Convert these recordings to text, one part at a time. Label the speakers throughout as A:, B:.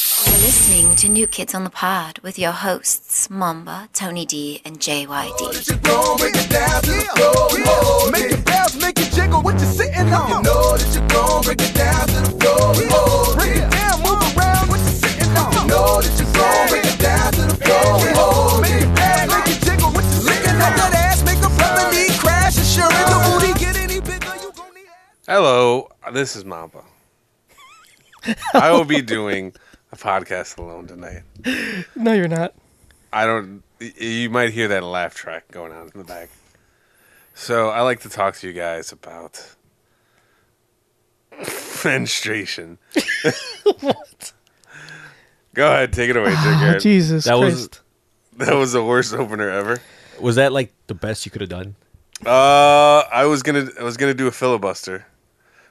A: listening to New Kids on the Pod with your hosts, Mamba, Tony D, and JYD.
B: roll, make it down to the floor. Hold
C: Make
B: it.
C: it bounce, make it jiggle, what you sitting
B: You
C: on?
B: know that you're gon' break it down to the floor. Hold
C: Break
B: it.
C: it down, move around, what you sitting
B: You
C: on?
B: know that you're gon' break it down to the floor. Hold
C: Make
B: it.
C: it bounce, make it jiggle, what you sitting
B: Licking up
C: on?
B: that ass, make a felony crash. Assuring the booty get any bigger, you gon' need
D: Hello, this is Mamba. I will be doing a podcast alone tonight.
E: No, you're not.
D: I don't. y- You might hear that laugh track going on in the back. So I like to talk to you guys about menstruation. what? Go ahead, take it away,
E: Oh,
D: Jigger.
E: Jesus
F: That
E: Christ.
F: was
D: that was the worst opener ever.
F: was that like the best you could have done?
D: Uh, I was gonna I was gonna do a filibuster,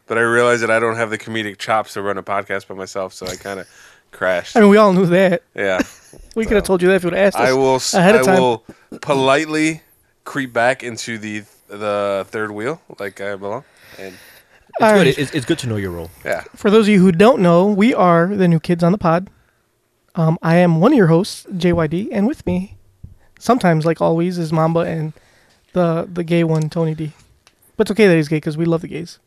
D: but I realized that I don't have the comedic chops to run a podcast by myself, so I kind of crashed.
E: I mean, we all knew that.
D: Yeah,
E: We could have told you that if you would have asked us
D: I will. s-
E: ahead
D: I
E: of time.
D: will politely creep back into the the third wheel like I belong. And
F: It's
E: All
F: good.
E: right.
F: It's, it's good to know your role.
D: yeah,
E: For those of you who don't know, we are the new kids on the pod. Um, I am one of your hosts, JYD, and with me, sometimes like always, is Mamba and the the gay one, Tony D. But it's okay that he's gay because we love the gays.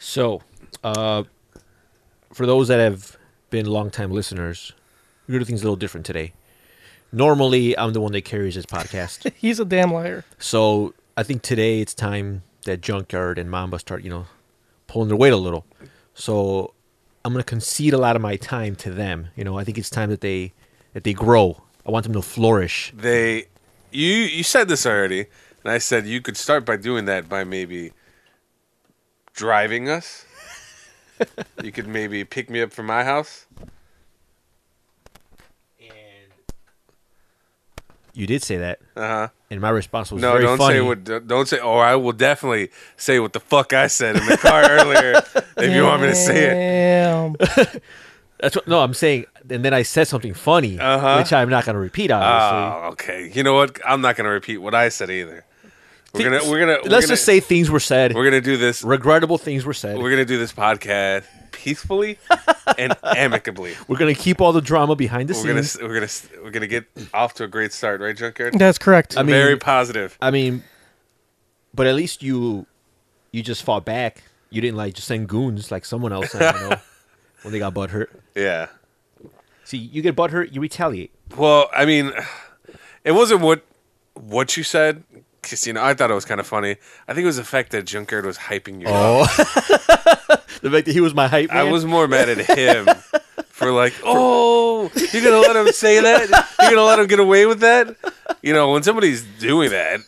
F: So, uh, for those that have been longtime listeners, we're gonna do things a little different today. Normally, I'm the one that carries this podcast,
E: He's a damn liar.
F: so I think today it's time that Junkyard and Mamba start, you know, pulling their weight a little. So, I'm gonna concede a lot of my time to them. You know, I think it's time that they that they grow. I want them to flourish.
D: they you you said this already, and I said you could start by doing that by maybe driving us. you could maybe pick me up from my house.
F: You did say that,
D: Uh huh.
F: and my response was
D: No,
F: very
D: don't
F: funny.
D: say what. don't- Don't say. Or I will definitely say what the fuck I said in the car earlier if you want me to say it.
E: Damn.
F: That's what. No, I'm saying, and then I said something funny,
D: Uh-huh.
F: which I'm not going to repeat. Obviously,
D: Oh, okay. You know what? I'm not gonna repeat what I said either. We're gonna. We're gonna. we're
F: let's
D: gonna-
F: just say things were said.
D: we're gonna do this. We're
F: regrettable things were said. We're,
D: gonna do this podcast peacefully and amicably.
F: going to keep all the drama behind the
D: We're gonna.
F: scenes.
D: We're gonna. We're gonna get off to a great start, right, Junkyard?
E: That's correct.
F: I mean-
D: Very positive.
F: I mean, but at least you, you just fought back. You didn't like just send goons like someone else. I don't know when they got butt hurt.
D: Yeah.
F: See, you get butt hurt, you retaliate.
D: Well, I mean, it wasn't what what you said. Cause you know, I thought it was kind of funny. I think it was the fact that Junkyard was hyping
F: Oh,
D: you up.
F: The fact that he was my hype
D: I
F: man.
D: was more mad at him for like, oh, you're gonna let him say that? You're gonna let him get away with that? You know, when somebody's doing that,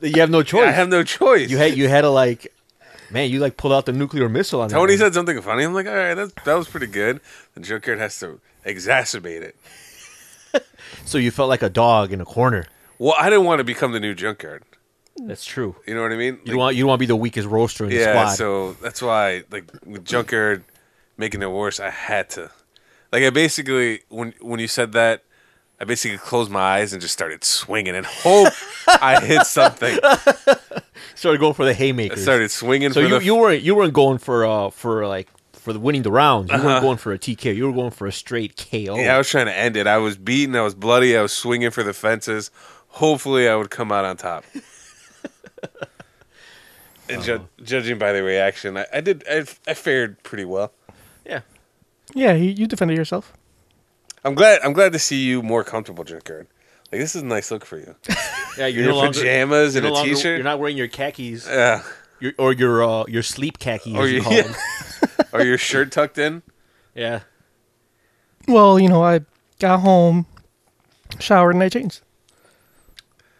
F: You have no choice.
D: I have no choice.
F: you had you had to like, man, you like pulled out the nuclear missile on that
D: Tony
F: one.
D: said something funny. I'm like, all right, that that was pretty good. The Joker has to exacerbate it.
F: So you felt like a dog in a corner.
D: Well, I didn't want to become the new Junkyard.
F: That's true.
D: You know what I mean?
F: You don't want you don't want to be the weakest roaster in the
D: yeah,
F: squad.
D: so that's why like with Junkyard making it worse, I had to. Like I basically when when you said that, I basically closed my eyes and just started swinging and hope I hit something.
F: started going for the
D: I
F: haymakers.
D: started swinging
F: so
D: for
F: you,
D: the
F: you weren't you weren't going for uh for like for the winning the round. You weren't going for a TK. You were going for a straight KO.
D: Uh-huh. Yeah, I was trying to end it. I was beaten. I was bloody. I was swinging for the fences. Hopefully, I would come out on top. and ju-
F: Uh-huh.
D: judging by the reaction, I, I did. I, I fared pretty well.
F: yeah.
E: yeah, you, you defended yourself.
D: I'm glad. I'm glad to see you more comfortable, Junkyard. Like this is a nice look for you.
F: Yeah,
D: Your pajamas and
F: no
D: a
F: longer-
D: t-shirt?
F: You're not wearing your khakis
D: Yeah.
F: your, or your uh, your sleep khaki
D: Or
F: as you
D: your-
F: call
D: oh, yeah.
F: them.
D: Are your shirt tucked in?
F: Yeah.
E: Well, you know, I got home, showered, and I changed.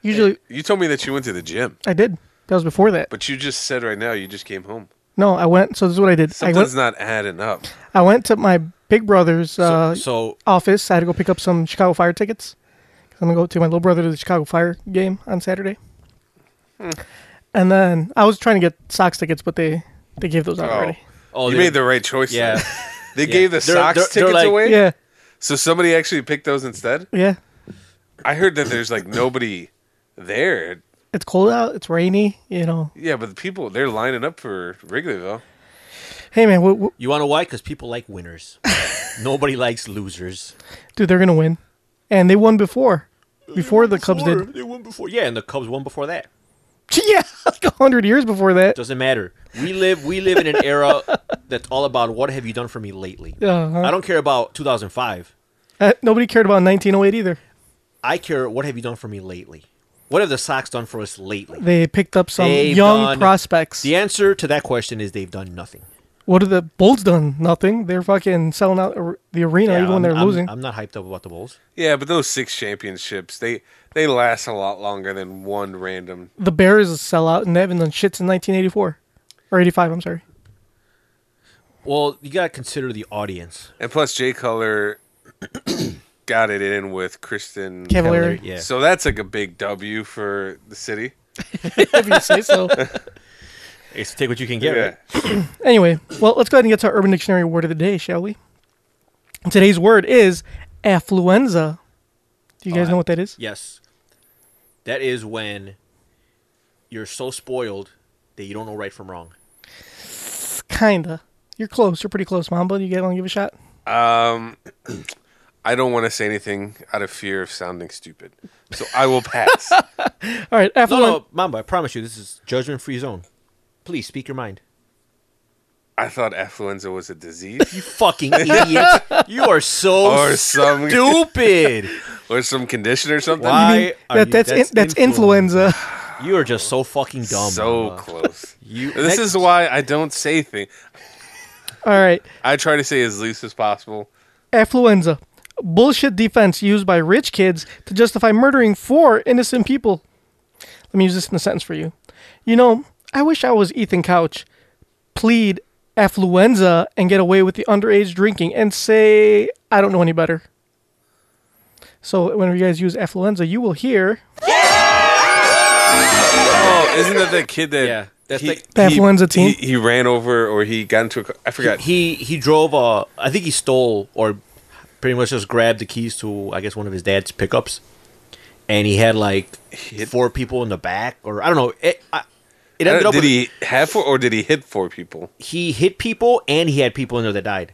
E: Usually,
D: You told me that you went to the gym,
E: I did. That was before that.
D: but you just said right now you just came home.
E: No, I went. So this is what I did. I went,
D: Something's not adding up.
E: I went to my big brother's uh,
F: so
E: office. I had to go pick up some Chicago Fire tickets. 'Cause I'm gonna go to my little brother to the Chicago Fire game on Saturday.
F: Hmm.
E: And then I was trying to get Sox tickets, but they they gave those out
D: Oh.
E: already.
F: oh,
D: you
F: they-
D: made the right choice.
F: yeah.
D: then. They
F: Yeah.
D: gave the
F: They're-
D: socks
F: they're- they're
D: tickets
F: like-
D: away.
E: Yeah,
D: So somebody actually picked those instead.
E: yeah.
D: I heard that there's like nobody there.
E: It's cold out. It's rainy. You know.
D: Yeah, but the people they're lining up for Wrigleyville.
E: Hey man, what, what,
F: You want to why? Because people like winners. Nobody likes losers.
E: Dude, they're gonna win, and they won before, before the Cubs did.
F: They won before. Yeah, and the Cubs won before that.
E: Yeah, like a hundred years before that.
F: Doesn't matter. We live we live in an era that's all about what have you done for me lately.
E: Uh-huh.
F: I don't care about 2005.
E: Uh, nobody cared about 1908 either.
F: I care what have you done for me lately. What have the Sox done for us lately?
E: They picked up some
F: They've
E: young
F: done-
E: prospects.
F: The answer to that question is they've done nothing.
E: What are the Bulls done? Nothing. They're fucking selling out ar- the arena even
F: Yeah,
E: when
F: I'm-
E: they're
F: I'm-
E: losing.
F: I'm, not hyped up about the Bulls.
D: Yeah, but those six championships, they they last a lot longer than one random.
E: the Bears is a sellout, and they haven't done shit since 1984 or 85. I'm sorry.
F: Well, you gotta consider the audience.
D: And plus, Jay Cutler got it in with Kristen.
E: Cavalieri.
F: Yeah.
D: So that's like a big W for the city.
E: if you say so.
F: It's take what you can get. Right?
E: Anyway, well, let's go ahead and get to our Urban Dictionary word of the day, shall we? Today's word is affluenza. Do you guys know what that is?
F: Yes. That is when you're so spoiled that you don't know right from wrong.
E: Kinda. You're close. You're pretty close, Mamba. You guys want to give it a shot?
D: I don't want to say anything out of fear of sounding stupid, so I will pass.
E: All right,
F: No,
E: affluenza.
F: no, Mamba, I promise you, this is judgment free zone. Please speak your mind.
D: I thought affluenza was a disease
F: You fucking idiot. You are so
D: or some
F: stupid.
D: or some condition or something.
F: Why are
E: that,
F: you-
E: that's in, that's influenza.
F: You are just so fucking dumb.
D: so
F: Mamba.
D: close.
F: You-
D: this is why I don't say things.
E: All right,
D: I try to say as least as possible.
E: affluenza. Bullshit defense used by rich kids to justify murdering four innocent people. Let me use this in a sentence for you. You know, I wish I was Ethan Couch. Plead affluenza and get away with the underage drinking and say, I don't know any better. So, whenever you guys use affluenza, you will hear
D: Oh, isn't that that kid that?
F: Yeah, that's
D: he,
F: like-
E: The
D: he-
E: affluenza team?
D: He, he ran over or he got into a. ca- I forgot.
F: He he drove uh I think he stole or pretty much just grabbed the keys to I guess one of his dad's pickups. And he had like four people in the back or I don't know. It I, it
D: I
F: ended
D: don't-
F: up
D: Uh, did
F: with,
D: he have four or did he hit four people?
F: he hit people and he had people in there that died.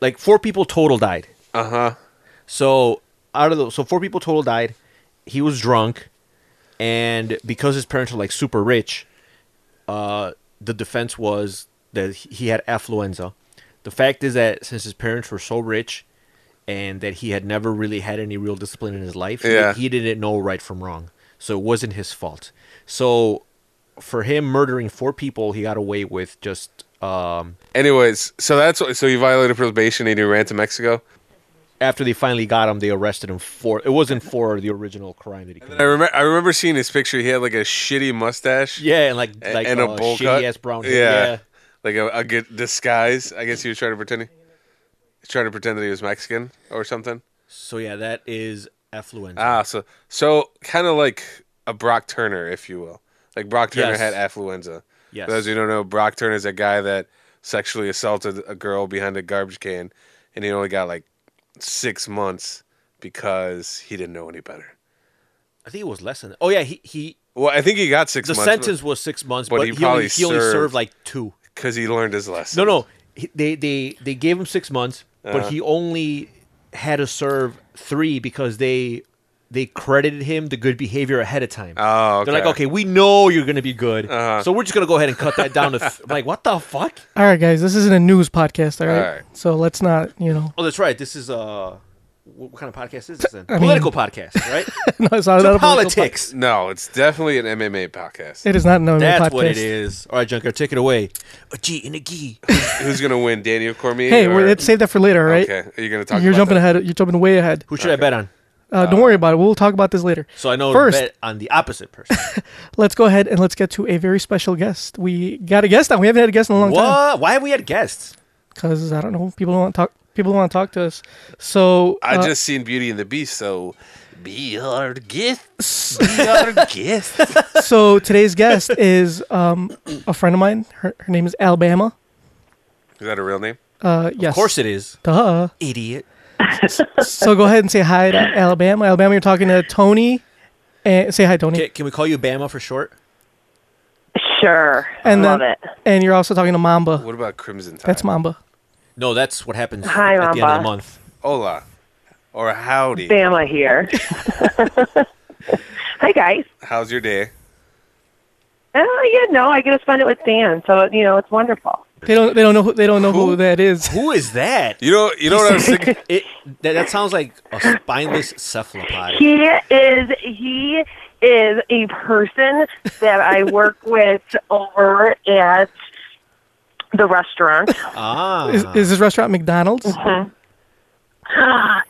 F: Like four people total died. Uh huh.
D: Uh-huh.
F: So out of the so four people total died. He was drunk, and because his parents were like super rich, uh, the defense was that he had affluenza. The fact is that since his parents were so rich, and that he had never really had any real discipline in his life, he-
D: Yeah.
F: he, didn't know right from wrong. So it wasn't his fault. So for him murdering four people, he got away with just um,
D: Anyways, so that's what, so he violated probation and he ran to Mexico.
F: after they finally got him, they arrested him for it wasn't for the original crime that he
D: And I
F: committed.
D: remember I remember seeing his picture. He had like a shitty mustache.
F: Yeah, and like
D: a-
F: like
D: and a
F: uh,
D: bowl
F: shitty
D: cut.
F: ass brown
D: Yeah.
F: hair. Yeah.
D: like a, a good disguise. I guess he was trying to pretend. He, he's trying to pretend that he was Mexican or something.
F: So yeah, that is affluenza.
D: Ah, so so kind of like a Brock Turner, if you will. Like Brock Turner
F: Yes.
D: had affluenza.
F: Yes.
D: For those who don't know, Brock Turner is a guy that sexually assaulted a girl behind a garbage can, and he only got like six months because he didn't know any better.
F: I think it was less than. That. Oh yeah, he he.
D: Well, I think he got six
F: The
D: months
F: sentence was six months,
D: but
F: but,
D: he
F: he,
D: probably
F: only, he only
D: served-
F: served like two.
D: because he learned his lesson.
F: No, no, he- they they they gave him six months, but he only had to serve three because they they credited him the good behavior ahead of time.
D: Oh,
F: They're like,
D: okay.
F: okay, Uh-huh. we know you're gonna be good, so we're just gonna go ahead and cut that down to. Th- I'm like, what the fuck?
E: All right, guys, this isn't a news podcast, all right?
D: All right.
E: So let's not, you know.
F: Oh, that's right. This is uh, what what kind of podcast is this? Then?
E: mean-
F: Political podcast, right?
E: no, it's not, not a political
F: Politics.
D: No, it's definitely an MMA podcast.
E: pod- It is not known.
F: That's
E: podcast.
F: what it is. All right, Junker, take it away. A G and a G.
D: Who's gonna win, Daniel Cormier?
E: Hey,
D: or-
E: well, let's save that for later, all right?
D: Okay, are you gonna talk?
E: You're
D: about
E: jumping
D: that?
E: ahead. You're jumping way ahead.
F: Who should I bet on?
E: Uh, don't worry about it. We'll talk about this later.
F: So I know
E: First-
F: to bet on the opposite person.
E: Let's go ahead and let's get to a very special guest. We got a guest on. We haven't had a guest in a long time
F: what? Why have we had guests?
E: because I don't know. People don't want to talk. People don't want to talk to us. So
D: I
E: uh,
D: just seen Beauty and the Beast, so be our gift. Be our gift.
E: so today's guest is um, a friend of mine. Her, her name is Alabama.
D: Is that a real name?
E: Uh, yes,
F: Of course it is.
E: Duh.
F: Idiot.
E: So go ahead and say hi to Alabama. Alabama, you're talking to Tony. And say hi, Tony.
F: Can, can we call you Bama for short?
G: Sure.
E: and
G: I love
E: then,
G: it.
E: And you're also talking to Mamba.
D: What about Crimson Tide?
E: That's Mamba.
F: No, that's what happens
G: Hi,
F: at the end of
G: Mamba.
F: the month.
D: Hola. Or howdy.
G: Bama here. Hi, guys.
D: How's your day?
G: Oh, yeah, no, I get to spend it with Dan, so, you know, it's wonderful.
E: They don't. They don't know. Who, they don't know who, that is.
F: Who is that?
D: You know, you know what I was thinking.
F: It that, that sounds like a spineless cephalopod.
G: He is, he is a person that I work with over at the restaurant.
F: Ah,
E: Is, is this restaurant McDonald's?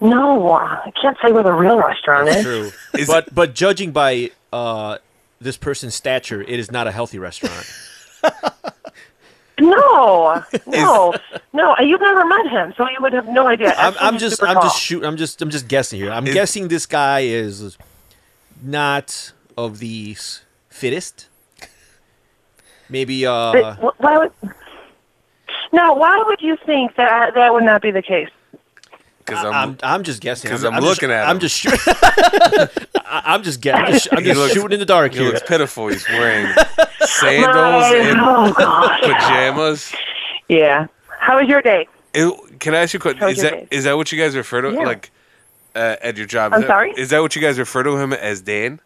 G: No, I can't say where the real restaurant is.
F: true. but but judging by uh, this person's stature, it is not a healthy restaurant.
G: No, no, no. You've never met him, so you would have no idea.
F: I'm, I'm
G: Absolutely
F: just
G: super
F: I'm
G: tall.
F: just shoot I'm just I'm just guessing here. I'm
D: Is-
F: guessing this guy is not of the s- fittest. Maybe uh
G: But wh- why would? No, why would you think that I, that would not be the case?
D: Because
F: I'm I'm just guessing
D: 'Cause I'm
F: just-
D: looking at
F: I'm
D: him.
F: just shooting. I'm just guessing. I'm just, I'm
D: He
F: just
D: looks-
F: shooting in the dark
D: He
F: here.
D: looks pitiful. He's wearing sandals
G: My-
D: and
G: oh gosh,
D: pajamas.
G: yeah. How was your day?
D: It- can I ask you a question?
G: How's
D: Is
G: your
D: that
G: day?
D: is that what you guys refer to
G: Yeah.
D: like uh, at your job?
G: I'm
D: is that,
G: sorry?
D: Is that what you guys refer to him as Dan?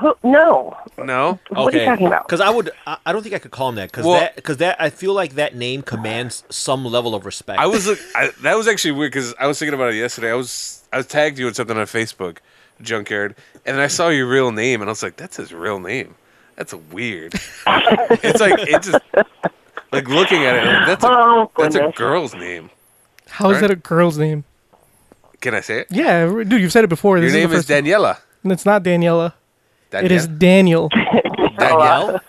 G: Who, no,
D: No.
G: What are you talking about?
F: Because I would, I, I don't think I could call him that. Because
D: Well-
F: that, because that, I feel like that name commands some level of respect.
D: I was look. I, that was actually weird because I was thinking about it yesterday. I was I was tagged you in something on Facebook, Junkyard, and then I saw your real name and I was like, that's his real name. That's weird. it's like it just like looking at it. I'm like, that's a,
G: Oh,
D: that's a
G: goodness.
D: girl's name.
E: How is
D: Right.
E: that a girl's name?
D: Can I say it?
E: Yeah, r- dude, you've said it before.
D: Your
E: This
D: name is
E: the first-
D: Daniela.
E: It's not Daniela.
D: Daniela.
E: It is Daniel.
F: Danielle.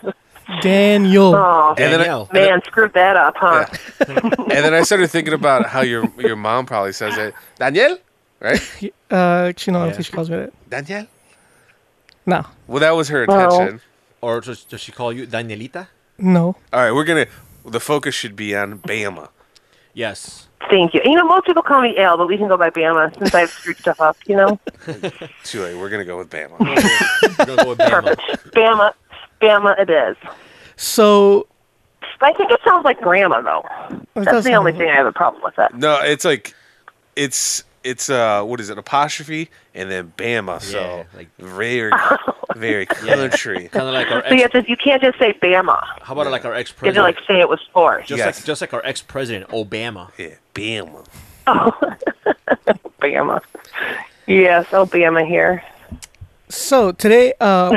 E: Daniel.
G: Oh
D: And then I-
F: Danielle.
G: man, screwed that up, huh?
D: And then I started thinking about how your your mom probably says it, Daniel, right?
E: Uh, actually, no, I don't
F: Yeah.
E: think she calls me that.
D: Daniel.
E: No,
D: Well, that was her
G: Well-
D: intention.
F: Or does, does she call you Danielita?
E: no.
D: All right, we're gonna. The focus should be on Bama.
F: Yes.
G: Thank you. You know, most people call me Al, but we can go by Bama since I've screwed stuff up. You know,
D: Too late. We're gonna go with Bama.
F: We're gonna go with Bama.
G: Bama, Bama, it is.
E: So
G: I think it sounds like grandma though.
E: it
G: That's
E: does
G: the
E: sound
G: only
E: like-
G: thing I have a problem with it.
D: No, it's like it's it's uh what is it apostrophe and then Bama. so
F: Yeah, like-
D: very very country.
F: Kind of like our
G: So you,
F: ex.
G: have to, you can't just say Bama.
F: How about like our ex
G: You have to
F: president?
G: like say it was forced.
F: just
D: Yes.
F: like just like our ex president Obama.
D: Yeah, Bama.
G: Bama. Yes, Obama here.
E: So today, uh,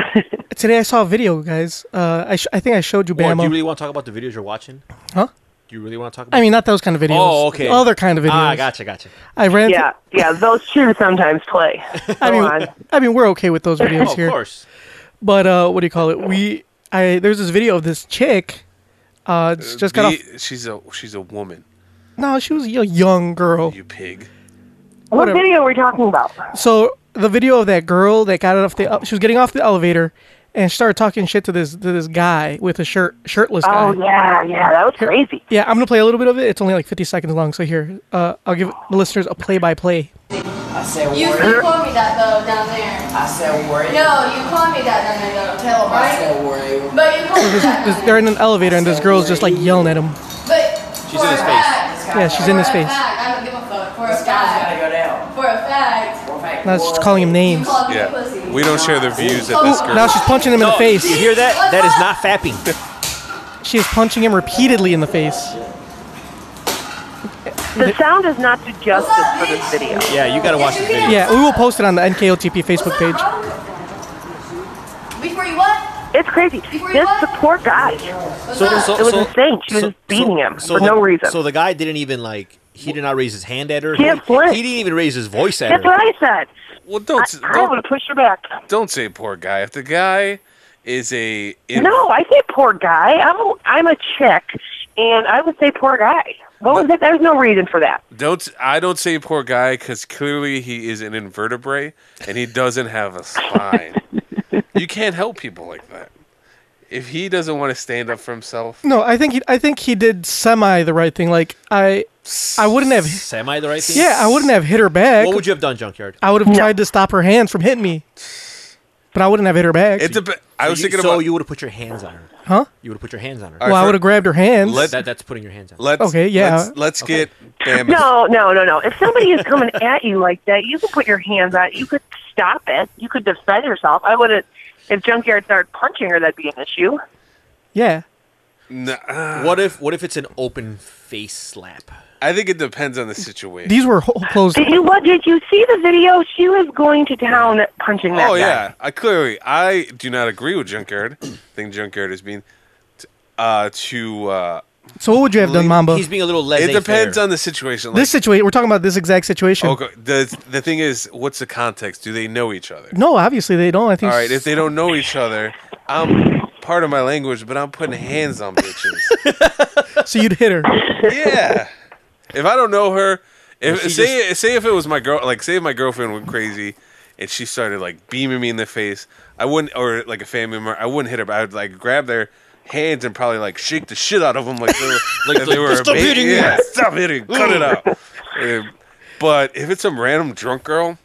E: today I saw a video, guys. Uh, I, sh- I think I showed you
F: Or
E: Bama.
F: do you really want to talk about the videos you're watching?
E: huh?
F: Do you really want to talk about?
E: I mean, not those kind of videos.
F: Oh, okay.
E: Other kind of videos.
F: ah, gotcha, gotcha.
E: I ran.
G: Yeah, yeah. Those two sometimes play.
E: I
G: Go
E: mean,
G: on.
E: I mean, we're okay with those videos
F: Oh,
E: here.
F: of course.
E: But uh, what do you call it? We, I, there's this video of this chick. Uh, it's just got off.
D: The- She's a she's a woman.
E: No, she was a young girl.
D: You pig.
G: What
E: whatever.
G: video are we talking about?
E: So the video of that girl that got off the, she was getting off the elevator, and started talking shit to this to this guy with a shirt shirtless guy.
G: Oh yeah, yeah. That was crazy.
E: Yeah, I'm gonna play a little bit of it. It's only like 50 seconds long, so here, uh, I'll give the listeners a play-by-play.
H: You, you call me that though down there. I said warrior. No, you call me that down there though. Tell right? I said warrior. But you call me that.
E: This- They're in an elevator, and this girl's just like yelling at him.
H: But she's
F: in his face.
E: Yeah, she's in his face.
H: Fact, I don't give a fuck. For a fact. For a fact.
E: Now she's just calling him
H: You
E: names.
H: call me
D: Yeah,
H: pussy.
D: we don't share the views that
H: Ooh,
D: this girl.
E: Oh, Now she's punching him in the
F: No,
E: face.
F: You hear that? That is not fapping.
E: She is punching him repeatedly in the face. Mm-hmm.
G: The sound does not do justice for this video.
F: Yeah, you gotta watch the video.
E: Yeah, we will post it on the NKOTP Facebook page.
H: What's up, bro? Before you what?
G: It's crazy. This the poor guy.
H: What's
F: So,
H: up?
F: so,
G: It was
F: so-
G: insane. She was just beating him for
F: the-
G: no reason.
F: So the guy didn't even like. He did not raise his hand at her. He,
G: Can't flinch.
F: he didn't even raise his voice at
G: That's
F: her.
G: what I said.
D: well,
E: Oh,
D: don't
G: I, I would
D: don't
G: have pushed her back.
D: don't say poor guy. If the guy is a in-
G: No, I say poor guy. I'm a, I'm a chick, and I would say poor guy. What was it? There's no reason for that.
D: Don't I don't say poor guy because clearly he is an invertebrate and he doesn't have a spine. you can't help people like that. If he doesn't want to stand up for himself,
E: No, I think he, I think he did semi the right thing. Like I, I wouldn't have.
F: Am I the right thing?
E: Yeah, I wouldn't have hit her back.
F: What would you have done, junkyard?
E: I would have tried to stop her hands from hitting me. But I wouldn't have hit her back.
D: It dep- I
F: So
D: was
F: you-
D: thinking
F: so
D: about
F: you would have put your hands on her.
E: huh?
F: You would have put your hands on her.
D: All right,
E: Well, I
D: for-
E: would have grabbed her hands.
D: Let-
F: That, that's putting your hands on. her.
D: Let's
E: Okay, yeah.
D: Let's, let's get Bam.
G: No, no, no, no. If somebody is coming at you like that, you can put your hands on it. You could stop it. You could defend yourself. I wouldn't. If Junkyard started punching her, that'd be an issue.
E: yeah.
D: N- uh,
F: What if what if it's an open face slap?
D: I think it depends on the situation.
E: These were ho- closed.
G: Did you what? Did you see the video? She was going to town punching that
D: oh
G: guy.
D: yeah, I clearly I do not agree with Junkyard. I think Junkyard is being t- uh to uh
E: So what would you have done, Mamba?
F: He's being a little
D: it
F: laissez
D: depends on the situation. Like,
E: This situation. We're talking about this exact situation.
D: okay, the the thing is what's the context? Do they know each other?
E: No, obviously they don't. I think.
D: All right, if they don't know each other, I'm part of my language, but I'm putting hands on bitches.
E: so you'd hit her.
D: yeah. If I don't know her, if
F: she
D: say say if it was my girl, like say if my girlfriend went crazy and she started like beaming me in the face, I wouldn't, or like a family member, I wouldn't hit her, but I would like grab their hands and probably like shake the shit out of them, like they were, like,
F: Like,
D: they were a
F: "Stop
D: baby."
F: hitting me.
D: yeah, stop hitting, cut it out. Yeah. But if it's some random drunk girl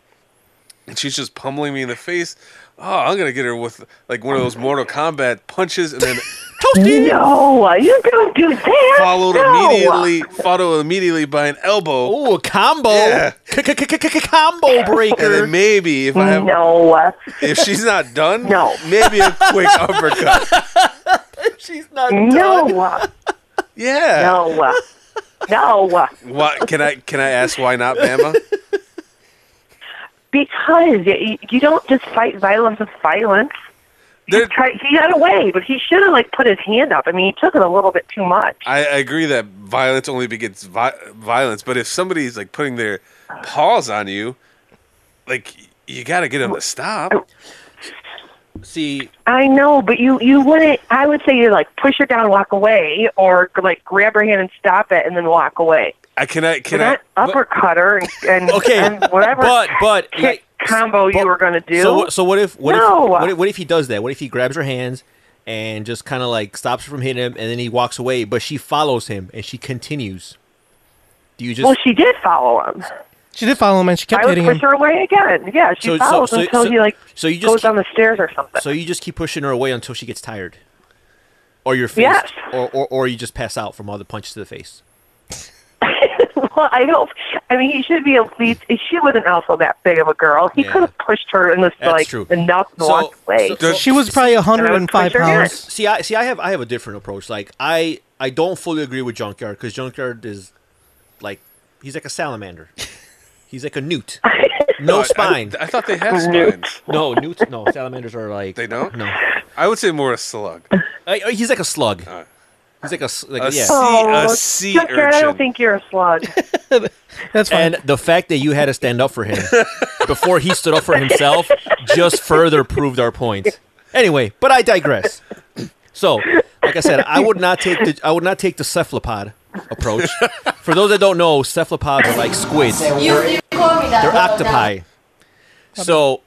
D: and she's just pummeling me in the face, oh, I'm gonna get her with like one of those Mortal Kombat punches and then.
G: No, you don't do that.
D: followed
G: no.
D: immediately followed immediately by an elbow.
F: Oh, a combo,
D: Yeah.
F: combo
D: And
F: breaker.
D: then maybe if I have
G: No,
D: if she's not done,
G: No.
D: maybe a quick uppercut.
F: She's not.
G: no,
D: Yeah.
G: no, no.
D: Why, can I can I ask why not, Bama?
G: Because you, you don't just fight violence with violence.
D: There,
G: Try, he got away, but he should have like put his hand up. I mean, he took it a little bit too much.
D: I I agree that violence only begets vi- violence, but if somebody's like putting their paws on you, like you got to get them to stop.
F: See,
G: I know, but you you wouldn't. I would say you like push her down, walk away, or like grab her hand and stop it, and then walk away.
D: I can I can I
G: Not uppercut her and, and,
F: okay,
G: and whatever
F: but but
G: kick
F: like,
G: combo you
F: but-
G: were gonna do.
F: So what- so what if what
G: No.
F: if what if what if he does that? What if he grabs her hands and just kind of like stops her from hitting him, and then he walks away, but she follows him and she continues. Do you just
G: well, she did follow him.
E: She did follow him and she kept
G: I would
E: hitting
G: push
E: him.
G: her away again. Yeah, she
F: So- so-
G: follows
F: so-
G: until
F: so-
G: he like
F: so you just
G: goes
F: keep-
G: down the stairs or something.
F: So you just keep pushing her away until she gets tired, or you're faced,
G: Yes.
F: or, or or you just pass out from all the punches to the face.
G: well, I don't. I mean, he should be at least. She wasn't also that big of a girl. He
F: Yeah.
G: could have pushed her and just
F: That's
G: like
F: true.
G: enough and
F: So-
G: walked away.
F: so- so-
E: She was probably 105
G: push her hand.
E: pounds.
F: See, I see. I have I have a different approach. Like I I don't fully agree with Junkyard because Junkyard is like he's like a salamander. He's like a newt. No spine.
D: I, I thought they had spines.
F: no newt. No salamanders are like
D: They don't?
F: No.
D: I would say more a slug.
F: Uh, he's like a slug. He's like a s- like
D: A
F: yeah.
D: slug.
G: oh,
D: a sea
G: Junkyard, I
D: urchin.
G: don't think you're a slug.
E: That's fine.
F: And the fact that you had to stand up for him before he stood up for himself just further proved our point. Anyway, but I digress. So, like I said, I would not take the I would not take the cephalopod approach. For those that don't know, cephalopods are like squids. They're
H: You, you call me that. though, now.
F: octopi. So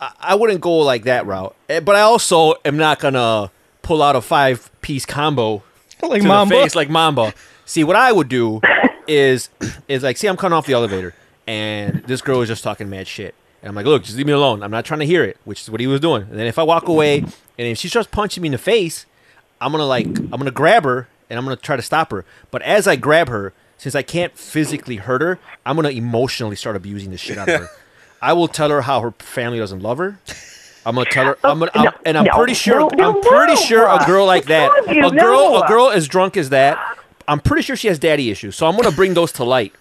F: I, I wouldn't go like that route. Eh, But I also am not gonna pull out a five piece combo
E: like
F: to
E: Mamba.
F: the face like Mamba. See, what I would do is is like, see, I'm coming off the elevator, and this girl is just talking mad shit, and I'm like, look, just leave me alone. I'm not trying to hear it, which is what he was doing. And then if I walk away, and if she starts punching me in the face, I'm gonna like, I'm gonna grab her, and I'm gonna try to stop her. But as I grab her, since I can't physically hurt her, I'm gonna emotionally start abusing the shit out of her. I will tell her how her family doesn't love her. I'm gonna tell her. I'm gonna, I'm,
G: No,
F: and I'm
G: no,
F: pretty sure.
G: no, no,
F: I'm pretty
G: no.
F: sure a girl like that,
G: What's wrong with you?
F: a girl,
G: No.
F: a girl as drunk as that, I'm pretty sure she has daddy issues. So I'm gonna bring those to light.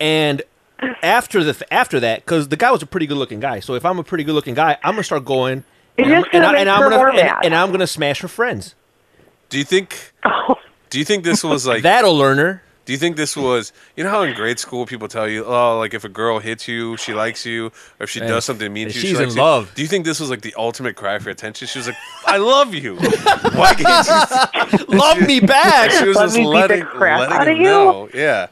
F: And after the after that, because the guy was a pretty good looking guy. So if I'm a pretty good looking guy, I'm gonna start going.
G: You're
F: And I'm,
G: just gonna
F: and I- and
G: make
F: I'm
G: her more
F: gonna
G: mad.
F: and, and I'm gonna smash her friends.
D: Do you think?
G: Oh.
D: Do you think this was like?
F: That'll learn her.
D: do you think this was? You know how in grade school people tell you, oh, like if a girl hits you, she likes you, or if she
F: And-
D: does something mean
F: and
D: to you, she
F: she's in
D: likes you?
F: love.
D: Do you think this was like the ultimate cry for attention? She was like, I love you. Why can't you?
F: Love me
D: She
F: back.
D: was
G: Let
D: just
G: me beat the
D: letting,
G: crap
D: letting
G: out of
D: him
G: you?
D: know. Yeah.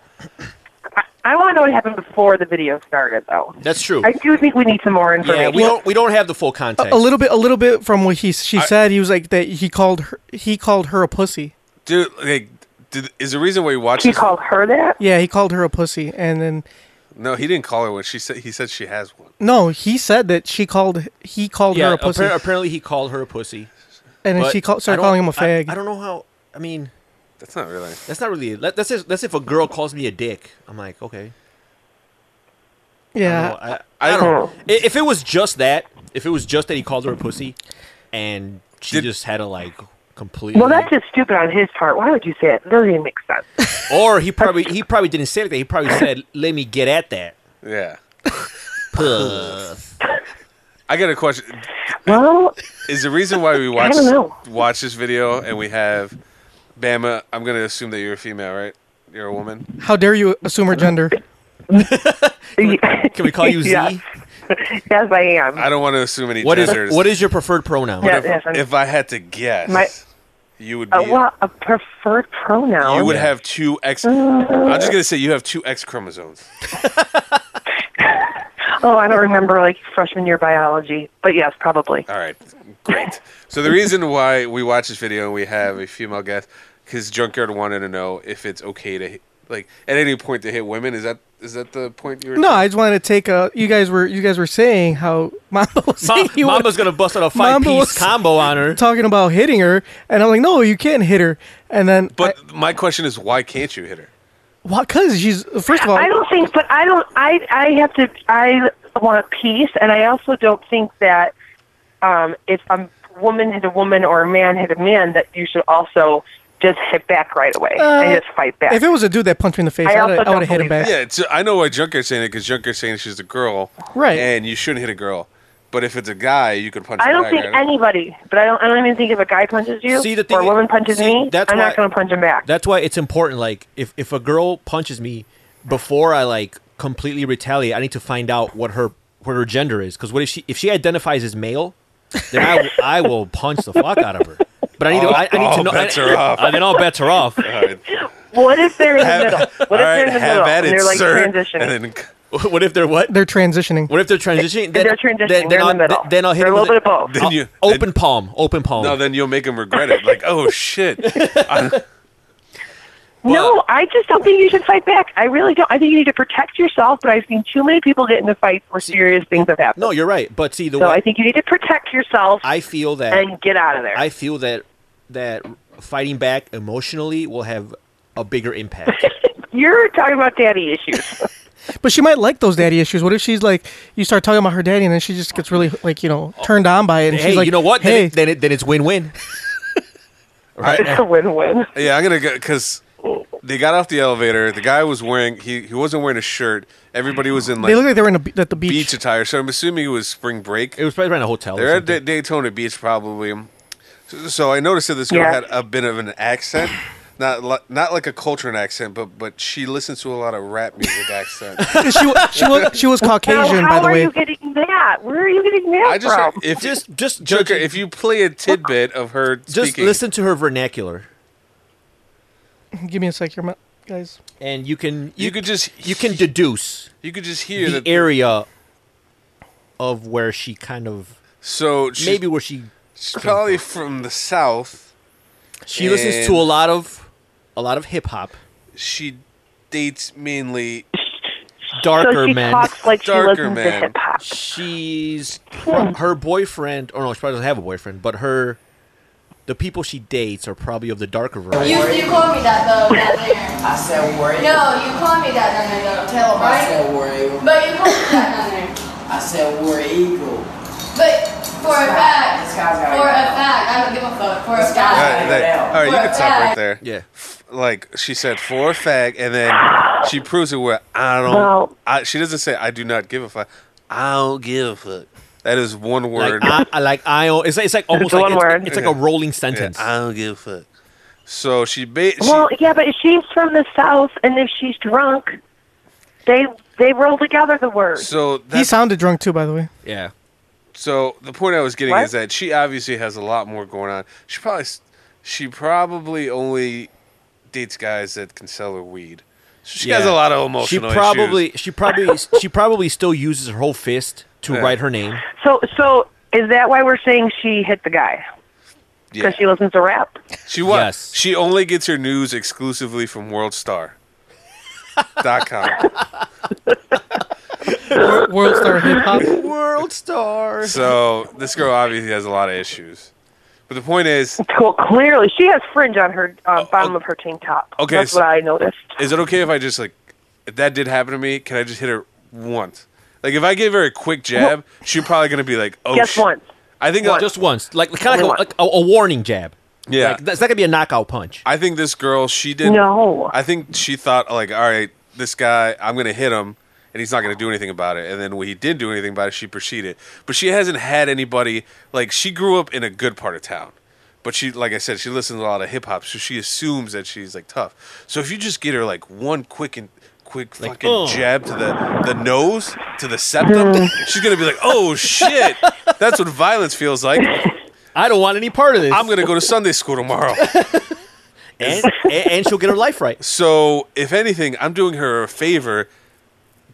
G: I want to know what happened before the video started, though.
F: That's true.
G: I do think we need some more
F: Yeah,
G: information.
F: we don't we don't have the full context.
E: a little bit, a little bit from what he she said. He was like that. He called her. He called her a pussy.
D: Dude, like, did, is the reason why you watch
G: he
D: this?
G: called her that.
E: Yeah, he called her a pussy, and then
D: No, he didn't call her one. She said he said she has one.
E: No, he said that she called. He called her
F: Yeah,
E: a pussy,
F: appar- apparently he called her a pussy.
E: and then
F: but
E: she called, started
F: I don't-
E: calling him a
F: I-
E: fag.
F: I, don't know how. I mean,
D: That's not really.
F: that's not really. Let, that's if, that's if a girl calls me a dick. I'm like, okay.
E: yeah,
F: I, I, I don't know. I- If it was just that, if it was just that he called her a pussy, and she
D: Did-
F: just had to like completely.
G: Well, that's just stupid on his part. Why would you say it? It doesn't even make sense.
F: Or he probably he probably didn't say it like that. He probably said, "Let me get at that."
D: Yeah.
F: Puss.
D: I got a question.
G: Well,
D: Is the reason why we watch
G: don't know.
D: watch this video and we have Bama? I'm gonna assume that you're a female, right? You're a woman.
E: how dare you assume her gender?
F: Can we call you Z?
G: Yes. yes, I am.
D: I don't want to assume any
F: What is
D: genders.
F: what is your preferred pronoun?
G: Yeah.
D: if,
G: Yes, I'm-
D: if I had to guess,
G: My-
D: you would be.
G: Uh, well, a preferred pronoun.
D: you would have two X. I'm just gonna say you have two X chromosomes.
G: Oh, I don't remember like freshman year biology, but yes, probably.
D: All right, great. So the reason why we watch this video and we have a female guest, because Junkyard wanted to know if it's okay to hit, like at any point to hit women. Is that is that the point you were?
E: No, I just wanted to take a. You guys were you guys were saying how Mamba was
F: Ma-
E: saying you were
F: Mama's gonna bust out a five
E: Mamba
F: piece
E: was-
F: combo on her.
E: talking about hitting her, and I'm like, no, you can't hit her. And then,
D: But my question is, why can't you hit her?
E: because she's first of all,
G: I don't think, but I don't. I I have to. I want peace, and I also don't think that um, if a woman hit a woman or a man hit a man, that you should also just hit back right away and just fight back.
E: if it was a dude that punched me in the face,
G: I
E: I,
G: also
E: would have
G: don't
E: hit him
G: believe
E: back.
D: Yeah, it's, I know why Junkyard's saying it because Junkyard's saying she's a girl,
E: Right.
D: And you shouldn't hit a girl. But if it's a guy, you could punch.
G: I
D: him
G: don't
D: back,
G: think
D: right?
G: anybody, but I don't. I don't even think if a guy punches you
F: See, the thing
G: or a
F: is-
G: woman punches
F: see,
G: me,
F: that's
G: I'm
F: why-
G: not going to punch him back.
F: That's why it's important. Like, if if a girl punches me before I like completely retaliate, I need to find out what her what her gender is. Because what if she if she identifies as male, then I, will- I will punch the fuck out of her. But I need to I, I need
D: All-
F: to know.
D: all bets
F: I,
D: are off.
F: uh, then all bets are off.
D: All right.
G: what if they're in the
D: Have-
G: middle? What if
D: all
G: they're
D: right,
G: in the
D: have
G: middle
D: at
G: and
D: it,
G: they're like
D: sir.
G: transitioning?
D: And then,
F: what if they're what?
E: They're transitioning.
F: What if they're transitioning?
G: they're transitioning.
F: Then,
G: They're in
F: I'll,
G: the middle.
F: Then I'll hit
G: They're a
F: him
G: little
F: with
G: bit of both.
D: Then
F: I'll-
D: you-
F: open
D: then-
F: palm. Open palm.
D: no, then you'll make him regret it. Like, oh shit. I-
G: No,
F: But-
G: I just don't think you should fight back. I really don't. I think you need to protect yourself, but I've seen too many people get into fights where serious things have happened.
F: no, you're right. But see, the
G: so
F: way
G: I think you need to protect yourself
F: I feel that
G: and get out of there.
F: I feel that that fighting back emotionally will have a bigger impact.
G: You're talking about daddy issues.
E: But she might like those daddy issues. What if she's like, you start talking about her daddy, and then she just gets really like you know turned on by it, and
F: hey,
E: she's like,
F: you know what? Then,
E: Hey,
F: it, then, it, then it's win-win.
G: it's a win-win.
D: yeah, I'm gonna go because they got off the elevator. The guy was wearing he he wasn't wearing a shirt. Everybody was in like
E: they look like they were in a, be- at the beach.
D: beach attire, so I'm assuming it was spring break.
F: It was probably around a hotel. or
D: They're at
F: something.
D: Da- Daytona Beach, probably. So, so I noticed that this girl
G: Yeah.
D: had a bit of an accent, not li- not like a cultural accent, but but she listens to a lot of rap music accent.
E: she, wa- she was she was Caucasian,
G: now,
E: by
G: how
E: the
G: are
E: way.
G: you getting that? Where are you getting that
D: I just
G: from?
D: if
F: just just
D: Joker,
F: just-
D: if you play a tidbit of her
F: just
D: speaking,
F: listen to her vernacular,
E: Give me a sec, here, my- guys.
F: and you can you,
D: you could just
F: you can deduce
D: you could just hear
F: the
D: that.
F: area of where she kind of
D: so she's,
F: maybe where she
D: she's probably from the south.
F: she listens to
D: And-
F: a lot of a lot of hip hop,
D: She dates mainly.
G: so
F: darker
G: she
F: men.
G: talks like she
D: Darker
G: listens to
D: man.
G: hip hop.
F: she's her boyfriend or no she probably doesn't have a boyfriend but her the people she dates are probably of the darker variety
H: You, you call me that though down there. I said worry. No, you call me that down there though. Tell her, right? I said worry. But you call me that down there. I said worry eagle. But for a fact, for a fact, I don't give a fuck. For a
D: All
H: fact.
D: right, that- uh, all right, you
H: For a
D: can stop right
H: fact.
D: there.
F: yeah
D: like she said for a fag, and then she proves it where I don't.
G: Well-
D: I, she doesn't say I do not give a fuck. I don't give a fuck. That is one word.
F: like I, I like I o- it's like, it's like almost
G: the
F: like
G: one
F: it's,
G: word.
F: it's like a rolling
D: Yeah,
F: sentence
D: I don't give a fuck. So she, ba- she
G: Well, yeah, but she's from the south, and if she's drunk, they they roll together the words.
D: so
E: He
D: that's,
E: sounded drunk too, by the way.
F: yeah
D: so the point I was getting
G: What?
D: is that she obviously has a lot more going on. She probably s- she probably only dates guys that can sell her weed. So she has
F: Yeah.
D: a lot of
F: she
D: emotional.
F: probably
D: issues.
F: she probably she probably still uses her whole fist to
D: Yeah.
F: write her name
G: So, so is that why we're saying she hit the guy
D: yeah.
G: because she listens to rap?
D: She was.
F: Yes.
D: She only gets her news exclusively from WorldStar. dot com.
E: World star hip hop.
F: World star.
D: So this girl obviously has a lot of issues. But the point is,
G: Well, clearly she has fringe on her uh, bottom of her tank top.
D: Oh, Okay,
G: that's
D: so-
G: what I noticed.
D: is it okay if I just like if that did happen to me? Can I just hit her once? Like if I gave her a quick jab, she's probably gonna be like, "Oh,
G: Just
D: shit.
G: once.
D: I think
F: Just once, like kind of
G: Only
F: like,
G: one.
F: a, like a, a warning jab.
D: Yeah.
F: like, that's not gonna be a knockout punch.
D: I think this girl, she did.
G: No.
D: I think she thought like, all right, this guy, I'm gonna hit him, and he's not gonna do anything about it. And then when he did do anything about it, she proceeded. But she hasn't had anybody like she grew up in a good part of town. But she, like I said, she listens to a lot of hip hop, so she assumes that she's like tough. So if you just get her like one quick and quick
F: Like,
D: fucking
F: oh.
D: jab to the the nose to the septum, she's gonna be like, oh shit, that's what violence feels like.
F: I don't want any part of this.
D: I'm gonna go to Sunday school tomorrow.
F: and, and, and she'll get her life right.
D: So, if anything, I'm doing her a favor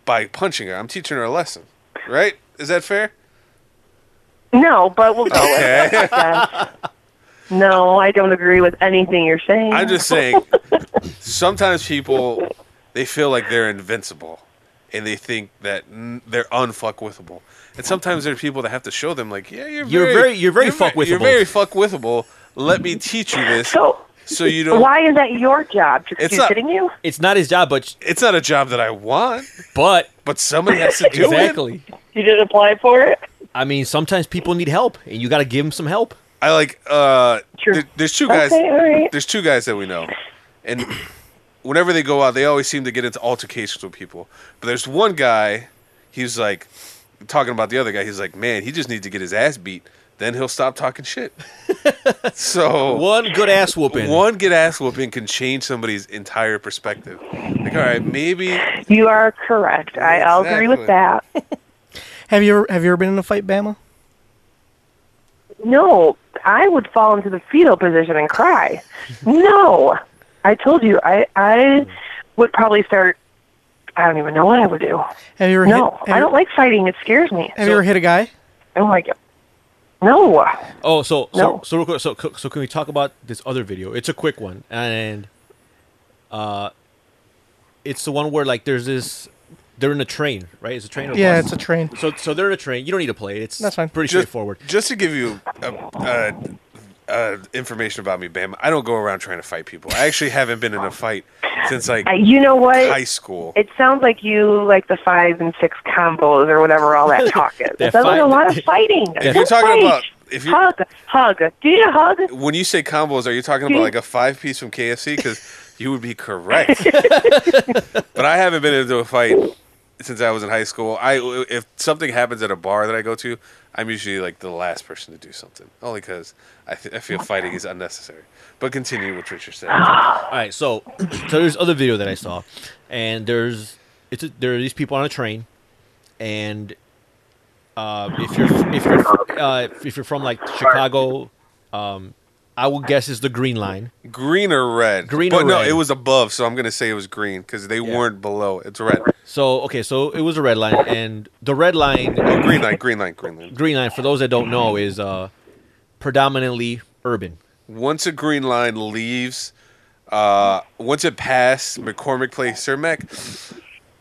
D: by punching her. I'm teaching her a lesson, right? Is that fair?
G: No, but we'll go
D: Oh.
G: with it.
D: Okay.
G: I guess. No, I don't agree with anything you're saying.
D: I'm just saying. Sometimes people they feel like they're invincible, and they think that n- they're unfuckwithable. And sometimes there are people that have to show them, like, yeah, you're
F: You're
D: very,
F: very- you're very
D: ve- You're
F: fuckwithable.
D: very fuckwithable. Let me teach you this,
G: So,
D: so you don't.
G: why is that your job? To
D: It's
G: keep
D: not-
G: hitting you?
F: It's not his job, but
D: It's not a job that I want,
F: but
D: but somebody has to do it.
F: exactly.
G: You didn't apply for it?
F: I mean, sometimes people need help, and you got to give them some help.
D: I like uh
G: Sure.
D: there- there's two guys
G: Okay, all right.
D: there's two guys that we know. And whenever they go out, they always seem to get into altercations with people. But there's one guy, he's like talking about the other guy, he's like, Man, he just needs to get his ass beat, then he'll stop talking shit. so
F: One good ass whooping.
D: one good ass whooping can change somebody's entire perspective. Like, all right, maybe
G: You are correct. I, I'll agree with that.
E: Have you ever have you ever been in a fight, Bama?
G: No, I would fall into the fetal position and cry. No, I told you, I I would probably start. I don't even know what I would do.
E: Have you ever
G: No,
E: hit, have
G: I
E: you-
G: don't like fighting. It scares me.
E: Have you ever hit a guy?
G: I'm like, no.
F: Oh, so so
G: No.
F: so, real quick, so so so can we talk about this other video? It's a quick one, and uh, it's the one where like there's this. They're in a train, right? It's a train. Or
E: Yeah,
F: bus?
E: it's a train.
F: So, so they're in a train. You don't need to play it. It's
E: That's fine.
F: Pretty
D: Ju-
F: straightforward.
D: Just to give you uh uh uh information about me, Bam, I don't go around trying to fight people. I actually haven't been in a fight since like
G: I, you know what?
D: high school.
G: it sounds like you like the five and six combos or whatever all that talk is.
F: That
G: It sounds like a
F: five-
G: lot of fighting.
D: If you're talking about if you
G: hug, hug. Do you hug?
D: when you say combos, are you talking
G: Hmm.
D: about like a five piece from KFC? Because you would be correct. but I haven't been into a fight since I was in high school. I if something happens at a bar that I go to, I'm usually like the last person to do something, only because I, th- I feel fighting is unnecessary. But continue what Richard said.
G: Ah.
F: All right, so so there's other video that I saw, and there's it's a, there are these people on a train, and uh, if you're if you're uh, if you're from like Chicago, um, I would guess is the Green Line.
D: Green or red?
F: Green
D: but
F: or
D: no,
F: red.
D: it was above, so I'm gonna say it was green because they weren't below. It's red.
F: So okay, so it was a red line, and the red
D: Oh,
F: line,
D: green line, green line, green line.
F: Green Line, for those that don't know, is uh, predominantly urban.
D: Once a green line leaves, uh, once it passed McCormick Place, Cermak,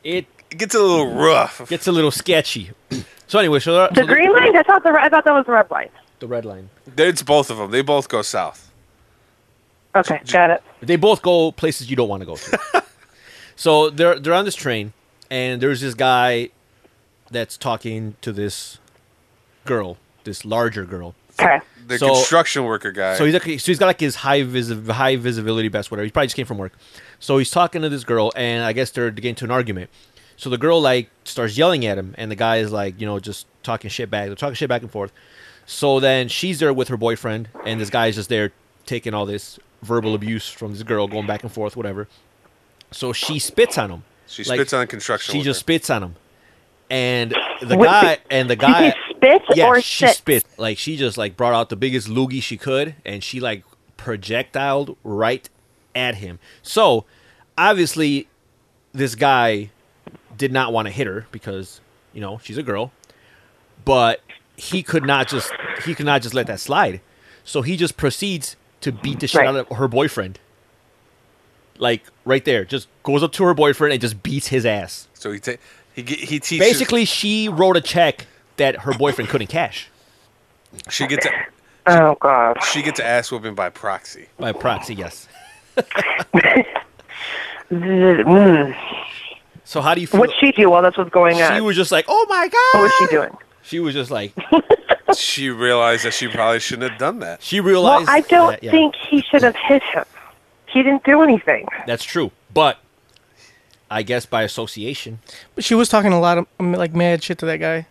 F: It
D: it gets a little rough.
F: gets a little sketchy. So anyway, so, there-
G: The
F: so
G: green line? I thought the re- I thought that was the red line.
F: the red line.
D: It's both of them. They both go south.
G: Okay, got it.
F: They both go places you don't want to go to. so they're they're on this train, and there's this guy that's talking to this girl, this larger girl.
G: Okay.
D: The
F: So-
D: construction worker guy.
F: So he's like, so he's got like his high vis high visibility vest, whatever. He probably just came from work. So he's talking to this girl, and I guess they're getting to an argument. So the girl like starts yelling at him, and the guy is like, you know, just talking shit back. They're talking shit back and forth. So then she's there with her boyfriend, and this guy is just there taking all this verbal abuse from this girl, going back and forth, whatever. So she spits on him.
D: she
F: Like,
D: spits on the construction.
F: She
D: worker.
F: just spits on him, and the
G: Wait,
F: guy and the guy
G: Did he spit
F: yeah,
G: or
F: she
G: shit?
F: spit. Like she just like brought out the biggest loogie she could, and she like projectiled right at him. So obviously, this guy did not want to hit her because you know she's a girl, but he could not just he could not just let that slide. So he just proceeds to beat the shit
G: Right.
F: out of her boyfriend. like right there, just goes up to her boyfriend and just beats his ass.
D: So he ta- he ge- he teaches
F: Basically, she wrote a check that her boyfriend couldn't cash
D: she gets a,
G: Oh God.
D: she gets ass whooping by proxy.
F: by proxy. Yes. so how do you feel?
G: Mm. What'd she do while this was going on?
F: She was just like, "Oh my god!"
G: what was she doing?
F: She was just like,
D: She realized that she probably shouldn't have done that.
F: she
G: Well,
F: realized.
G: I don't
F: that- yeah,
G: think he should have hit him. He didn't do anything.
F: that's true, but I guess by association,
E: But she was talking a lot of um, like mad shit to that guy.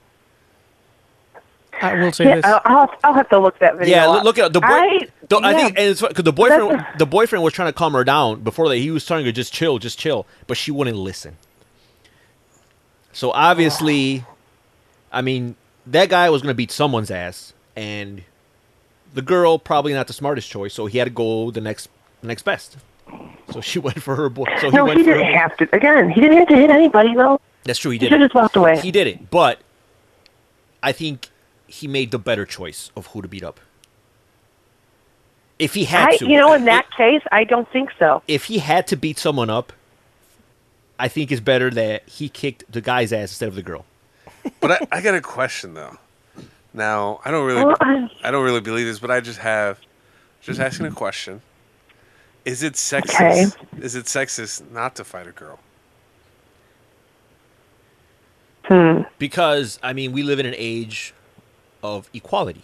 E: I will say
G: Yeah, uh,
E: this.
G: I'll, I'll, I'll have to look that video.
F: Yeah,
G: up.
F: look, look at the boy.
G: I,
F: the- I
G: yeah,
F: think and it's because the boyfriend, the boyfriend was trying to calm her down before that. He was telling her just chill, just chill, but she wouldn't listen. So obviously, I mean, that guy was going to beat someone's ass, and the girl probably not the smartest choice. So he had to go the next, the next best. So she went for her boy. So he
G: no,
F: went
G: he
F: for her
G: didn't
F: boy-
G: have to. Again, he didn't have to hit anybody though.
F: That's true. He
G: He
F: did.
G: should have
F: It.
G: just walked away.
F: He did it, but I think he made the better choice of who to beat up. If he had
G: I,
F: to,
G: you know, in that
F: If-
G: case, I don't think so.
F: if he had to beat someone up, I think it's better that he kicked the guy's ass instead of the girl.
D: But I, I got a question though. Now I don't really
G: Well, I-
D: I don't really believe this, but I just have just asking a question. Is it sexist?
G: Okay.
D: Is it sexist not to fight a girl?
F: Because I mean, we live in an age of equality.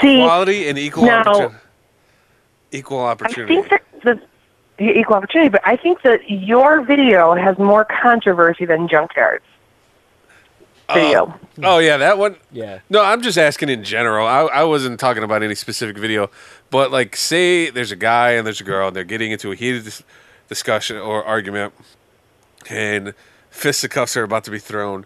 G: See,
D: Equality and equal
G: No.
D: opportunity. Equal
G: I
D: opportunity.
G: think that the the equal opportunity, but I think that your video has more controversy than Junkyard's
F: Uh,
G: video.
D: Oh yeah, that one.
F: Yeah.
D: No, I'm just asking in general. I, I wasn't talking about any specific video, but like, say there's a guy and there's a girl and they're getting into a heated dis- discussion or argument, and fisticuffs are about to be thrown.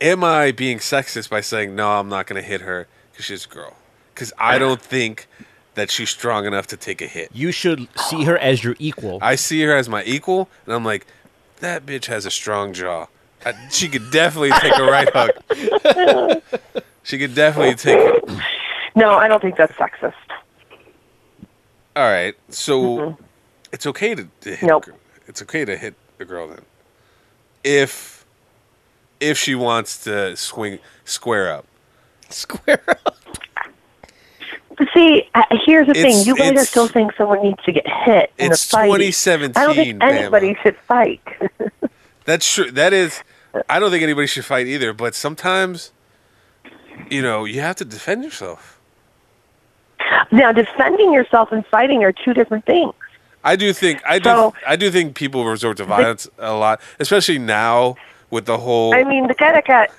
D: Am I being sexist by saying no? I'm not going to hit her because she's a girl. Because I don't think that she's strong enough to take a hit.
F: You should see her as your equal.
D: I see her as my equal, and I'm like, that bitch has a strong jaw. I, she could definitely take a right hook. She could definitely take it.
G: No, I don't think that's sexist.
D: All right, so it's okay to, to hit. a
G: Nope.
D: girl. It's okay to hit the girl then, if if she wants to swing square up.
E: Square up.
G: But see, uh, here's the
D: It's-
G: thing: you guys are
D: it's-
G: still think someone needs to get hit in
D: It's
G: a fight.
D: 2017,
G: I don't think
D: Bama.
G: anybody should fight.
D: That's true. That is. I don't think anybody should fight either, but sometimes, you know, you have to defend yourself.
G: now, defending yourself and fighting are two different things.
D: I do think I do
G: So-
D: I do think people resort to violence a lot, especially now with the whole.
G: I mean, the guy that got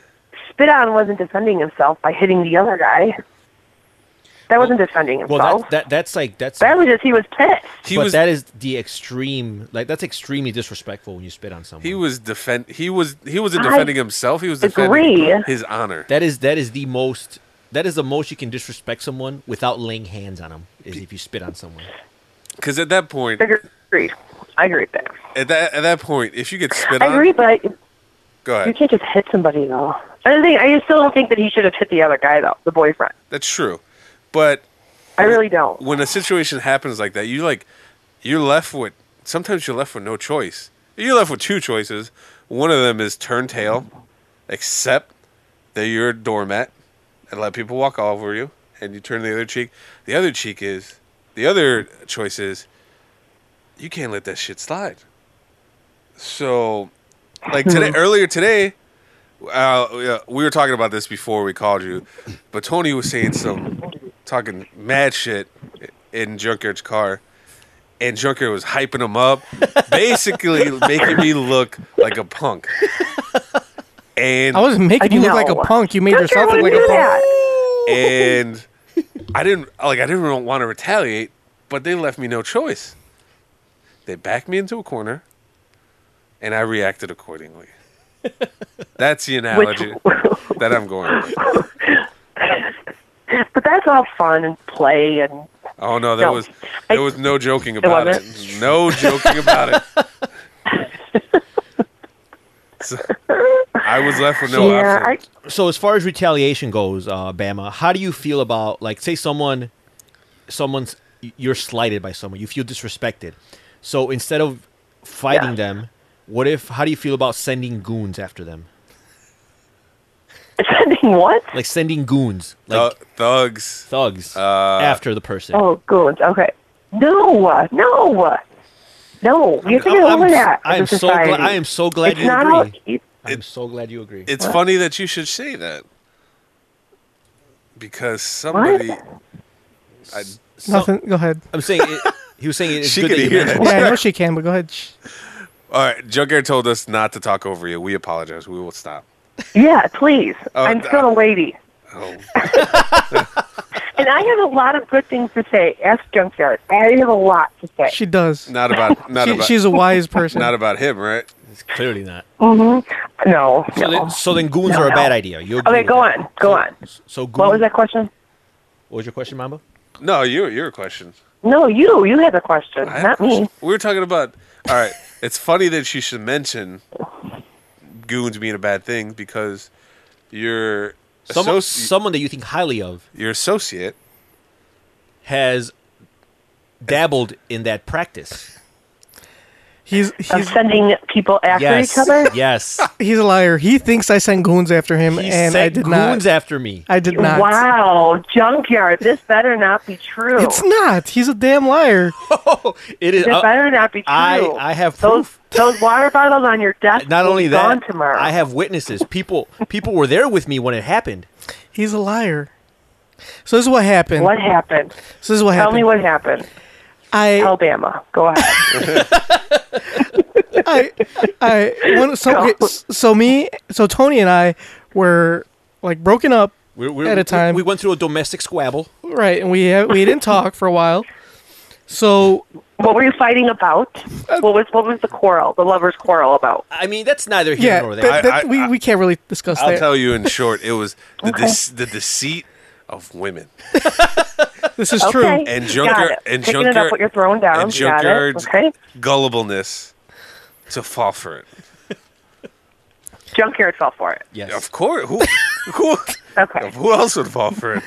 G: spit on wasn't defending himself by hitting the other guy. That wasn't defending himself.
F: well, that, that that's like that's
G: that was just he was pissed.
D: he
F: but
D: was
F: that is the extreme. Like that's extremely disrespectful when you spit on someone.
D: he was defend he was he wasn't defending himself. He was defending
G: agree.
D: his honor.
F: that is that is the most. That is the most you can disrespect someone without laying hands on them. Is if you spit on someone.
D: Because at that point,
G: Agreed. I agree with that.
D: At that at that point, if you get spit
G: I
D: on,
G: agree, but you
D: go ahead.
G: can't just hit somebody though. I don't think I just still don't think that he should have hit the other guy though, the boyfriend.
D: That's true. But
G: I really don't.
D: when a situation happens like that, you like you're left with sometimes you're left with no choice. You're left with two choices. One of them is turn tail, accept that you're a doormat and let people walk all over you, and you turn the other cheek. The other cheek is the other choice is you can't let that shit slide. So, like today, earlier today, uh, yeah, we were talking about this before we called you, but Tony was saying some talking mad shit in Junkyard's car, and Junkyard was hyping him up, basically making me look like a punk. And
E: I wasn't making
G: I
E: you look like a
G: know.
E: punk. You made
G: Don't
E: yourself look
G: everyone
E: like a
G: do
E: punk.
D: and
G: that?
D: I didn't like I didn't want to retaliate, but they left me no choice. They backed me into a corner, and I reacted accordingly. That's the analogy that I'm going with.
G: But that's all fun and play and
D: Oh no, there
G: No,
D: was there
G: I-
D: was no joking about it.
G: wasn't.
D: No joking about it. So, I was left with no
G: yeah. I,
D: option.
F: so as far as retaliation goes, uh, Bama, how do you feel about like say someone, someone's you're slighted by someone, you feel disrespected. So instead of fighting
G: Yeah.
F: them. What if? How do you feel about sending goons after them?
G: Sending what?
F: Like sending goons, like
D: Thug- thugs.
F: thugs,
D: Uh,
F: after the person.
G: Oh, goons. Okay. No, uh, no, no. We have to get
F: I'm-
G: over
F: I'm-
G: that.
F: I
G: as
F: am
G: a
F: so
G: society.
F: glad. I am so glad
G: it's
F: you
G: not
F: agree.
G: All,
F: I'm so glad you agree.
D: It's funny that you should say that because somebody. I,
F: So-
E: Nothing. Go ahead.
F: I'm saying it, he was saying it's
D: She
F: good
D: could
F: that you
D: hear
F: mentioned
E: Yeah, I know she can, but go ahead. Shh.
D: all right, Junkyard told us not to talk over you. We apologize. We will stop.
G: yeah, please.
D: Oh,
G: I'm
D: d-
G: still a lady.
D: Oh,
G: And I have a lot of good things to say. Ask Junkyard. I have a lot to say.
E: She does.
D: not about not
E: She-
D: about
E: she's a wise person.
D: not about him, right?
F: It's clearly not.
G: no.
F: So,
G: um, no.
F: then, so then goons are a bad idea. You agree
G: okay,
F: with
G: go
F: that.
G: on. Go on.
F: So goons,
G: What was that question?
F: What was your question, Mamba?
D: No, you your question.
G: No, you. You had a question,
D: I have
G: not
D: a question.
G: me.
D: We were talking about. All right, it's funny that you should mention goons being a bad thing because your
F: Some,
D: associ-
F: someone that you think highly of
D: your associate
F: has dabbled in that practice.
E: He's
G: Of
E: he's
G: sending people after
F: yes.
G: each other.
F: Yes.
E: he's a liar. He thinks I sent goons after him,
F: He
E: and I
F: sent
E: did not.
F: goons after me.
E: I did not.
G: Wow, Junkyard. This better not be true.
E: It's not. He's a damn liar.
G: Oh,
F: it is.
G: This
F: uh,
G: better not be true.
F: I I have
G: those
F: proof.
G: those water bottles on your desk.
F: Not
G: will
F: only
G: be
F: that,
G: gone tomorrow.
F: I have witnesses. People people were there with me when it happened.
E: He's a liar. So this is what happened.
G: What happened?
E: So this is what
G: Tell
E: happened.
G: me what happened.
E: I,
G: Alabama. Go ahead.
E: I, I, when, so, okay, s- so me, so Tony and I were like broken up
F: We're, we're,
E: At a
F: we-
E: time.
F: we went through a domestic squabble.
E: Right, and we had, we didn't talk for a while. So
G: what were you fighting about? What was what was the quarrel? The lovers' quarrel about?
F: I mean, that's neither here
E: yeah,
F: nor there.
E: that,
D: I-
E: that-
D: I-
E: we,
D: I-
E: we can't really discuss
D: I'll
E: that.
D: tell you in short, it was the, dece- the deceit of women.
E: This is
G: Okay.
E: true.
D: And
G: Got
D: Junker-
G: it.
D: and
G: Picking it
D: Junker-
G: up what you're throwing down.
D: and
G: Got it.
D: Junkyard's
G: Okay.
D: gullibleness to fall for it.
G: Junkyard fell for it.
F: Yes.
D: Of course, who who
G: Okay.
D: who else would fall for it?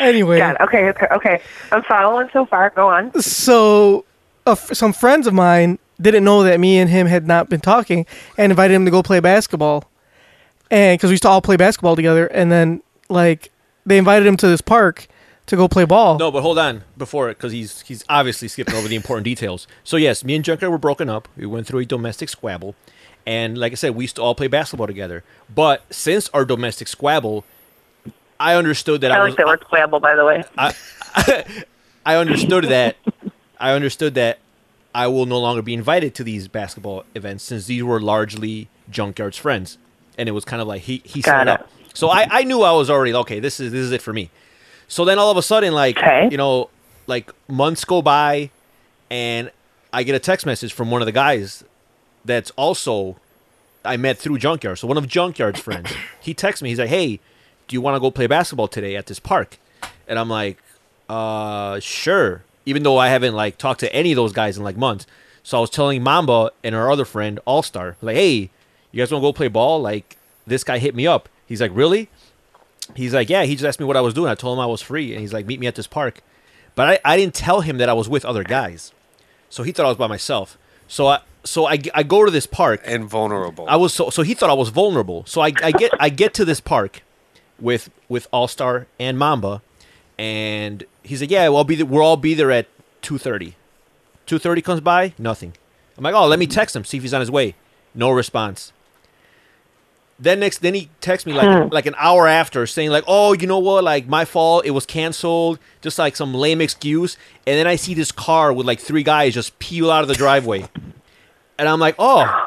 E: Anyway,
G: Got it. Okay. Okay. Okay. I'm following so far. Go on.
E: so uh, f- some friends of mine didn't know that me and him had not been talking, and invited him to go play basketball, and because we used to all play basketball together, and then like they invited him to this park to go play ball.
F: No, but hold on before because he's he's obviously skipping over the important details. So yes, me and Junker were broken up. We went through a domestic squabble, and like I said, we used to all play basketball together. But since our domestic squabble, I understood that
G: I
F: I
G: like
F: was
G: that word squabble, by the way.
F: I understood that I understood that I will no longer be invited to these basketball events since these were largely Junkyard's friends, and it was kind of like he he set
G: Got
F: it up.
G: it.
F: So I I knew I was already okay. This is this is it for me. So then all of a sudden, like
G: Okay.
F: you know, like months go by, and I get a text message from one of the guys that's also I met through Junkyard. So one of Junkyard's friends, he texts me. He's like, "Hey, do you want to go play basketball today at this park?" And I'm like, "Uh, sure." Even though I haven't like talked to any of those guys in like months, so I was telling Mamba and our other friend All Star, like, "Hey, you guys want to go play ball?" Like this guy hit me up. He's like, "Really?" He's like, "Yeah." He just asked me what I was doing. I told him I was free, and he's like, "Meet me at this park." But I, I didn't tell him that I was with other guys, so he thought I was by myself. So I so I, I go to this park
D: And vulnerable.
F: I was so so he thought I was vulnerable. So I, I get I get to this park with with All Star and Mamba, and he's like, yeah, well, I'll be there. we'll all be there at two thirty. Two thirty comes by, nothing. I'm like, oh, let me text him see if he's on his way. No response. Then next, then he texts me
G: Hmm.
F: like like an hour after saying like, oh, you know what, like my fault, it was canceled, just like some lame excuse. And then I see this car with like three guys just peel out of the driveway. And I'm like, oh.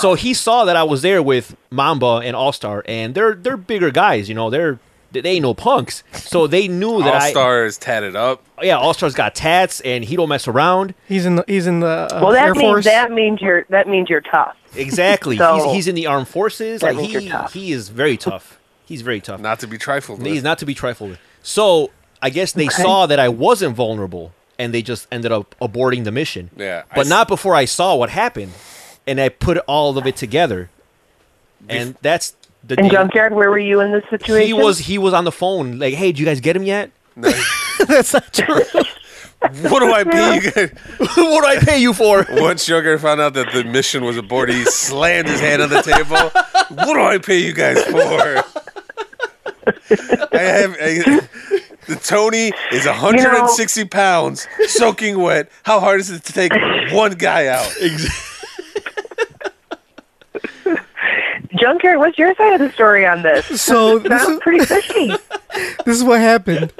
F: So he saw that I was there with Mamba and All Star, and they're they're bigger guys, you know. They're they they ain't no punks, so they knew that
D: All
F: I
D: Star is tatted up.
F: yeah, All Star's got tats, and he don't mess around.
E: He's in the he's in the uh,
G: Well,
E: Air
G: that
E: Force.
G: means that means you're that means you're tough.
F: Exactly.
G: So-
F: he's, he's in the armed forces.
G: That
F: Like
G: means
F: he
G: you're tough.
F: he is very tough. He's very tough.
D: Not to be trifled with.
F: He's not to be trifled with. So I guess they saw that I wasn't vulnerable, and they just ended up aborting the mission.
D: Yeah, I
F: but
D: s-
F: not before I saw what happened, and I put all of it together, and that's the
G: In
F: day-
G: Junkyard, where were you in this situation?
F: He was he was on the phone like, "Hey, did you guys get him yet?"
E: That's not true.
D: What do I pay you guys?
F: what do I pay you for?
D: Once Junker found out that the mission was aborted, he slammed his hand on the table. What do I pay you guys for? I have I, the Tony is 160 pounds, soaking wet. How hard is it to take one guy out?
G: Junkyard, what's your side of the story on this?
E: So this
G: Sounds
E: is,
G: pretty fishy.
E: this is what happened.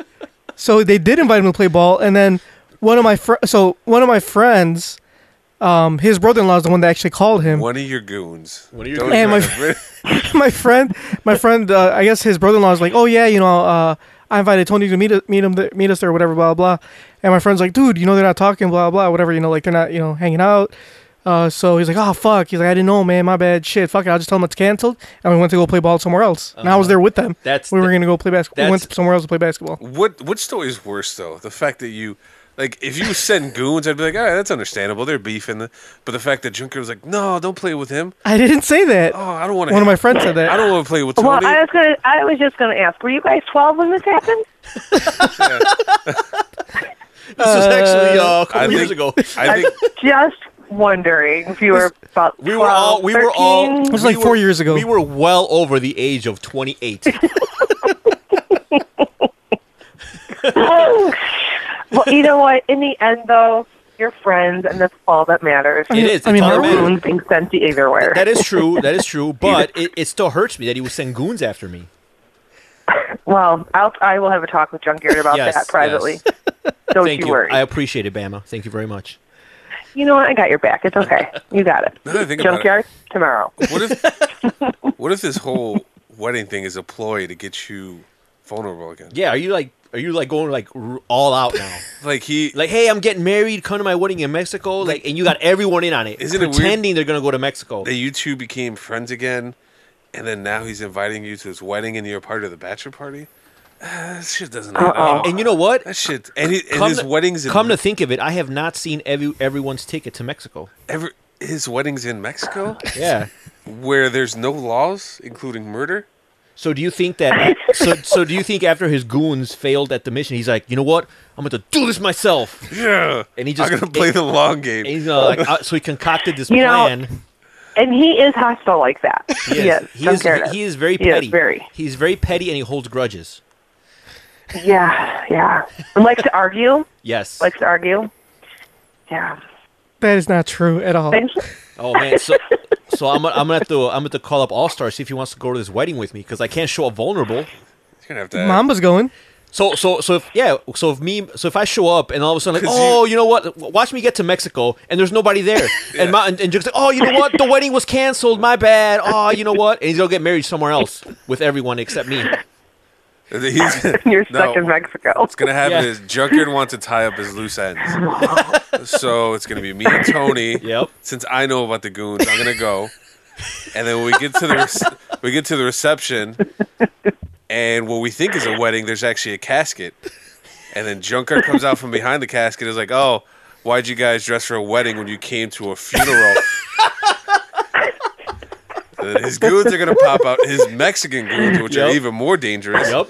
E: So they did invite him to play ball, and then one of my fr- so one of my friends, um, his brother-in-law is the one that actually called him.
D: One of your goons. One
F: of your
E: And my- my friend, my friend, uh, I guess his brother in law is like, oh yeah, you know, uh, I invited Tony to meet us, meet him, meet us there, or whatever, blah blah. And my friend's like, dude, you know they're not talking, blah blah, whatever, you know, like they're not, you know, hanging out. Uh, so he's like, oh fuck, he's like, I didn't know, man, my bad, shit, fuck it, I'll just tell him it's canceled, and we went to go play ball somewhere else. And I was there with them.
F: That's
E: we were
F: the-
E: gonna go play basketball. We went
F: that's-
E: somewhere else to play basketball.
D: What what story is worse though? The fact that you like if you send goons, I'd be like, all right, that's understandable. They're beefing, the, but the fact that Junker was like, no, don't play with him.
E: I didn't say that.
D: Oh, I don't want to.
E: One of my friends said that.
D: I don't want to play with Tony.
G: Well, I was gonna. I was just gonna ask. Were you guys twelve when this happened?
F: This was actually uh, a couple
D: I
F: years
D: think-
F: ago.
D: I think
G: Just wondering if you were about.
F: We were all
G: 12,
F: we were all
G: 13.
E: was like
F: we
E: four
F: were-
E: years ago.
F: We were well over the age of 28.
G: well, you know what? In the end, though, you're friends, and that's all that matters.
F: It is.
E: I
F: It's
E: mean,
F: all
E: how-
G: No
F: that matters.
G: wounds being sent to either way.
F: That is true. That is true. But it, it still hurts me that he would send goons after me.
G: Well, I'll, I will have a talk with Junkyard about
F: Yes,
G: that privately.
F: yes.
G: Don't
F: Thank
G: you
F: you.
G: worry.
F: I appreciate it, Bama. Thank you very much.
G: You know what? I got your back. It's okay. You got it.
D: Now that I think about it-
G: Junkyard tomorrow.
D: what if what if this whole wedding thing is a ploy to get you vulnerable again?
F: Yeah, are you like are you like going like r- all out now?
D: Like he
F: like, hey, I'm getting married. Come to my wedding in Mexico. Like, and you got everyone in on it,
D: Isn't it weird-
F: pretending they're gonna go to Mexico.
D: that you two became friends again, and then now he's inviting you to his wedding, and you're part of the bachelor party. Ah, that shit doesn't. add
G: Uh-uh.
D: up.
F: and you know what?
D: that shit. And, he, and
F: Come
D: his
F: to-
D: weddings. In,
F: Come to think of it, I have not seen every everyone's ticket to Mexico.
D: every, his weddings in Mexico,
F: Yeah.
D: where there's no laws, including murder.
F: So do you think that? so so do you think after his goons failed at the mission, he's like, you know what? I'm going to do this myself.
D: Yeah,
F: And he just-
D: I'm gonna play the long game.
F: And he's gonna, like, uh, so he concocted this
G: You know,
F: plan.
G: And he is hostile like that. He is.
F: he is,
G: Junkyard
F: he is very
G: He is
F: petty.
G: very.
F: He's very petty, and he holds grudges.
G: Yeah, yeah. And likes to argue.
F: Yes.
G: Likes to argue. Yeah.
E: That is not true at all.
G: And-
F: oh man. So so I'm gonna- I'm gonna have to I'm gonna have to call up All Star see if he wants to go to this wedding with me because I can't show up vulnerable.
D: You're gonna have to.
E: Mamba's going.
F: So so so if yeah so if me so if I show up and all of a sudden like
D: 'Cause
F: oh
D: you-
F: you, know what W- watch me get to Mexico and there's nobody there and my, and, and Jake's like oh you know what the wedding was canceled my bad oh you know what and he's gonna get married somewhere else with everyone except me
D: He's,
G: You're stuck
D: No.
G: in Mexico.
D: What's gonna happen
F: Yeah.
D: is Junkyard wants to tie up his loose ends. so it's gonna be me and Tony.
F: Yep.
D: Since I know about the goons, I'm gonna go. And then when we get to the rec- we get to the reception, and what we think is a wedding, there's actually a casket. And then Junkyard comes out from behind the casket. Is like, oh, why'd you guys dress for a wedding when you came to a funeral? And then his goons are gonna pop out. His Mexican goons, which are
F: Yep.
D: even more dangerous.
F: yep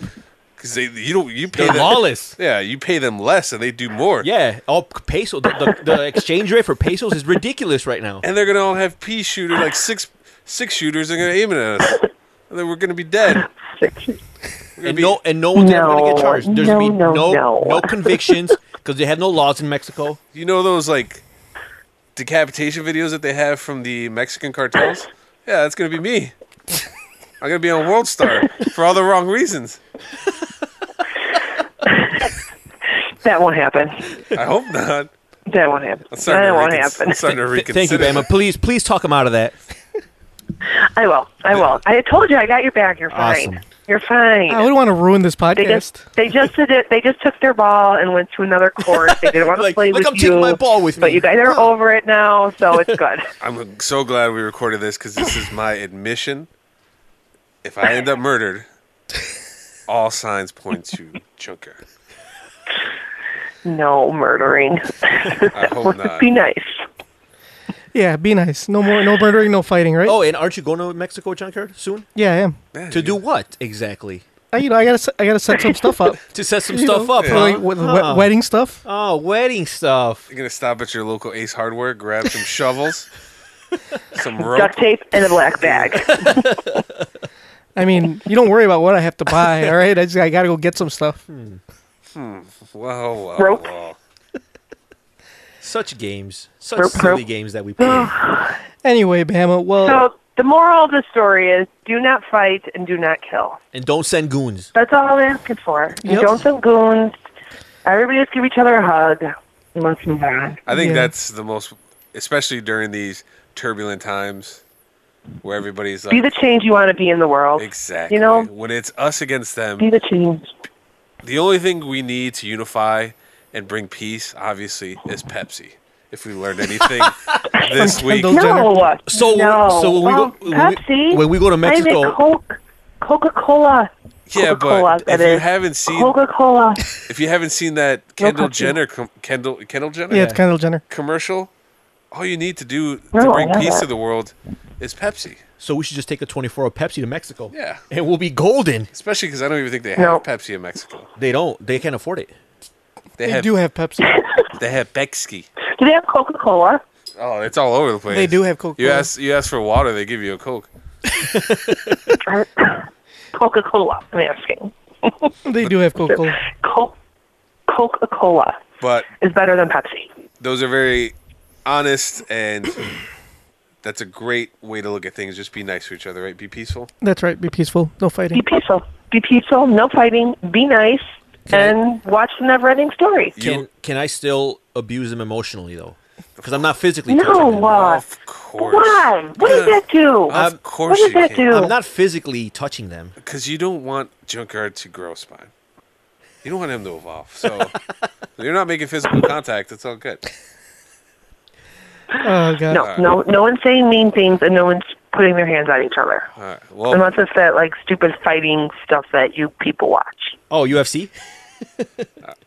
D: Because they you don't you pay
F: they're
D: them-
F: lawless
D: yeah, you pay them less and they do more.
F: yeah all p- peso the, the, the exchange rate for pesos is ridiculous right now
D: And they're gonna all have pea shooter like six six shooters are gonna aim it at us. and then we're gonna be dead. We're gonna
F: and
D: be,
F: no and no one's ever gonna
G: No,
F: get charged there's
G: no,
F: gonna be
G: no,
F: no
G: no.
F: no convictions because they have no laws in Mexico
D: you know those like decapitation videos that they have from the Mexican cartels? Yeah, that's gonna be me. I'm gonna be on World Star for all the wrong reasons.
G: That won't happen.
D: I hope not.
G: That won't happen.
D: I'm starting
G: That
D: to
G: won't
D: recon-
G: happen.
D: I'm starting to
F: Th- thank you
D: reconsider.
F: Bama please please talk him out of that
G: I will. I will. I told you I got your back. You're fine.
F: Awesome.
G: You're fine.
F: Oh,
E: I would want to ruin this
G: they
E: podcast.
G: just they just did it. They just took their ball and went to another court. They didn't want to
F: Like-
G: play
F: like
G: with
F: I'm
G: you.
F: taking my ball with
G: but
F: me.
G: you guys are over it now, so it's good.
D: I'm so glad we recorded this because this is my admission. If I end up murdered, all signs point to Junker.
G: no murdering.
D: I hope not.
G: Be nice.
E: yeah, be nice. No more, no murdering, no fighting, right?
F: oh and aren't you going to Mexico Junkyard soon
E: yeah, I am.
D: Man,
F: to
D: you-
F: do what exactly
E: I, you know, I gotta, se- I gotta set some stuff up.
F: To set some
E: You
F: stuff
E: know,
F: up,
E: for,
F: huh?
E: like with
F: Huh.
E: wedding stuff.
F: Oh, wedding stuff.
D: You're gonna stop at your local Ace Hardware, grab some shovels, some rope.
G: Duct tape and a black bag.
E: I mean, you don't worry about what I have to buy. All right, I just, I gotta go get some stuff.
D: Hmm. Whoa, whoa,
G: Rope.
D: whoa.
F: Such games. Such
G: Burp, burp.
F: silly games that we play.
E: Anyway, Bama. Well,
F: Oh.
G: so the moral of the story is: do not fight and do not kill.
F: and don't send goons.
G: That's all I'm asking for. You
E: Yep.
G: Don't send goons. Everybody just give each other a hug. And let's move on.
D: I think
E: Yeah.
D: that's the most, especially during these turbulent times, where everybody's
G: Be
D: like,
G: the change you want to be in the world.
D: exactly.
G: You know,
D: when it's us against
G: be
D: them,
G: the change.
D: the only thing we need to unify and bring peace, obviously, is Pepsi. If we learned anything this week,
E: Kendall-
G: No.
F: So-
G: no.
F: so when we go-
G: Well,
F: when we-
G: Pepsi,
F: when we go to
G: I
F: Mexico-
G: mean, Coke, Coca-Cola.
D: yeah.
G: Coca-Cola,
D: But
G: that
D: if you
G: is.
D: haven't seen,
G: Coca-Cola.
D: if you haven't seen that Kendall
G: Pepsi.
D: Jenner, com- Kendall Kendall Jenner,
E: yeah, it's Kendall Jenner.
D: commercial, all you need to do to
G: No,
D: bring
G: I
D: peace
G: haven't.
D: to the world is Pepsi.
F: So we should just take a 24 hour Pepsi to Mexico.
D: Yeah.
F: And we'll be golden.
D: Especially because I don't even think they have
G: No.
D: Pepsi in Mexico.
F: They don't. They can't afford it.
D: They,
E: They
D: have
E: do have Pepsi.
D: they have Pepsi.
G: Do they have Coca-Cola?
D: Oh, it's all over the place.
E: They do have Coca-Cola.
D: You ask you ask for water, they give you a Coke.
G: Coca-Cola. I'm asking.
E: they do have Coca-Cola.
G: Coke, Coca-Cola
D: But
G: is better than Pepsi.
D: those are very honest and that's a great way to look at things. Just be nice to each other, right? Be peaceful.
E: That's right. Be peaceful. No fighting.
G: Be peaceful. Be peaceful. No fighting. Be nice. And watch the never-ending story.
F: Can
D: You-
F: can I still abuse them emotionally though? Because I'm not physically touching
G: No,
F: them.
G: uh,
D: of course. Uh,
G: why? What does that do?
D: Of course
G: what does
D: you
G: that
D: can.
G: do?
F: I'm not physically touching them.
D: Because you don't want Junkyard to grow a spine. You don't want him to evolve. So you're not making physical contact. It's all good.
E: Oh
D: uh,
E: god.
G: no, no, no one's saying mean things, and no one's putting their hands on each other,
D: All right. Well,
G: unless it's that like stupid fighting stuff that you people watch.
F: Oh, UFC?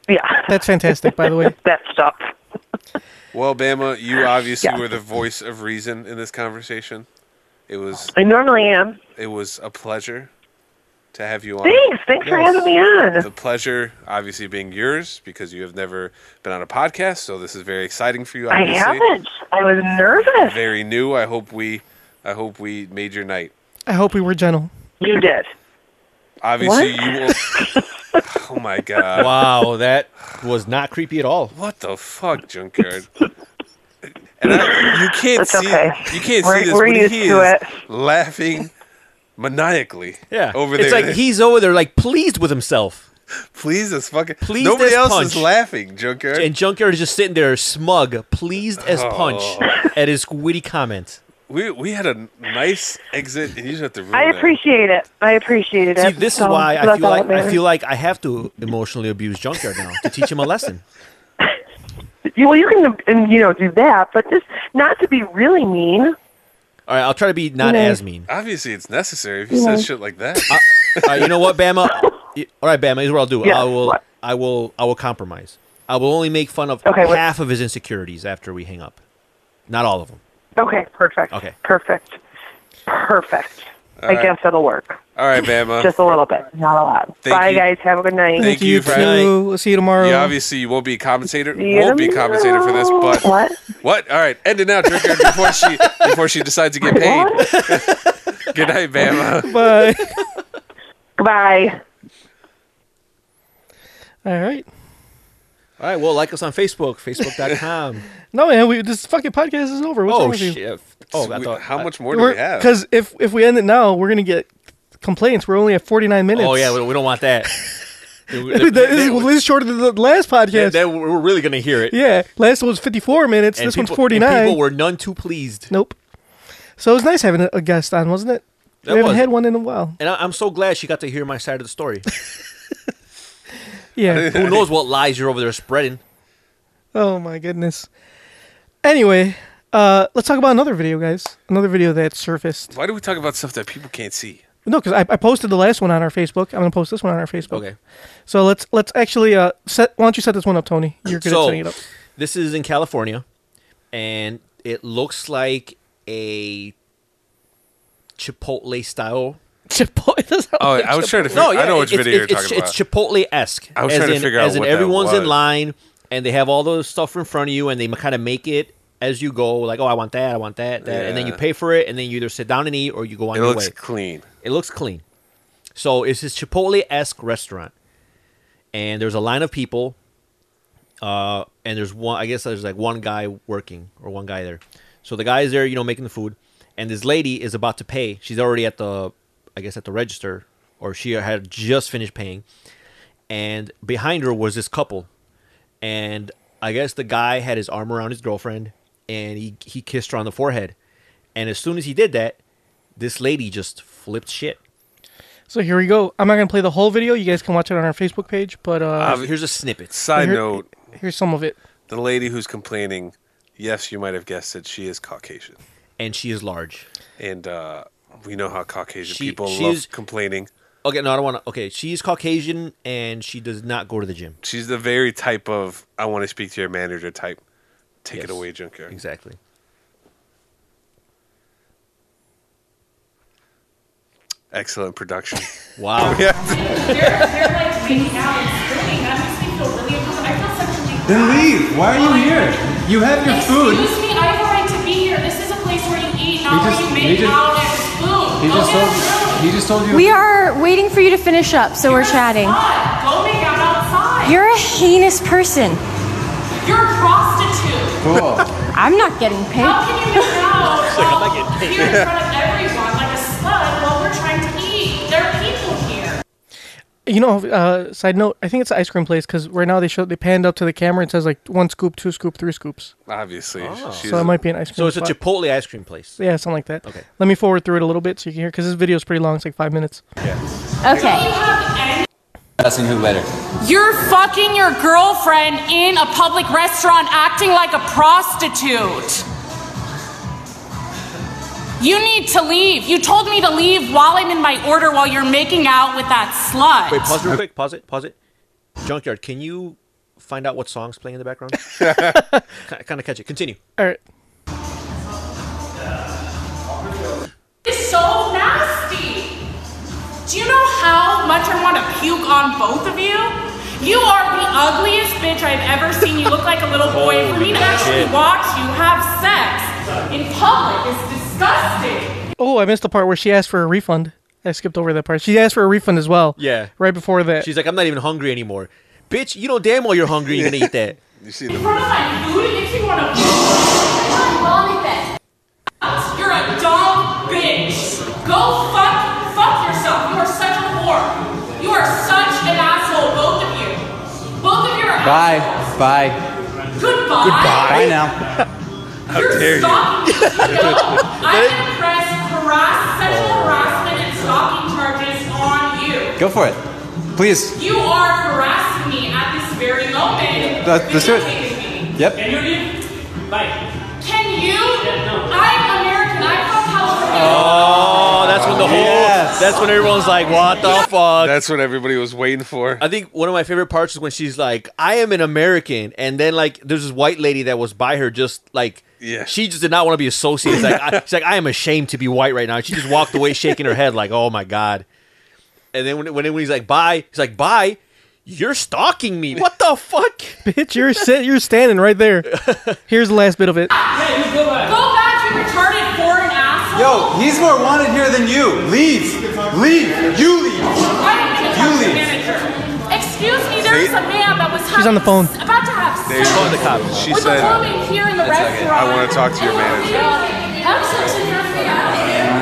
G: Yeah,
E: That's fantastic, by the way.
G: that stuff.
D: Well, Bama, you obviously
G: Yeah.
D: were the voice of reason in this conversation. It was
G: I normally am.
D: it was a pleasure to have you on.
G: Thanks, thanks for
F: Yes.
G: having me on.
D: The pleasure, obviously, being yours because you have never been on a podcast, so this is very exciting for you.
G: I
D: Obviously,
G: haven't. I was nervous.
D: Very new. I hope we, I hope we made your night.
E: I hope we were gentle.
G: You did.
D: Obviously, you will. oh my god!
F: Wow, that was not creepy at all.
D: What the fuck, Junkyard? And I, you can't
G: It's
D: see
G: okay.
D: you can't
G: We're-
D: see this,
G: we're
D: but
G: used
D: he
G: to
D: is
G: it.
D: laughing maniacally.
F: Yeah.
D: over
F: it's
D: there.
F: like he's over there like pleased with himself.
D: please as fucking.
F: Pleased
D: Nobody
F: as
D: else
F: punch.
D: is laughing, Junkyard.
F: And Junkyard is just sitting there smug, pleased as punch
D: Oh.
F: at his witty comment.
D: we we had a nice exit, and you just have to. Ruin
G: I
D: that.
G: appreciate it. I appreciated
F: See,
G: it.
F: this is
G: So,
F: why I
G: that's
F: feel
G: all
F: like
G: that
F: I feel like I have to emotionally abuse Junkyard now to teach him a lesson.
G: matters. well, you can and, you know do that, but just not to be really mean.
F: All right, I'll try to be not
G: Okay.
F: as mean.
D: Obviously, it's necessary if you said shit like that.
F: Uh, All right, you know what, Bama? Y- All right, Bama. Here's what I'll do.
G: Yeah,
F: I will.
G: what?
F: I will. I will compromise. I will only make fun of
G: Okay, what-
F: half of his insecurities after we hang up. Not all of them.
G: Okay, perfect.
F: Okay.
G: Perfect. Perfect. I
D: right.
G: guess it'll work.
D: All right, Bama.
G: Just a little bit, not a lot.
D: Thank
G: Bye,
D: you.
G: guys. Have a good night.
D: Thank you for-
E: too. We'll see you tomorrow.
D: you obviously you won't be compensated.
G: See you
D: Won't be compensated for this,
G: tomorrow.
D: but
G: what?
D: what? All right, end it now, Junkyard, before she before she decides to get paid.
G: What?
D: Good night, Bama.
E: Bye.
G: Goodbye.
E: All right.
F: All right. Well, like us on Facebook. Facebook.com.
E: No man, we this fucking podcast is over. What's wrong
F: oh
E: with you?
F: shit. Oh, I thought,
D: how much more do we have?
E: Because if if we end it now, we're gonna get complaints. We're only at forty nine minutes.
F: Oh yeah. We, we don't want that. that,
E: Dude, that is, this is shorter than the last podcast.
F: that- we're really gonna hear it.
E: yeah, last one was fifty four minutes.
F: And
E: this
F: people,
E: one's forty
F: and
E: nine.
F: People were none too pleased.
E: nope. So it was nice having a- a guest on, wasn't it?
F: That
E: we haven't
F: was.
E: had one in a while.
F: And I, I'm so glad she got to hear my side of the story.
E: Yeah.
F: Who knows what lies you're over there spreading?
E: oh my goodness. Anyway, uh, let's talk about another video, guys. Another video that surfaced.
D: Why do we talk about stuff that people can't see?
E: No, because I, I posted the last one on our Facebook. I'm gonna post this one on our Facebook.
F: Okay.
E: So let's let's actually uh set. Why don't you set this one up, Tony? You're good at
F: so
E: setting it up.
F: this is in California, and it looks like a Chipotle style
E: Chipotle. That's not
D: Oh,
E: like
D: I was trying to.
E: Chipotle.
D: Figure, I know which
F: it's-
D: video
F: it's,
D: you're
F: it's,
D: talking
F: It's
D: about.
F: Chipotle esque.
D: I was trying to figure out
F: as in
D: what that
F: everyone's in
D: was.
F: line and they have all the stuff in front of you and they kind of make it as you go. Like, oh, I want that, I want that, that, and then you
D: Yeah.
F: pay for it, and then you either sit down and eat or you go on
D: It
F: your
D: looks
F: way.
D: clean.
F: It looks clean. So it's this Chipotle esque restaurant, and there's a line of people. Uh, and there's one. I guess there's like one guy working or one guy there. So the guy is there, you know, making the food, and this lady is about to pay. She's already at the, I guess, at the register, or she had just finished paying, and behind her was this couple, and I guess the guy had his arm around his girlfriend, and he he kissed her on the forehead, and as soon as he did that, this lady just flipped shit.
E: So here we go. I'm not gonna play the whole video. You guys can watch it on our Facebook page, but uh,
F: Here's a snippet.
D: Side
E: here-
D: note:
E: here's some of it.
D: the lady who's complaining. Yes, you might have guessed it. She is Caucasian,
F: And she is large.
D: and uh, we know how Caucasian
F: She-
D: people
F: she's-
D: love complaining.
F: Okay, no, I don't want to. Okay, she's Caucasian and she does not go to the gym.
D: She's the very type of "I want to speak to your manager" type. Take
F: Yes.
D: it away, junkyard.
F: Exactly.
D: Excellent production.
F: Wow.
I: They're like making out and screaming. That makes me feel really uncomfortable. I feel sexually.
J: Then leave. Why are you here? You have your food.
I: Oh Excuse me, I have a right to be here. This is a place where you
J: He
I: eat, not where
J: just-
I: you
J: he
I: make
J: just-
I: out at the spoon.
J: He
I: Go
J: just
I: get a
J: told.
I: room.
J: He just told you.
K: We are waiting for you to finish up, so we're
I: You're
K: chatting.
I: outside. Go make out outside.
K: You're a heinous person.
I: You're a prostitute.
J: Cool.
K: I'm not getting
I: How
K: paid.
I: can you make out while here in front of everyone like a slut while we're trying to eat? There are people here.
E: You know, uh, side note. I think it's an ice cream place because right now they show they panned up to the camera and says like one scoop, two scoop, three scoops.
D: Obviously, she's
E: So it might be an ice cream.
F: Oh. so it's a
E: spot.
F: Chipotle ice cream place.
E: Yeah, something like that.
F: Okay.
E: Let me forward through it a little bit so you can hear because this video is pretty long. It's like five minutes.
K: Okay.
I: You have any
J: Asking who later?
I: You're fucking your girlfriend in a public restaurant acting like a prostitute. You need to leave. You told me to leave while I'm in my order while you're making out with that slut.
F: Wait, pause real quick. Pause it. Pause it. Junkyard, can you find out what song's playing in the background? kind of catch it. Continue.
E: All right.
I: It's so nasty. Do you know how much I want to puke on both of you? You are the ugliest bitch I've ever seen. You look like a little boy. For me to actually watch you have sex in public is disgusting.
E: Oh, I missed the part where she asked for a refund. I skipped over that part. She asked for a refund as well.
F: Yeah.
E: Right before that.
F: She's like, I'm not even hungry anymore. Bitch, you know damn well you're hungry. You're going to eat that.
D: You see
I: In
D: the
I: front of my food, it makes me want to. You're a dumb bitch. Go fuck, fuck yourself. You are such a whore. You are such an asshole, both of you. Both of you are
J: Bye. Bye.
I: assholes. Goodbye.
J: Bye now.
I: How You're
D: dare you.
I: stalking me, you know? I'm gonna press harass, sexual harassment and stalking charges on you.
J: Oh. Go for it. Please.
I: You are harassing me at this very moment.
J: That- that's it.
I: Videotaping me.
J: Yep.
I: Can you? I'm American. I'm from California.
F: Oh, that's when the whole.
J: Yes.
F: That's when everyone's like, what the fuck?
D: That's what everybody was waiting for.
F: I think one of my favorite parts is when she's like, "I am an American," and then like there's this white lady that was by her, just like
D: Yeah.
F: she just did not want to be associated. It's like I, she's like, "I am ashamed to be white right now." She just walked away, shaking her head, like, "Oh my god." And then when when, when he's like, "Bye," he's like, "Bye." You're stalking me. What the fuck?
E: Bitch, you're sit, you're standing right there. Here's the last bit of it.
I: Go back, you retarded foreign asshole.
J: Yo, he's more wanted here than you. Leave. Leave. You leave.
I: I am gonna talk to
J: Julie.
I: the manager. Excuse me, there's a man that was
E: She's on the phone.
I: about to have sex
D: She's on
F: the cops.
D: She
I: with
D: said,
I: a woman here in the restaurant.
D: I wanna talk to your manager.
I: Have sex in your face. What?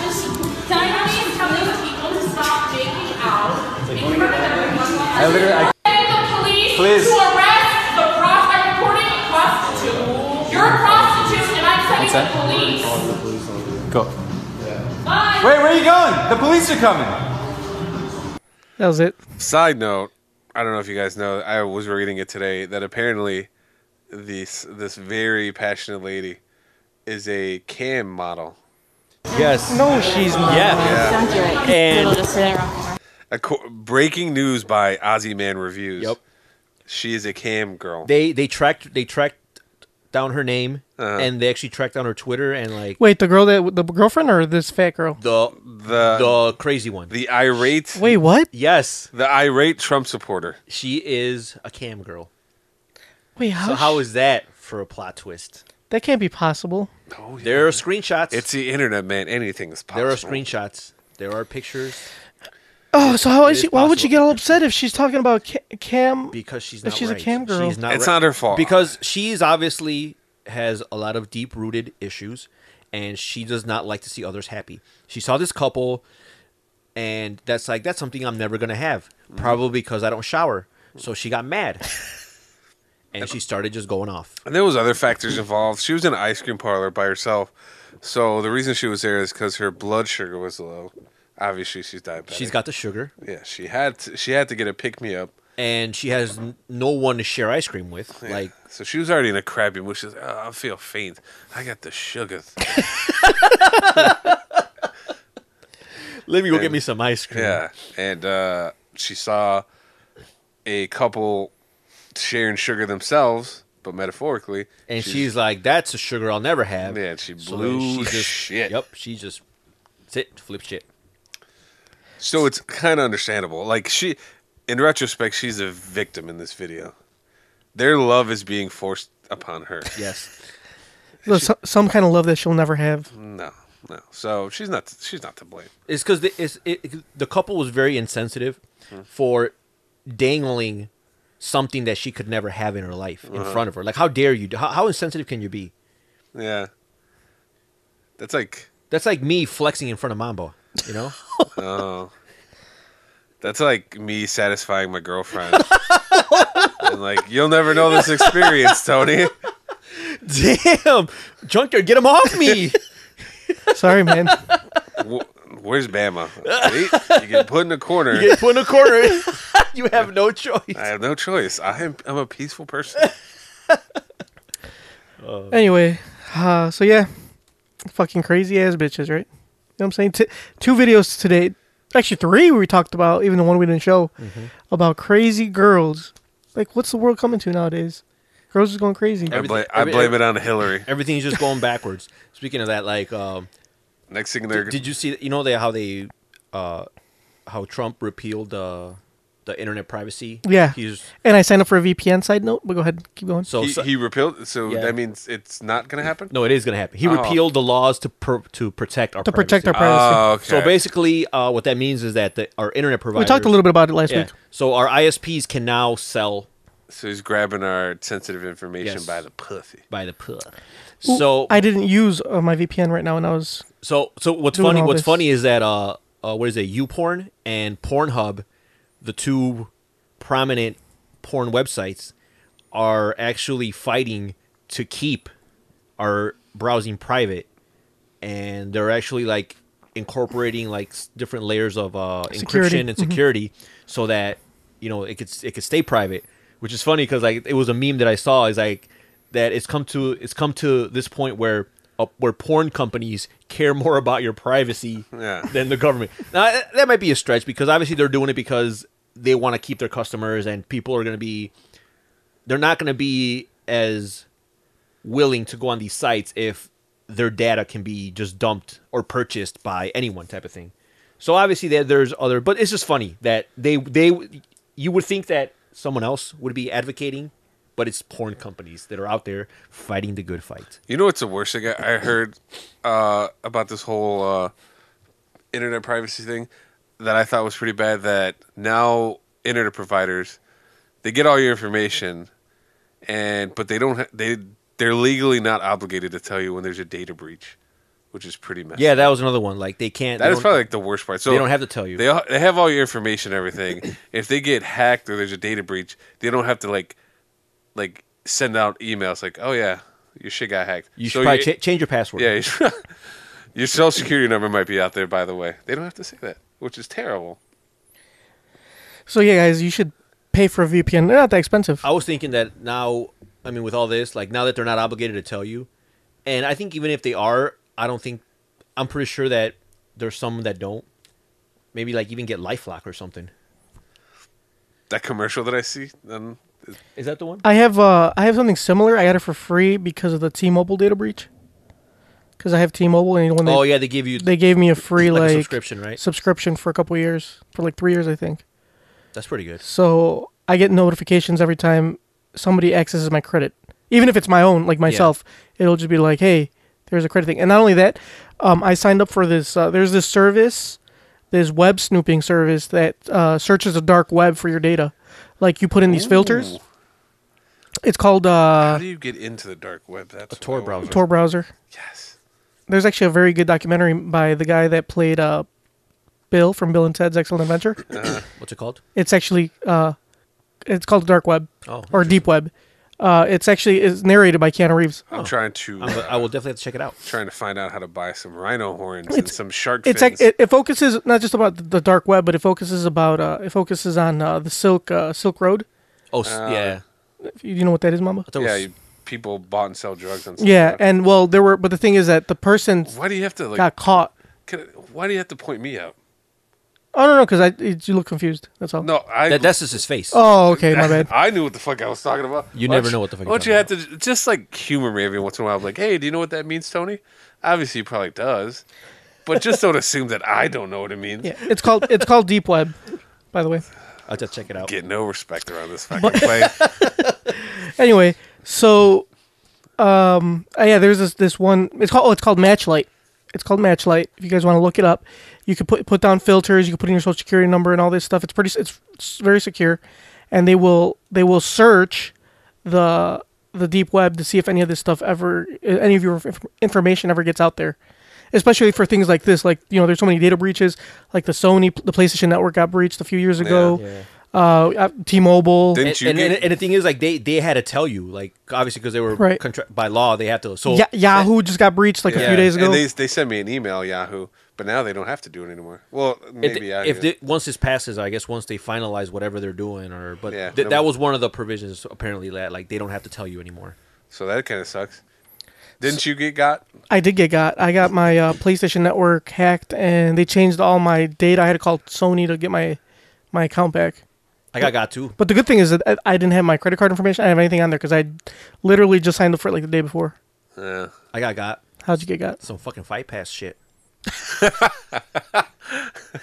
I: Just- Can I please tell these people to stop making out in front of everyone?
J: I literally. I,
I: Send the police
J: Please.
I: to arrest the prostitute. I'm reporting a prostitute. You're a prostitute, and I'm sending the
J: that?
I: police.
J: go.
I: Bye.
J: Wait, where are you going? The police are coming.
E: That was it.
D: Side note, I don't know if you guys know, I was reading it today that apparently this this very passionate lady is a cam model.
F: Yes.
E: No, she's not.
F: Yeah.
K: Don't do it.
F: And-
K: It'll just sit around.
D: Acco- breaking news by Ozzy Man Reviews.
F: Yep.
D: She is a cam girl.
F: They they tracked they tracked down her name,
D: Uh-huh.
F: and they actually tracked down her Twitter and like
E: Wait, the girl that the girlfriend or this fat girl?
F: the
D: the
F: the crazy one.
D: the irate
E: Wait, what?
F: yes,
D: the irate Trump supporter.
F: she is a cam girl.
E: Wait, how?
F: So how is that for a plot twist?
E: that can't be possible.
F: There are screenshots.
D: It's the internet, man. Anything is possible.
F: there are screenshots. There are pictures
E: Oh, so how is
F: is
E: she? Why would she
F: possible.
E: get all upset if she's talking about ca- Cam?
F: because she's
E: But
F: not.
E: she's a
F: right.
E: cam girl.
F: She's not.
D: It's
F: right.
D: not her fault.
F: because she's obviously has a lot of deep rooted issues, and she does not like to see others happy. She saw this couple, and that's like that's something I'm never gonna have.
D: Mm-hmm.
F: Probably because I don't shower, so she got mad, and she started just going off.
D: And there was other factors involved. She was in an ice cream parlor by herself, so the reason she was there is because her blood sugar was low. Obviously, she's diabetic.
F: She's got the sugar,
D: yeah. She had to, she had to get a pick me up.
F: and she has n- no one to share ice cream with. Like
D: So she was already in a crappy mood. She's like, oh, I feel faint. I got the sugar.
F: Let me go get me some ice cream.
D: Yeah, and uh, she saw a couple sharing sugar themselves, but metaphorically.
F: And she's, like, "That's a sugar I'll never have."
D: Yeah, and she
F: So then
D: blew
F: just,
D: shit.
F: Yep, she just sit flip shit.
D: so it's kind of understandable. Like she, in retrospect, she's a victim in this video. Their love is being forced upon her.
F: Yes,
E: Look, so- some kind of love that she'll never have.
D: No, no. So she's not. She's not to blame.
F: it's because the, it's- it, the couple was very insensitive
D: Hmm.
F: for dangling something that she could never have in her life in
D: Uh-huh.
F: front of her. Like, how dare you? How, how insensitive can you be?
D: Yeah. That's like.
F: That's like me flexing in front of Mambo. You know,
D: That's like me satisfying my girlfriend. and like, you'll never know this experience, Tony.
F: damn, Junkyard, get him off me.
E: Sorry, man.
D: Wh- Where's Bama? See? You get put in a corner.
F: get put in a corner. you have no choice.
D: I have no choice. I am, I'm a peaceful person.
E: anyway, uh, so yeah, fucking crazy ass bitches, right? You know what I'm saying? T- two videos today, actually three we talked about, even the one we didn't show,
F: Mm-hmm.
E: about crazy girls. Like, what's the world coming to nowadays? Girls is going
D: I,
E: crazy.
D: bla-
F: Everything-
D: I
F: every-
D: blame it on Hillary.
F: Everything's just going backwards. Speaking of that, like, um,
D: Next thing they're
F: Did you see? You know they, how they, uh, how Trump repealed the the internet privacy.
E: Yeah.
F: He's
E: and I signed up for a VPN side note, but go ahead, keep going.
F: so,
D: he,
F: so-
D: he repealed. So
F: Yeah.
D: that means it's not going to happen.
F: no, it is gonna happen. He repealed the laws to pr- to protect our
E: to protect our
F: privacy.
E: privacy.
D: Oh, okay.
F: So basically, uh, what that means is that the, our internet providers
E: we talked a little bit about it last
F: Ah, Yeah.
E: week.
F: So our ISPs can now sell
D: so he's grabbing our sensitive information
F: Yes.
D: by the pussy.
F: by the put.
E: Ooh,
F: So
E: I didn't use uh, my VPN right now, and I was
F: So so what's
E: doing
F: funny
E: all
F: what's
E: this.
F: funny is that uh, uh what is it YouPorn and Pornhub, the two prominent porn websites, are actually fighting to keep our browsing private, and they're actually like incorporating like s- different layers of uh,
E: Security.
F: encryption and security so that you know it could s- it could stay private. Which is funny because like it was a meme that I saw is like that it's come to it's come to this point where uh, where porn companies care more about your privacy
D: Yeah.
F: than the government. Now that- that might be a stretch because obviously they're doing it because they want to keep their customers and people are going to be they're not going to be as willing to go on these sites if their data can be just dumped or purchased by anyone type of thing. So obviously there, there's other, but it's just funny that they they you would think that someone else would be advocating, but it's porn companies that are out there fighting the good fight.
D: You know what's the worst thing I I heard uh, about this whole uh, internet privacy thing that I thought was pretty bad. That now internet providers they get all your information, and but they don't ha- they they're legally not obligated to tell you when there's a data breach, which is pretty messed.
F: Yeah,
D: up.
F: that was another one. Like they can't.
D: that
F: they
D: is
F: don't-
D: probably like the worst part. So
F: they don't have to tell you.
D: They all- they have all your information, and everything. if they get hacked or there's a data breach, they don't have to like like send out emails like, oh yeah. Your shit got hacked.
F: You should
D: So
F: probably
D: you-
F: cha- change your password.
D: yeah, your- your social security number might be out there, by the way. They don't have to say that, which is terrible.
E: so yeah, guys, you should pay for a VPN. They're not that expensive.
F: I was thinking that now, I mean, with all this, like now that they're not obligated to tell you, and I think even if they are, I don't think, I'm pretty sure that there's some that don't. Maybe like even get LifeLock or something.
D: That commercial that I see, um,
F: Is that the one?
E: I have uh, I have something similar. I got it for free because of the T-Moble data breach. Because I have T-Mobile, and when they
F: Oh, yeah, they give you-
E: they gave me a free
F: like
E: like,
F: a subscription, right?
E: Subscription for a couple years, for like three years, I think.
F: That's pretty good.
E: So I get notifications every time somebody accesses my credit, even if it's my own, like myself. It'll just be like, "Hey, there's a credit thing." And not only that, um, I signed up for this. Uh, there's this service, this web snooping service that uh, searches the dark web for your data. Like you put in these filters. It's called
D: How
E: uh,
D: do you get into the dark web? That's a
F: Tor browser.
E: Tor browser.
D: Yes.
E: There's actually a very good documentary by the guy that played uh, Bill from Bill and Ted's Excellent Adventure.
F: What's it called?
E: It's actually uh, it's called the dark web
F: Oh,
E: or deep web. Uh, it's actually is narrated by Keanu Reeves.
D: I'm trying to.
F: I'm- I will definitely have to check it out.
D: Trying to find out how to buy some rhino horns and
E: It's-
D: some shark
E: It's
D: fins.
E: ac- it, it focuses not just about the- the dark web, but it focuses about uh, it focuses on uh, the Silk uh, Silk Road.
F: Oh, s yeah.
E: If You you know what that is, Mama?
D: Uh, yeah, you, people bought and sell drugs on.
E: Yeah, and well, there were, but the thing is that the person
D: Why do you have to like?
E: got caught.
D: Can, why do you have to point me out?
E: Oh no, no, because I it, you look confused. That's all.
D: No, I.
F: That, that's just his face.
E: Oh, okay, my bad.
D: I knew what the fuck I was talking about.
F: You
D: Why
F: never
D: don't
F: know what the fuck
D: Why don't you
F: you're
D: have to j- just like humor me every once in a while? like, hey, do you know what that means, Tony? Obviously, he probably does, but just don't assume that I don't know what it means.
E: Yeah, it's called it's called deep web, by the way.
F: I'll just check it out.
D: Get no respect around this fucking place.
E: Anyway, so um uh, yeah, there's this this one it's called oh it's called Matchlight. It's called Matchlight. If you guys want to look it up, you can put put down filters, you can put in your social security number and all this stuff. It's pretty s- it's, it's very secure and they will they will search the the deep web to see if any of this stuff ever uh, any of your inf- information ever gets out there. Especially for things like this, like you know, there's so many data breaches, like the Sony, the PlayStation Network got breached a few years ago. Uh, uh, T-Mobile.
D: Didn't
F: And,
D: you?
F: and,
D: get-
F: and, and the thing is, like they, they had to tell you, like obviously because they were
E: Right.
F: contra- by law, they have to. So
E: Ya- Yahoo just got breached like a few days ago.
D: And they they sent me an email, Yahoo, but now they don't have to do it anymore. Well,
F: if,
D: maybe Yahoo.
F: if they, once this passes, I guess once they finalize whatever they're doing, or but
D: Yeah,
F: th-
D: no-
F: that was one of the provisions apparently that like they don't have to tell you anymore.
D: so that kind of sucks. Didn't you get got?
E: I did get got. I got my uh, PlayStation Network hacked, and they changed all my data. I had to call Sony to get my my account back.
F: I got got too.
E: But the good thing is that I- I didn't have my credit card information. I didn't have anything on there because I literally just signed up for it like the day before.
D: Uh,
F: I got got
E: How'd you get got?
F: some fucking fight pass shit.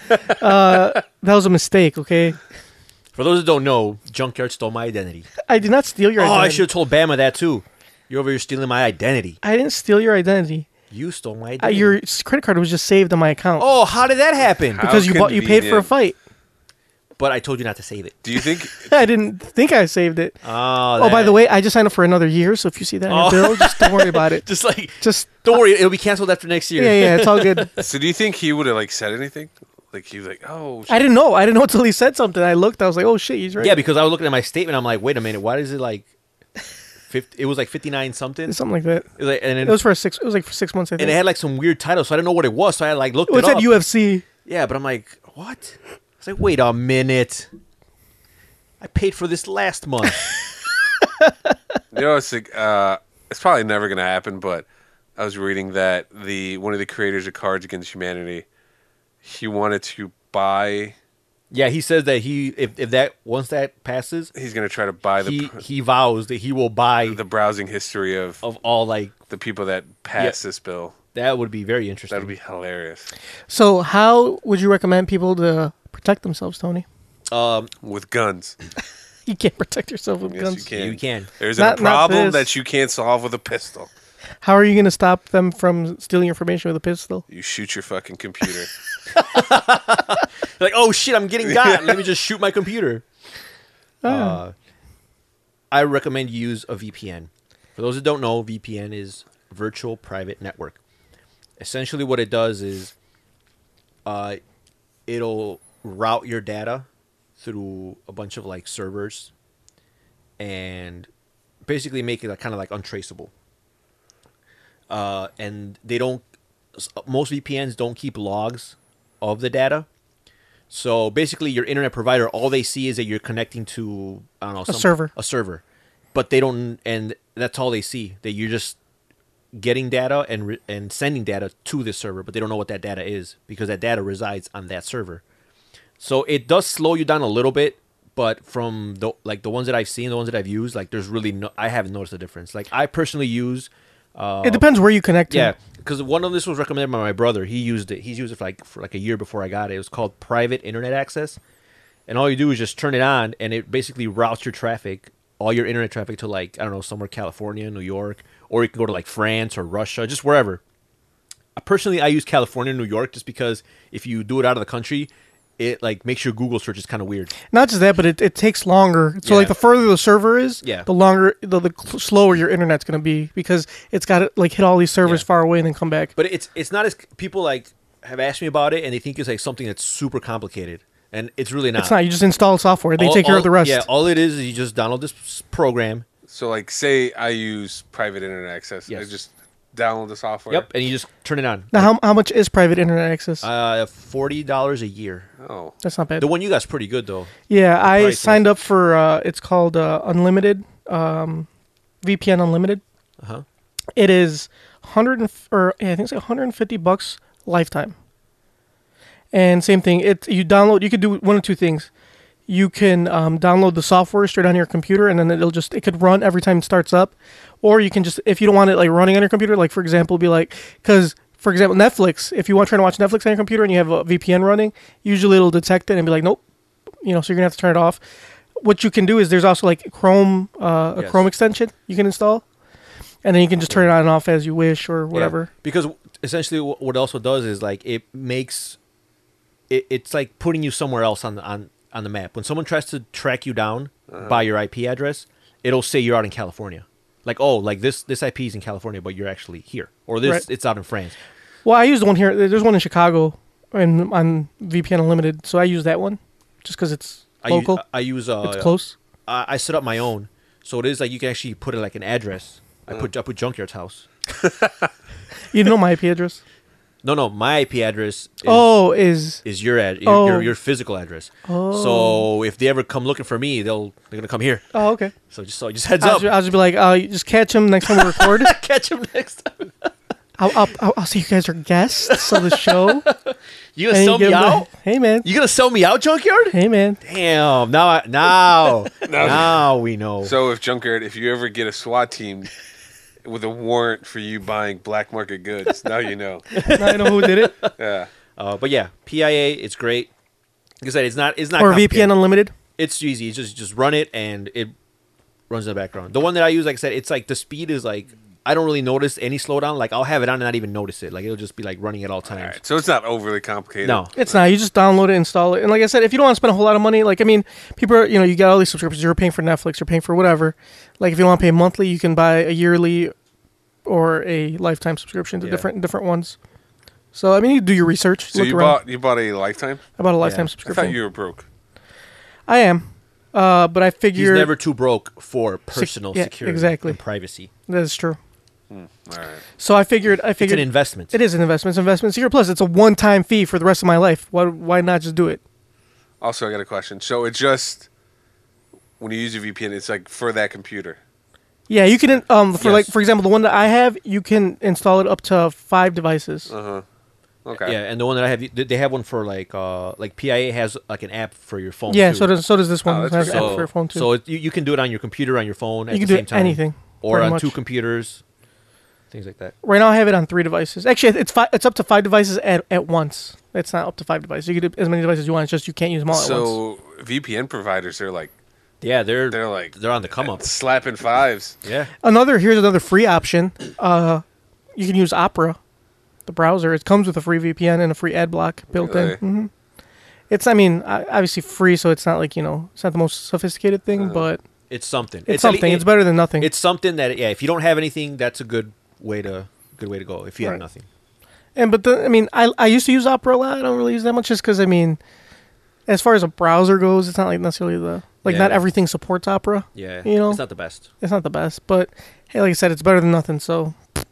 E: That was a mistake. Okay,
F: For those that don't know, Junkyard stole my identity.
E: I did not steal your.
F: Oh,
E: identity.
F: I should have told Bama that too. You're over here stealing my identity.
E: I didn't steal your identity.
F: You stole my
E: Uh,
F: identity.
E: your s- credit card was just saved on my account
F: oh, how did that happen?
D: How-
E: because you bought. You paid for a
D: convenient.
E: fight.
F: But I told you not to save it.
D: do you think?
E: I didn't think I saved it.
F: Oh,
E: oh, by
F: that- Oh.
E: the way, I just signed up for another year. So if you see that on your bill, just don't worry about it.
F: just like
E: just
F: don't worry, it'll be canceled after next year.
E: yeah, yeah, it's all good.
D: so do you think he would have like said anything? Like he was like, oh, shit.
E: I didn't know. I didn't know until he said something. I looked. I was like, "Oh shit, he's right."
F: Yeah, because I was looking at my statement. I'm like, wait a minute, why is it like, 50, it was like 59 something?
E: something like that.
F: It was like- and,
E: It
F: it,
E: was for a six. It was like for six months. I think.
F: and it had like some weird title, so I didn't know what it was. So I like looked
E: it was
F: it
E: at
F: up.
E: UFC.
F: yeah, but I'm like, what? It's like, wait a minute, I paid for this last month.
D: You know, it's like uh, it's probably never gonna happen. But I was reading that the one of the creators of Cards Against Humanity, he wanted to buy.
F: yeah, he says that he if, if that once that passes,
D: He's gonna try to buy the
F: he he vows that he will buy
D: the browsing history of,
F: of all like
D: the people that passed this bill.
F: that would be very interesting.
D: That would be hilarious.
E: So, how would you recommend people to protect themselves, Tony?
D: With guns,
E: You can't protect yourself with
D: yes,
E: guns.
D: you can.
F: You can.
D: There's
E: Not-
D: a
E: not
D: problem
E: this.
D: that you can't solve with a pistol.
E: How are you going to stop them from stealing information with a pistol?
D: You shoot your fucking computer.
F: like, oh shit, I'm getting got. Let me just shoot my computer. Uh, I recommend you use a VPN. For those that don't know, VPN is virtual private network. Essentially, what it does is, uh, it'll route your data through a bunch of like servers, and basically make it like, kind of like untraceable. Uh, and they don't. s- Most VPNs don't keep logs of the data. So basically, your internet provider, all they see is that you're connecting to I don't know some,
E: server.
F: a server, but they don't, and that's all they see that you're just getting data and re- and sending data to this server, but they don't know what that data is because that data resides on that server. So it does slow you down a little bit, But from the like the ones that I've seen, the ones that I've used, like there's really no I haven't noticed a difference. Like I personally use uh,
E: It depends where you connect to.
F: Yeah, because one of this was recommended by my brother. He used it. He's used it for like for like a year before I got it. It was called private internet access, and all you do is just turn it on, and it basically routes your traffic, all your internet traffic to like I don't know somewhere California, New York, or you can go to like France or Russia, just wherever. Uh, Personally, I use California, New York, just because if you do it out of the country, it like makes your Google searches kind of weird.
E: Not just that, but it, it takes longer. So
F: Yeah.
E: like the further the server is,
F: Yeah.
E: the longer the, the cl- slower your internet's going to be because it's got to like hit all these servers
F: Yeah.
E: far away and then come back.
F: But it's it's not as people like have asked me about it, and they think it's like something that's super complicated, and it's really not.
E: It's not. You just install software. They
F: All-
E: take care
F: all-
E: of the rest.
F: Yeah, all it is is you just download this s- program.
D: So like, say I use private internet access. I
F: Yes.
D: just download the software.
F: Yep, and you just turn it on.
E: Now, how, how much is private internet access?
F: Uh, forty dollars a year.
D: Oh,
E: That's not bad.
F: The one you got's pretty good though.
E: yeah, I
F: price is-
E: signed up for uh, it's called uh, Unlimited um, VPN Unlimited.
F: Uh huh.
E: It is hundred and f- or yeah, I think it's like 150 bucks lifetime. And same thing, it you download. You could do one of two things. You can um, download the software straight on your computer, and then it'll just it could run every time it starts up. Or you can just if you don't want it like running on your computer, like for example, be like because for example Netflix. If you want to try to watch Netflix on your computer and you have a VPN running, usually it'll detect it and be like, nope, you know, so you're gonna have to turn it off. What you can do is there's also like Chrome, uh, a
F: Yes.
E: Chrome extension you can install, and then you can just turn it on and off as you wish or whatever.
F: Yeah, Because essentially, wh- what it also does is like it makes it, it's like putting you somewhere else on the on on the map. When someone tries to track you down by your IP address, it'll say you're out in California. Like oh, like this this IP is in California, but you're actually here, or this
E: Right.
F: it's out in France.
E: Well, I used one here. There's one in Chicago and on VPN Unlimited, so I use that one just because it's
F: I
E: local.
F: Use, I use uh,
E: it's close.
F: I, I set up my own, so it is like you can actually put it like an address. I put I put Junkyard's house.
E: You know my IP address.
F: No, no, my IP address. Is,
E: oh, is
F: is your ad your,
E: Oh.
F: your, your physical address. So if they ever come looking for me, they'll they're gonna come here.
E: oh okay.
F: So just so just heads
E: I'll
F: up.
E: just, I'll just be like, uh, you just catch him next time we record.
F: Catch him next time.
E: I'll, I'll, I'll, I'll say you guys are guests of the show.
F: You gonna
E: and you
F: sell
E: give
F: me
E: 'em the-
F: out?
E: hey man,
F: You gonna sell me out, Junkyard?
E: hey man.
F: Damn! Now I now now we know.
D: So if Junkyard, if you ever get a SWAT team with a warrant for you buying black market goods, now you know.
E: Now I know who did it.
D: Yeah.
F: Uh, but yeah, PIA, it's great. Like I said, it's not it's not
E: or
F: complicated.
E: VPN Unlimited.
F: it's easy. You just just run it and it runs in the background. The one that I use, like I said, it's like the speed is like I don't really notice any slowdown. Like I'll have it on and not even notice it. Like it'll just be like running at all times.
D: All right. So it's not overly complicated.
F: No.
E: It's not. You just download it, install it, and like I said, if you don't want to spend a whole lot of money, like I mean, people, are, you know, you got all these subscriptions. You're paying for Netflix. You're paying for whatever. Like if you want to pay monthly, you can buy a yearly or a lifetime subscription to
F: Yeah.
E: different different ones. So I mean, you do your research.
D: So
E: look
D: you
E: around.
D: bought you bought a lifetime?
E: I bought a lifetime
F: I
D: I
E: subscription.
D: thought you were broke.
E: I am, uh, but I
F: He's
E: figure
F: never too broke for personal
E: yeah,
F: security,
E: exactly.
F: and privacy.
E: that is true.
D: All right.
E: So I figured. I
F: It's
E: figured
F: an investment.
E: It is an investment. It's an investment secure. Plus, it's a one-time fee for the rest of my life. Why? Why not just do it?
D: Also, I got a question. So it just when you use your VPN, it's like for that computer.
E: Yeah, you can. Um, for like
F: Yes.
E: for example, the one that I have, you can install it up to five devices.
D: Okay.
F: Yeah, and the one that I have, they- they have one for like uh like PIA has like an app for your phone.
E: yeah,
F: too.
E: so does so does this one.
D: Oh,
E: It
D: that's
E: has an app
F: so,
E: for your phone too.
F: so it, you, you can do it on your computer, on your phone, at
E: You
F: the
E: can do
F: same
E: it
F: time,
E: anything,
F: or
E: pretty
F: on
E: much.
F: two computers, things like that.
E: right now, I have it on three devices. Actually, it's five, it's up to five devices at at once. It's not up to five devices. You can do as many devices as you want. It's just you can't use them all at once.
D: So VPN providers are like
F: Yeah, they're
D: They're like-
F: they're on the come up.
D: slapping fives.
F: Yeah,
E: Another here's another free option. Uh, you can use Opera, the browser. It comes with a free VPN and a free ad block built
D: Really?
E: in. hmm It's I mean I- obviously free, so it's not like you know it's not the most sophisticated thing, but
F: it's something.
E: it's,
F: at le-
E: something.
F: it-
E: it's better than nothing.
F: It's something that yeah, if you don't have anything, that's a good way to good way to go. If you
E: Right.
F: have nothing,
E: And but the, I mean, I I used to use Opera a lot. I don't really use that much, just because I mean, as far as a browser goes, it's not like necessarily the like
F: Yeah.
E: not everything supports Opera.
F: yeah,
E: you know,
F: it's not the best.
E: the best, but hey, like I said, it's better than nothing. So if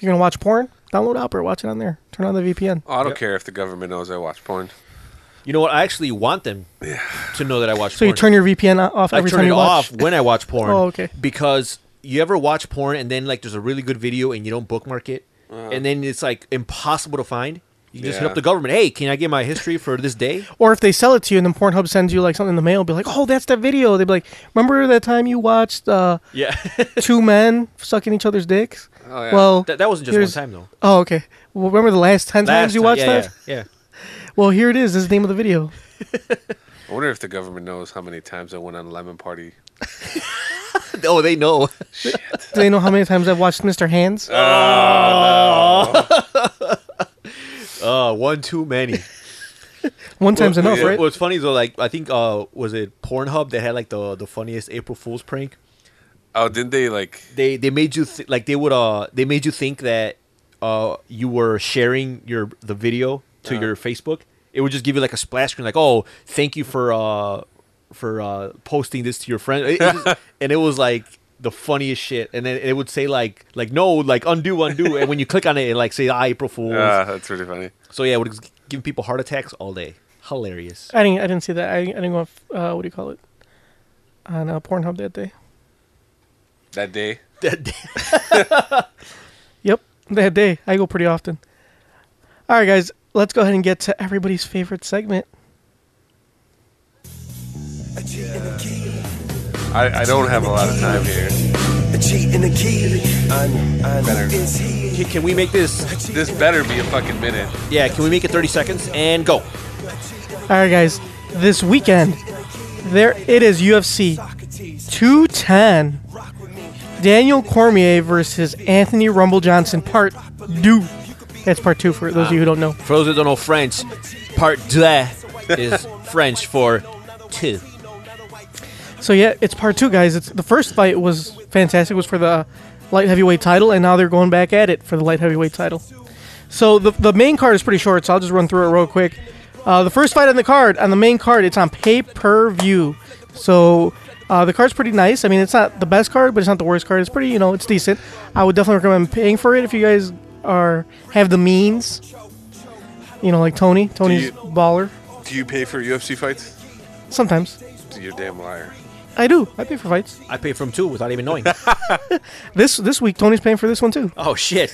E: you're gonna watch porn, download Opera, watch it on there, turn on the VPN.
D: Oh, I don't care if the government knows I watch porn.
F: You know what? I actually want them to know that I watch.
E: So you turn
F: porn.
E: your VPN o- off every
F: I turn
E: time
F: it
E: you watch.
F: off when I watch porn.
E: Oh, okay.
F: Because you ever watch porn and then like there's a really good video and you don't bookmark it, and then it's like impossible to find. You can just hit
D: Yeah.
F: up the government. Hey, can I get my history for this day?
E: Or if they sell it to you and then Pornhub sends you like something in the mail, be like, oh, that's that video. They'd be like, remember that time you watched uh,
F: Yeah.
E: two men sucking each other's dicks?
F: Oh, yeah.
E: Well,
F: That- that wasn't just one
E: here's-
F: time, though.
E: Oh, okay. Well, remember the last 10 times
F: Last
E: you
F: time,
E: watched
F: yeah,
E: that?
F: Yeah. yeah.
E: Well, here it is. This is the name of the video.
D: I wonder if the government knows how many times I went on Lemon Party.
F: oh, they know.
E: Do they know how many times I've watched Mr. Hands?
F: Uh, one too many.
E: One time's
F: Well,
E: enough,
F: yeah.
E: right?
F: What's funny though, like I think uh, was it Pornhub that had like the the funniest April Fool's prank.
D: Oh, didn't they like?
F: They they made you th- like they would uh they made you think that uh you were sharing your the video to your Facebook. It would just give you like a splash screen like oh thank you for uh for uh posting this to your friend It- it just- and it was like the funniest shit and then it would say like like no like undo undo and when you click on it it like say ah, April Fools.
D: Ah, that's really funny.
F: So yeah, it would just give people heart attacks all day. Hilarious.
E: I didn't. I didn't see that. I, I didn't go. On, f- uh, what do you call it? On uh, Pornhub that day.
D: That day,
F: That day.
E: Yep, that day. I go pretty often. All right, guys. Let's go ahead and get to everybody's favorite segment.
D: I, I don't have a lot of time here.
F: Can, can we make this?
D: This better be a fucking minute.
F: Yeah, can we make it 30 seconds and go?
E: All right, guys. This weekend, there it is. UFC 210. Daniel Cormier versus Anthony Rumble Johnson, part two. That's part two for those of you who don't know.
F: For those that don't know French, part deux is French for two.
E: So yeah, it's part two, guys. It's the first fight was fantastic. Was for the light heavyweight title, and now they're going back at it for the light heavyweight title. So the the main card is pretty short, so I'll just run through it real quick. Uh, the first fight on the card on the main card, it's on pay per view. So uh, the card's pretty nice. I mean, it's not the best card, but it's not the worst card. It's pretty, you know, it's decent. I would definitely recommend paying for it if you guys are have the means. You know, like Tony. Tony's
D: you-
E: baller.
D: Do you pay for UFC fights?
E: Sometimes
D: You're a damn liar.
E: I do. I pay for fights.
F: I paid from two without even knowing.
E: This this week, Tony's paying for this one too.
F: oh shit!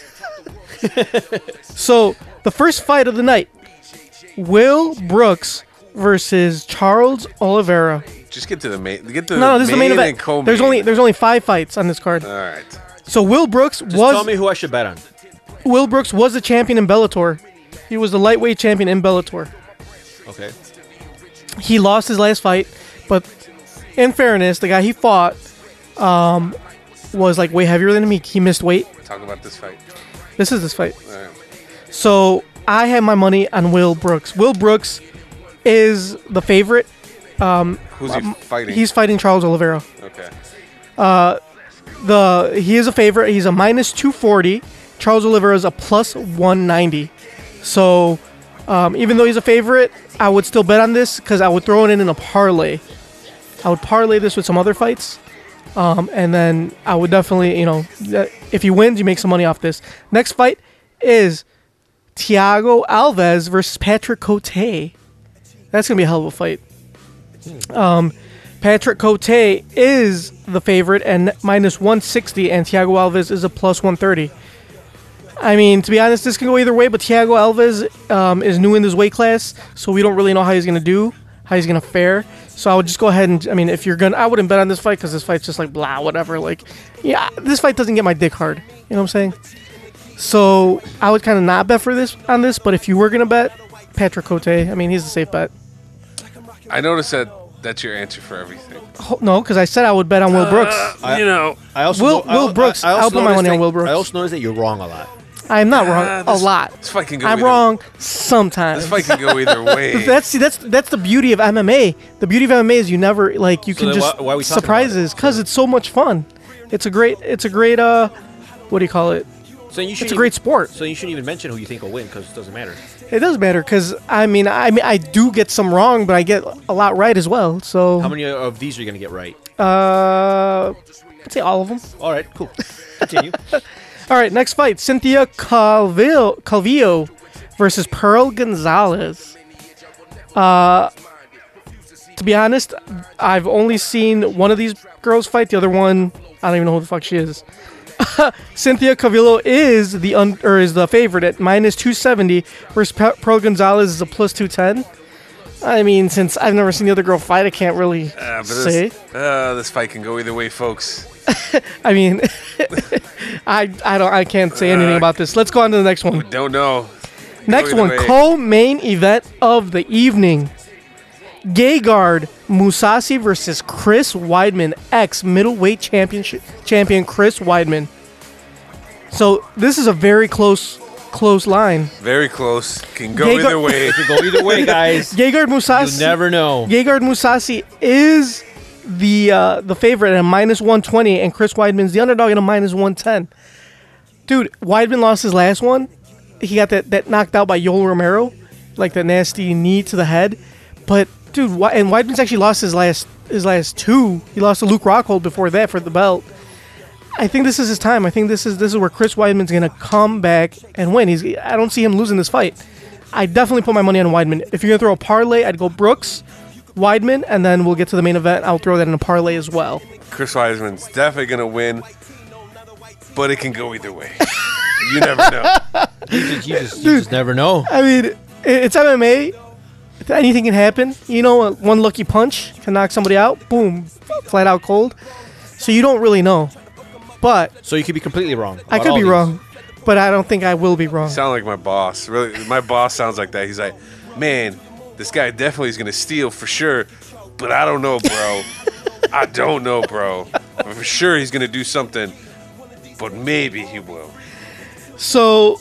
E: So the first fight of the night: Will Brooks versus Charles Oliveira.
D: Just get to the main. Get to
E: No, no, this is the main
D: and
E: event.
D: co-main.
E: There's only there's only five fights on this card.
D: All right.
E: So Will Brooks
F: Just
E: was
F: tell me who I should bet on.
E: Will Brooks was the champion in Bellator. He was the lightweight champion in Bellator.
F: Okay.
E: He lost his last fight, but in fairness, the guy he fought um, was like way heavier than him. He, he missed weight.
D: Talk about this fight.
E: This is this fight.
D: All right.
E: So I have my money on Will Brooks. Will Brooks is the favorite.
D: Who's he fighting?
E: He's fighting Charles Oliveira.
D: okay.
E: the he is a favorite. He's a minus 240. Charles Oliveira is a plus 190. So um, even though he's a favorite, I would still bet on this because I would throw it in in a parlay. I would parlay this with some other fights, um, and then I would definitely, you know, that- if he wins, you make some money off this. Next fight is Thiago Alves versus Patrick Cote. That's gonna be a hell of a fight. Patrick Cote is the favorite and minus 160, and Thiago Alves is a plus 130. I mean, to be honest, this can go either way, but Thiago Alves um, is new in this weight class, so we don't really know how he's going to do, how he's going to fare. So I would just go ahead and, I mean, if you're going to, I wouldn't bet on this fight because this fight's just like blah, whatever. Like, yeah, this fight doesn't get my dick hard. You know what I'm saying? So I would kind of not bet for this on this, but if you were going to bet, Patrick Cote, I mean, he's a safe bet.
D: I noticed that that's your answer for everything.
E: Ho- No, because I said I would bet on Will Brooks.
D: you know,
F: I also
E: Will-
F: I-
E: Will Brooks.
F: also
E: I'll put my
F: noticed
E: money on
F: that-
E: Will Brooks.
F: I also noticed that you're wrong a lot.
E: I'm not
D: Ah,
E: wrong
D: this-
E: a lot.
D: this fight can go
E: I'm
D: either-
E: wrong sometimes.
D: this fight can go either way.
E: that's see, that's that's the beauty of MMA. The beauty of MMA is you never like you
F: So
E: can
F: then
E: just
F: why- why are we talking
E: surprises because it's so much fun. It's a great it's a great uh what do you call it?
F: So you should.
E: It's a great sport.
F: So you shouldn't even mention who you think will win because it doesn't matter.
E: It does matter because I mean I mean I do get some wrong, but I get a lot right as well. So
F: How many of these are you gonna get right?
E: uh, I'd say all of them.
F: All right, cool. Continue.
E: All right, next fight: Cynthia Calvillo, Calvillo versus Pearl Gonzalez. Uh, to be honest, I've only seen one of these girls fight. The other one, I don't even know who the fuck she is. Cynthia Cavillo is the un- or is the favorite at minus 270, whereas Pe- Pearl Gonzalez is a plus 210. I mean, since I've never seen the other girl fight, I can't really
D: Uh, but
E: say.
D: this, uh, this fight can go either way, folks.
E: I mean, I I don't I can't say anything
D: Uh,
E: about this. Let's go on to the next one.
D: Don't know.
E: Next
D: either
E: one,
D: way.
E: co-main event of the evening. Gegard Musasi versus Chris Weidman, ex middleweight championship champion Chris Weidman. So this is a very close close line.
D: Very close. Can go
E: Gegard-
D: either way.
F: It could go either way, guys.
E: Gegard Musasi.
F: You never know.
E: Gegard Musasi is the uh, the favorite at a minus 120, and Chris Weidman's the underdog at a minus 110. Dude, Weidman lost his last one. He got that, that knocked out by Yoel Romero, like the nasty knee to the head. But dude, Wei- and Weidman's actually lost his last his last two. He lost to Luke Rockhold before that for the belt. I think this is his time. I think this is this is where Chris Weidman's gonna come back and win. He's I don't see him losing this fight. I definitely put my money on Weidman. If you're gonna throw a parlay, I'd go Brooks, Weidman, and then we'll get to the main event. I'll throw that in a parlay as well.
D: Chris Weisman's definitely gonna win, but it can go either way. you never know.
F: You just, you just, you just never know.
E: I mean, it- it's MMA. Anything can happen. You know, one lucky punch can knock somebody out. Boom, flat out cold. So you don't really know. But
F: So you could be completely wrong.
E: I
F: about
E: could
F: all
E: be
F: these.
E: wrong. But I don't think I will be wrong.
D: Sound like my boss. Really, my boss sounds like that. He's like, man, this guy definitely is gonna steal for sure, but I don't know, bro. I don't know, bro. For sure he's gonna do something, but maybe he will.
E: So,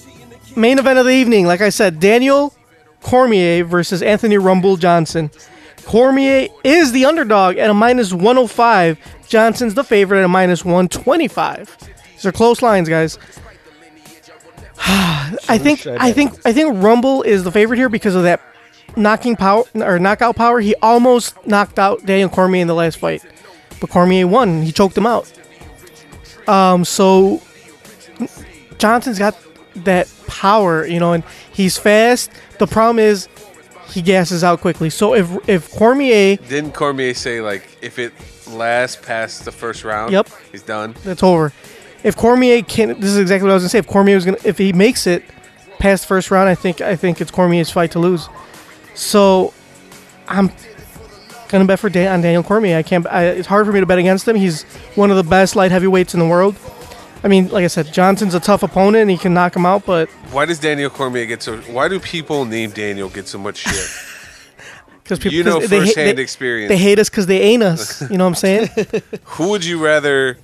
E: main event of the evening, like I said, Daniel Cormier versus Anthony Rumble Johnson. Cormier is the underdog at a minus 105. Johnson's the favorite at a minus 125. These are close lines, guys. I think I think I think Rumble is the favorite here because of that knocking power or knockout power. He almost knocked out Daniel Cormier in the last fight, but Cormier won. He choked him out. Um, so Johnson's got that power, you know, and he's fast. The problem is he gasses out quickly. So if if Cormier,
D: Didn't Cormier say like if it lasts past the first round,
E: Yep.
D: he's done.
E: that's over. If Cormier can, this is exactly what I was gonna say. If Cormier was gonna, if he makes it past the first round, I think I think it's Cormier's fight to lose. So I'm gonna bet for Dan, on Daniel Cormier. I can't. I, it's hard for me to bet against him. He's one of the best light heavyweights in the world. I mean, like I said, Johnson's a tough opponent and he can knock him out, but
D: Why does Daniel Cormier get so? Why do people named Daniel get so much shit?
E: because people
D: You know
E: 'cause they, hate-
D: firsthand
E: they-
D: experience.
E: They hate us because they ain't us. You know what I'm saying?
D: Who would you rather?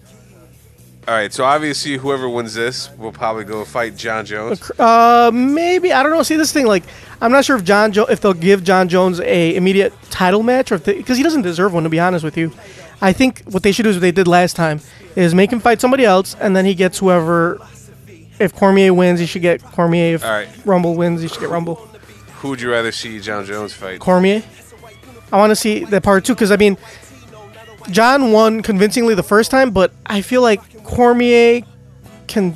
D: All right, so obviously whoever wins this will probably go fight John Jones.
E: Uh, maybe I don't know. See this thing, like I'm not sure if John jo- if they'll give John Jones a immediate title match or if because he doesn't deserve one to be honest with you. I think what they should do is what they did last time is make him fight somebody else and then he gets whoever. If Cormier wins, he should get Cormier. If
D: All right.
E: Rumble wins, he should get Rumble.
D: Who would you rather see John Jones fight?
E: Cormier. I want to see that part too because I mean, John won convincingly the first time, but I feel like Cormier can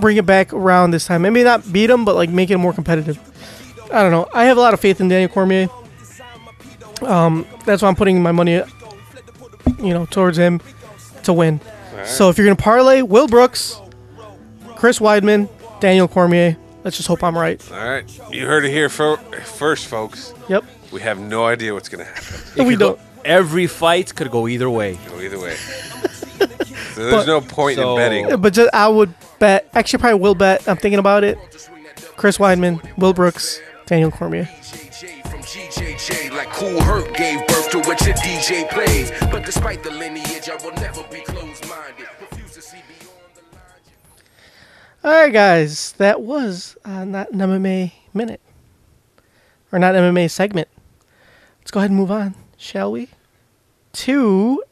E: bring it back around this time. Maybe not beat him, but like make it more competitive. I don't know. I have a lot of faith in Daniel Cormier. Um, that's why I'm putting my money, you know, towards him to win. So if you're gonna parlay Will Brooks, Chris Weidman, Daniel Cormier, let's just hope I'm right.
D: All right, you heard it here fir- first, folks.
E: Yep.
D: We have no idea what's gonna happen.
F: It
E: we
F: could go-
E: don't.
F: every fight could go either way.
D: Go either way. So there's no point
F: So-
D: in betting.
E: But just, I would bet. Actually, probably will bet. I'm thinking about it. Chris Weidman, Will Brooks, Daniel Cormier.
C: From GJJ, like Cool Herc gave birth to what your DJ plays. But despite the lineage, I will never be closed minded. Refuse to see beyond the logic.
E: All right, guys, that was uh, not an MMA minute or not MMA segment. Let's go ahead and move on, shall we? To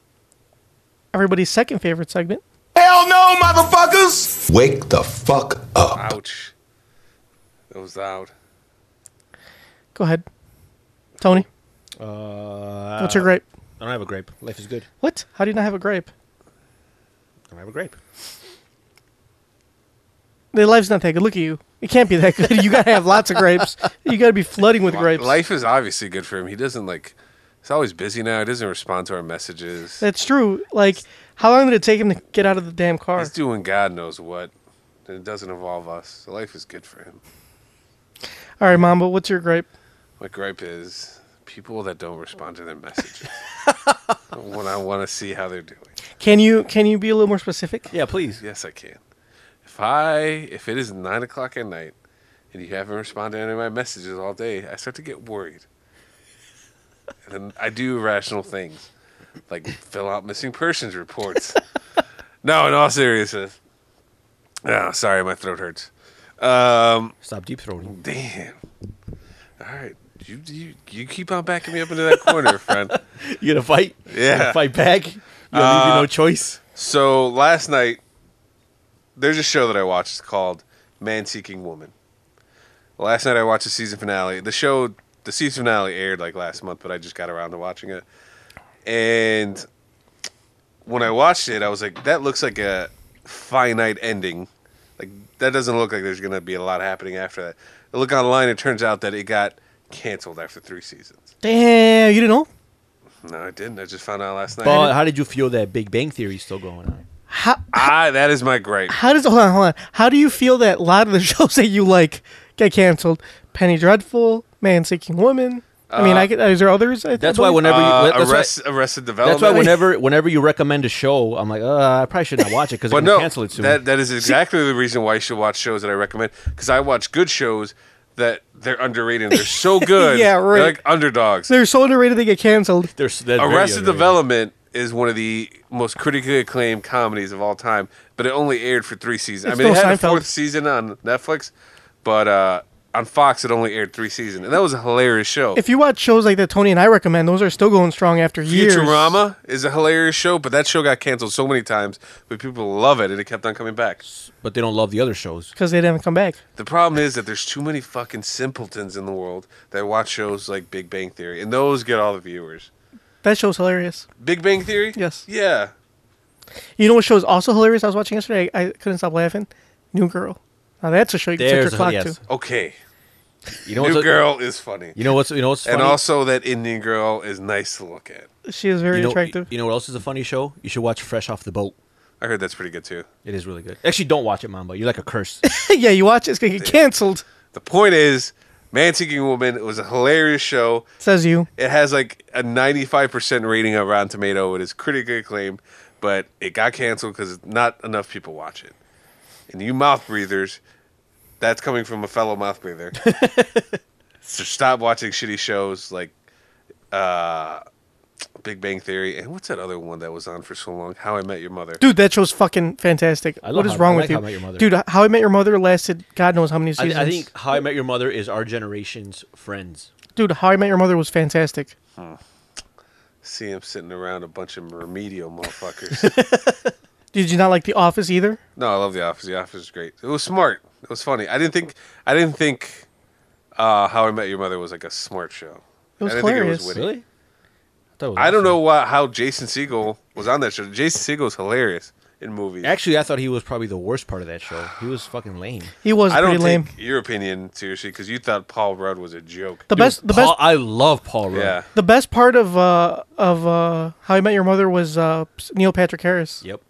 E: everybody's second favorite segment.
B: Hell no, motherfuckers!
L: Wake the fuck up.
D: Ouch. That was loud.
E: Go ahead, Tony.
F: Uh,
E: What's your gripe?
F: I don't have a grape. Life is good.
E: What? How do you not have a gripe?
F: I don't have a grape.
E: The life's not that good. Look at you. It can't be that good. You gotta have lots of grapes. You gotta be flooding with grapes.
D: Life is obviously good for him. He doesn't like. He's always busy now. He doesn't respond to our messages.
E: That's true. Like How long did it take him to get out of the damn car?
D: He's doing God knows what. And it doesn't involve us. So life is good for him.
E: All right, Mamba, what's your gripe?
D: My gripe is people that don't respond to their messages. when I want to see how they're doing.
E: Can you can you be a little more specific?
F: Yeah, please.
D: Yes, I can. If I if it is nine o'clock at night and you haven't responded to any of my messages all day, I start to get worried. And then I do irrational things, like fill out missing persons reports. no, in all seriousness. Oh, sorry, my throat hurts. Um,
F: Stop deep throating.
D: Damn. All right, you you you keep on backing me up into that corner, friend.
F: You gonna fight?
D: Yeah,
F: You gonna fight back. Uh, You gonna leave you no choice.
D: So last night, there's a show that I watched called Man Seeking Woman. Last night I watched the season finale. The show, the season finale aired like last month, but I just got around to watching it. And when I watched it, I was like, that looks like a finite ending. Like that doesn't look like there's gonna be a lot happening after that. I look online, it turns out that it got canceled after three seasons.
E: Damn, you didn't know?
D: No, I didn't. I just found out last night.
F: But how did you feel that Big Bang Theory is still going on?
D: ah, that is my gripe.
E: How does hold on, hold on. How do you feel that a lot of the shows that you like get canceled? Penny Dreadful, Man Seeking Woman. I mean,
F: Uh,
E: I could, is there others? I
F: That's why whenever you,
D: Uh,
F: that's why-
D: Arrest- Arrested Development.
F: That's why whenever whenever you recommend a show, I'm like, uh, I probably should not watch it because I'm
D: But
F: gonna
D: no,
F: cancel it soon.
D: that that is exactly the reason why you should watch shows that I recommend because I watch good shows that they're underrated. They're so good.
E: Yeah,
D: They're
E: right.
D: like underdogs.
E: they're so underrated they get canceled.
F: There's
D: Arrested Development is one of the most critically acclaimed comedies of all time, but it only aired for three seasons.
E: It's
D: I mean,
E: no
D: it had
E: Seinfeld.
D: a fourth season on Netflix, but uh, on Fox it only aired three seasons, and that was a hilarious show.
E: If you watch shows like that, Tony and I recommend those are still going strong after years.
D: Futurama is a hilarious show, but that show got canceled so many times, but people love it and it kept on coming back.
F: but they don't love the other shows.
E: because they didn't come back.
D: The problem is that there's too many fucking simpletons in the world that watch shows like Big Bang Theory, and those get all the viewers.
E: That show's hilarious.
D: Big Bang Theory?
E: Yes.
D: Yeah.
E: You know what show is also hilarious? I was watching yesterday. I, I couldn't stop laughing. New Girl. Now that's a show you can set your
F: There's a-
E: clock
F: yes.
E: to.
D: Okay.
F: You know,
D: New
F: what's-
D: Girl is funny.
F: You know what's you know what's
D: and
F: funny?
D: also that Indian girl is nice to look at.
E: She is very
F: you know,
E: attractive.
F: You know what else is a funny show? You should watch Fresh Off the Boat.
D: I heard that's pretty good too.
F: It is really good. Actually, don't watch it, Mamba. You're like a curse.
E: yeah, you watch it, it's gonna get canceled.
D: The point is, Man Seeking Woman was a hilarious show.
E: Says you.
D: It has like a 95% rating on Rotten Tomato. It is critically acclaimed, but it got canceled because not enough people watch it. And you mouth breathers, that's coming from a fellow mouth breather. so stop watching shitty shows like uh, Big Bang Theory. And what's that other one that was on for so long? How I Met Your Mother.
E: Dude, that show's fucking fantastic.
F: love
E: what is
F: How-
E: wrong
F: I
E: with
F: like
E: you?
F: How I Met Your Mother.
E: Dude, How I Met Your Mother lasted God knows how many
F: I,
E: seasons.
F: I think How I Met Your Mother is our generation's friends.
E: Dude, How I Met Your Mother was fantastic.
D: See him sitting around a bunch of remedial motherfuckers.
E: Did you not like The Office either?
D: No, I love The Office. The Office is great. It was smart. It was funny. I didn't think I didn't think uh, How I Met Your Mother was like a smart show.
E: It was
D: I didn't
E: hilarious.
D: witty.
F: Really? thought it was
D: I don't
F: awesome.
D: know why, how Jason Segel was on that show. Jason Segel is hilarious in movies.
F: Actually, I thought he was probably the worst part of that show. He was fucking lame.
E: He was
D: I don't
E: pretty lame.
D: take your opinion seriously because you thought Paul Rudd was a joke.
E: The best, the
F: Paul,
E: best,
F: I love Paul Rudd.
D: yeah,
E: the best part of uh of uh How I Met Your Mother was uh Neil Patrick Harris
F: Yep.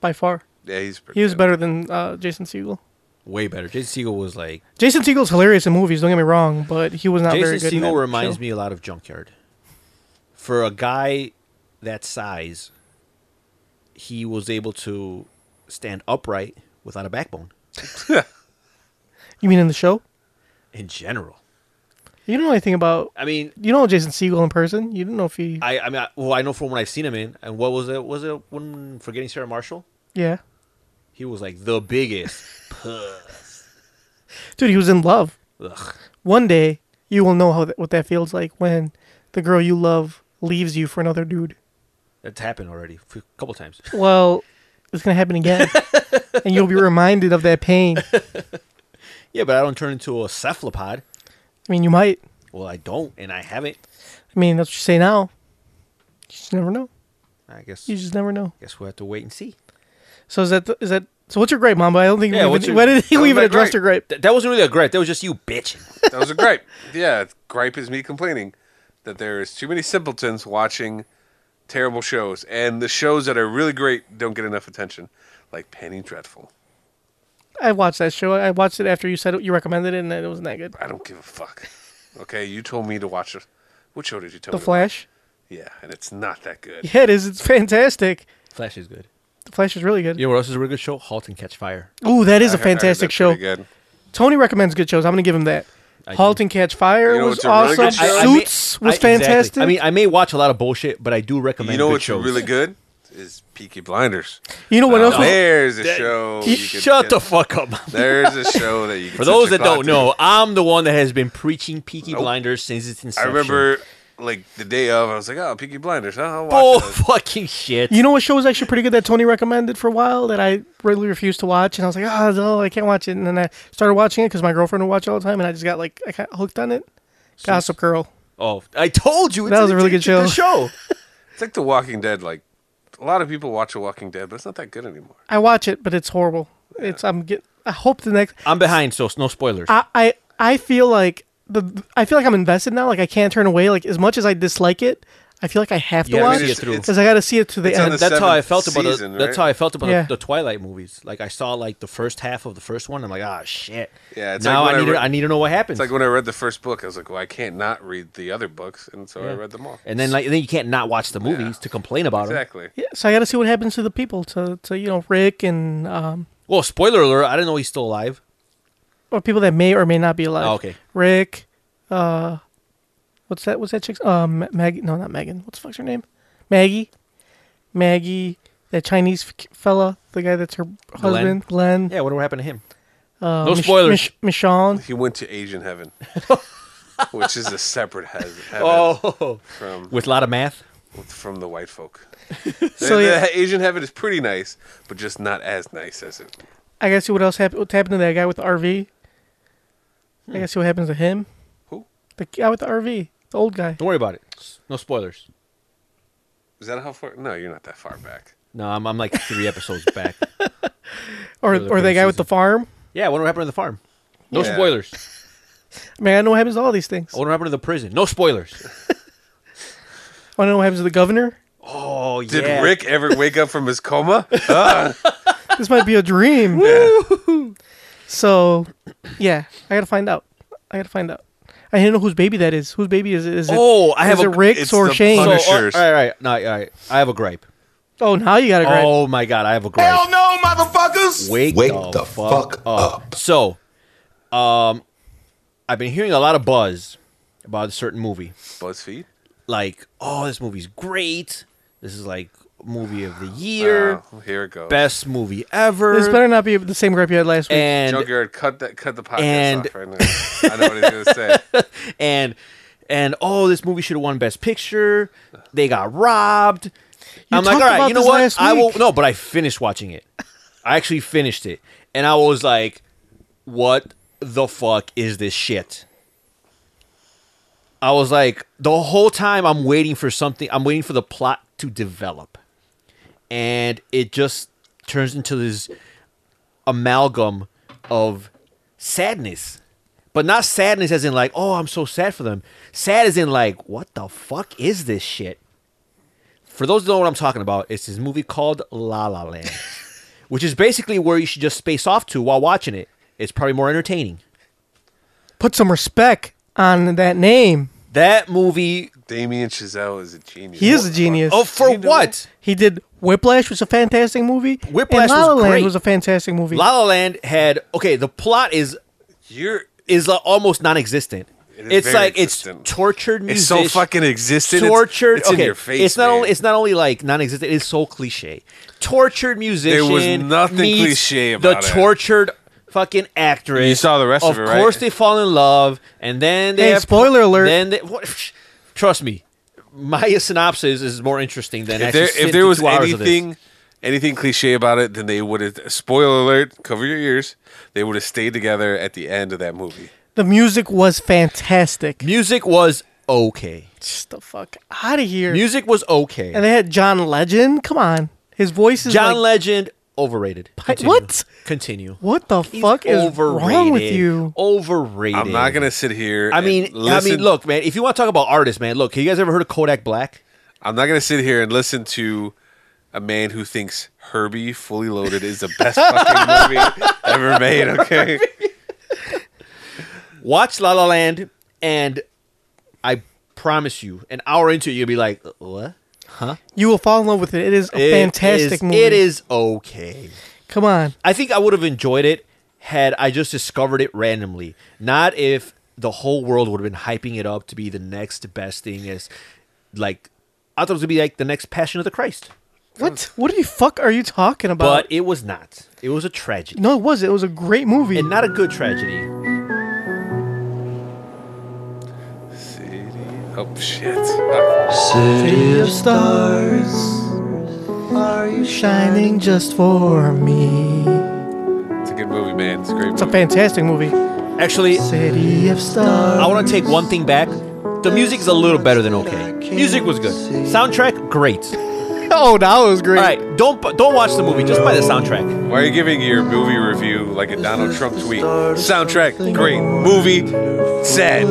E: by far.
D: yeah, he's pretty
E: He was
D: good.
E: better than uh, Jason Segel.
F: Way better. Jason Segel was like
E: Jason Segel's hilarious in movies. Don't get me wrong, but he was not very
F: Jason
E: good. in that
F: Segel reminds
E: show.
F: me a lot of Junkyard. For a guy that size, he was able to stand upright without a backbone.
E: You mean in the show?
F: In general,
E: You don't know anything about.
F: I mean,
E: You don't know Jason Segel in person. You didn't know if he.
F: I, I mean, I, well, I know from when I've seen him in, and what was it? Was it when forgetting Sarah Marshall?
E: yeah,
F: He was like the biggest. puss.
E: dude, he was in love.
F: Ugh.
E: One day you will know how th- what that feels like when the girl you love leaves you for another dude.
F: That's happened already a couple times.
E: Well, it's gonna happen again, and you'll be reminded of that pain. I
F: Yeah, but I don't turn into a cephalopod.
E: mean, you might.
F: Well, I don't, and I haven't.
E: I mean, that's what you say now. You just never know.
F: I guess.
E: You just never know.
F: guess we'll have to wait and see.
E: So is that the, is that? So what's your gripe, Mamba? I don't think
F: Yeah,
E: we
F: what's
E: even,
F: your-
E: I didn't think we
D: what's
E: even
D: my
E: addressed your gripe.
F: That, that wasn't really a gripe. That was just you bitching.
D: That was a gripe. Yeah, gripe is me complaining that there is too many simpletons watching terrible shows, and the shows that are really great don't get enough attention, like Penny Dreadful.
E: I watched that show. I watched it after you said you recommended it, and it wasn't that good.
D: I don't give a fuck. Okay, you told me to watch it. What show did you tell
E: The
D: me? to watch?
E: Flash.
D: Yeah, and it's not that good.
E: Yeah, it is. It's fantastic.
F: Flash is good.
E: The Flash is really good.
F: You know what else is a really good show? Halt and Catch Fire.
E: Ooh, that is a
D: I heard- I heard
E: fantastic
D: that's
E: show.
D: pretty good.
E: Tony recommends good shows. I'm gonna give him that. Halt and Catch Fire
D: You know
E: was
D: what's a really
E: awesome.
D: good show? I- I may-
E: Suits was
F: I- exactly.
E: fantastic.
F: I mean, I may watch a lot of bullshit, but I do recommend.
D: You know
F: good
D: what's
F: shows.
D: really good is Peaky Blinders.
E: You know what
D: Now,
E: else was-
D: There's a
F: That-
D: show.
F: Ye-
D: you could
F: shut
D: get-
F: the fuck up.
D: There's a show that you. Can
F: For
D: set
F: those
D: your
F: that don't
D: clock to.
F: know, I'm the one that has been preaching Peaky
D: Nope.
F: Blinders since its
D: I
F: inception.
D: remember like the day of, I was like, "Oh, Peaky Blinders, huh? I'll
F: Bull
D: watch it."
F: Oh, fucking shit.
E: You know what show was actually pretty good that Tony recommended for a while that I really refused to watch, and I was like, ah, no, I can't watch it. And then I started watching it because my girlfriend would watch it all the time, and I just got like I got hooked on it. Gossip Girl.
F: Oh, I told you.
E: That was a really good show.
D: It's like The Walking Dead. Like a lot of people watch The Walking Dead, but it's not that good anymore.
E: I watch it, but it's horrible. It's I'm get. I hope the next.
F: I'm behind, so no spoilers.
E: I I, I feel like the I feel like I'm invested now. Like I can't turn away. Like as much as I dislike it, I feel like I have to
F: Yeah, I mean,
E: watch
F: it's-
E: it
F: it's-
E: because I got to see it to the
D: it's on
E: end.
D: the
F: that's how I
D: seventh
F: felt about
D: season,
F: the, that's
D: right?
F: how I felt about
E: Yeah.
F: the, the Twilight movies. Like I saw like the first half of the first one. I'm like, ah, shit.
D: Yeah, it's
F: now
D: like when
F: I need
D: I
F: to,
D: re-
F: I need to know what happens.
D: It's like when I read the first book, I was like, "Well, I can't not read the other books," and so I
F: Yeah.
D: read them all.
F: and then like then you can't not watch the movies to complain about them.
D: exactly.
E: yeah, so I got to see what happens to the people to to you know Rick and um
F: Well, spoiler alert! I didn't know he's still alive.
E: or people that may or may not be alive.
F: Oh, okay.
E: Rick, uh, what's that? What's that chick's? Um, Ma- Maggie. No, not Megan. What's the fuck's her name? Maggie. Maggie. That Chinese f- fella, the guy that's her husband, Glenn.
F: Yeah, whatever happened to him?
E: uh,
F: no
E: Mich-
F: spoilers.
E: Mich- Michonne.
D: He went to Asian heaven, which is a separate he- heaven
F: Oh,
D: from
F: with a lot of math.
D: from the white folk.
E: So,
D: the, the
E: yeah.
D: Asian heaven is pretty nice, but just not as nice as it.
E: I gotta see what else happened. What happened to that guy with the RV? I
F: Hmm.
E: gotta see what happens to him.
D: Who?
E: The guy with the RV, the old guy.
F: Don't worry about it. No spoilers.
D: Is that how far? No, you're not that far back.
F: No, I'm, I'm like three episodes back.
E: Or
F: For the
E: or the guy
F: third
E: with the
F: season.
E: farm.
F: Yeah, whatever happened to the farm? No
D: Yeah.
F: spoilers.
E: I mean, I know what happens to all these things. I
F: Whatever happened to the prison? No spoilers.
E: wanna know what happens to the governor.
F: Oh yeah.
D: Did Rick ever wake up from his coma? Ah,
E: this might be a dream. So, yeah, I gotta find out. I gotta find out. I didn't know whose baby that is. Whose baby is it? Is it
F: Oh, I have
E: is
F: a-
E: it Rick's
D: it's
E: or
D: the
E: Shane?
F: So, all,
D: punisher.
F: all
D: Punishers.
F: right, all right, no, all right. I have a gripe.
E: Oh, now you gotta grab.
F: Oh my god, I have a gripe.
B: Hell no, motherfuckers!
F: Wake,
L: Wake
F: the,
L: the
F: fuck,
L: fuck
F: up. So, um, I've been hearing a lot of buzz about a certain movie.
D: BuzzFeed.
F: Like, oh, this movie's great. This is like movie of the
B: Uh,
F: year,
D: Oh, here it goes.
F: best movie ever.
E: This better not be the same grip you had last week.
F: and
D: Junkyard, cut that, cut the podcast
F: and-
D: off right now. I know what he's gonna say.
F: and and oh, this movie should have won Best Picture. They got robbed. I'm like, all
E: talked
F: right,
E: about
F: you know
E: this
F: what?
E: last
F: I will
E: week.
F: no, but I finished watching it. I actually finished it, and I was like, what the fuck is this shit? I was like, the whole time I'm waiting for something. I'm waiting for the plot to develop, and it just turns into this amalgam of sadness. But not sadness as in like, oh, I'm so sad for them. Sad as in like, what the fuck is this shit? For those that don't know what I'm talking about, it's this movie called La La Land, which is basically where you should just space off to while watching it. It's probably more entertaining.
E: Put some respect on that name.
F: That movie,
D: Damien Chazelle is a genius.
E: He is a genius.
F: oh, for what?
E: He did Whiplash was a fantastic movie.
F: Whiplash
E: and La La
F: was
E: Land
F: great.
E: was a fantastic movie.
F: La La Land had okay. The plot is
D: You're.
F: is uh, almost non-existent.
D: It is
F: it's
D: very
F: like
D: existent.
F: it's tortured.
D: It's so
F: music-
D: fucking existent. It's-
F: Tortured.
D: It's,
F: okay.
D: in your face.
F: It's not
D: man.
F: only. It's not only like non-existent. It's so cliche. Tortured musician.
D: nothing
F: meets
D: cliche about
F: the
D: it.
F: tortured fucking actress.
D: You saw the rest of it,
F: Of
D: right?
F: course, they fall in love, and then they.
E: Hey,
F: have-
E: spoiler alert.
F: Then they, what, trust me, my synopsis is more interesting than
D: If
F: actually
D: there,
F: sitting
D: if there
F: through
D: was
F: two hours of this.
D: anything, anything cliche about it, then they would have. Spoiler alert! Cover your ears. They would have stayed together at the end of that movie.
E: the music was fantastic.
F: music was okay.
E: Just the fuck out of here.
F: Music was okay.
E: and they had John Legend. Come on, his voice is
F: John
E: like,
F: Legend overrated. Continue.
E: what?
F: Continue.
E: What the
F: He's
E: fuck is wrong with
F: overrated.
E: you?
F: Overrated.
D: I'm not gonna sit here.
F: I
D: and
F: mean, I
D: listen-
F: mean, look, man. If you want to talk about artists, man, look. Have you guys ever heard of Kodak Black?
D: I'm not gonna sit here and listen to a man who thinks Herbie Fully Loaded is the best fucking movie ever made. Okay,
F: Watch La La Land, and I promise you, an hour into it, you'll be like, "What? Huh?
E: You will fall in love with it. It is a
F: It
E: fantastic
F: is-
E: movie.
F: It is okay.
E: Come on.
F: I think I would have enjoyed it had I just discovered it randomly, not if the whole world would have been hyping it up to be the next best thing. As like, I thought it was gonna be like the next Passion of the Christ,
E: What? What the fuck are you talking about?
F: but it was not. It was a tragedy,
E: no, it was. It was a great movie.
F: and not a good tragedy.
D: Oh shit. City
E: of stars, are you shining just for me?
D: it's a good movie, man. It's a great.
E: It's a
D: movie.
E: fantastic movie.
F: Actually,
E: City of Stars.
F: I want to take one thing back. The music is a little better than okay. Music was good. Soundtrack, great.
E: oh, that was great.
F: All right, don't bu- don't watch the movie. Just buy the soundtrack.
D: Why are you giving your movie review like a Donald Trump tweet? Soundtrack, great. Movie, sad.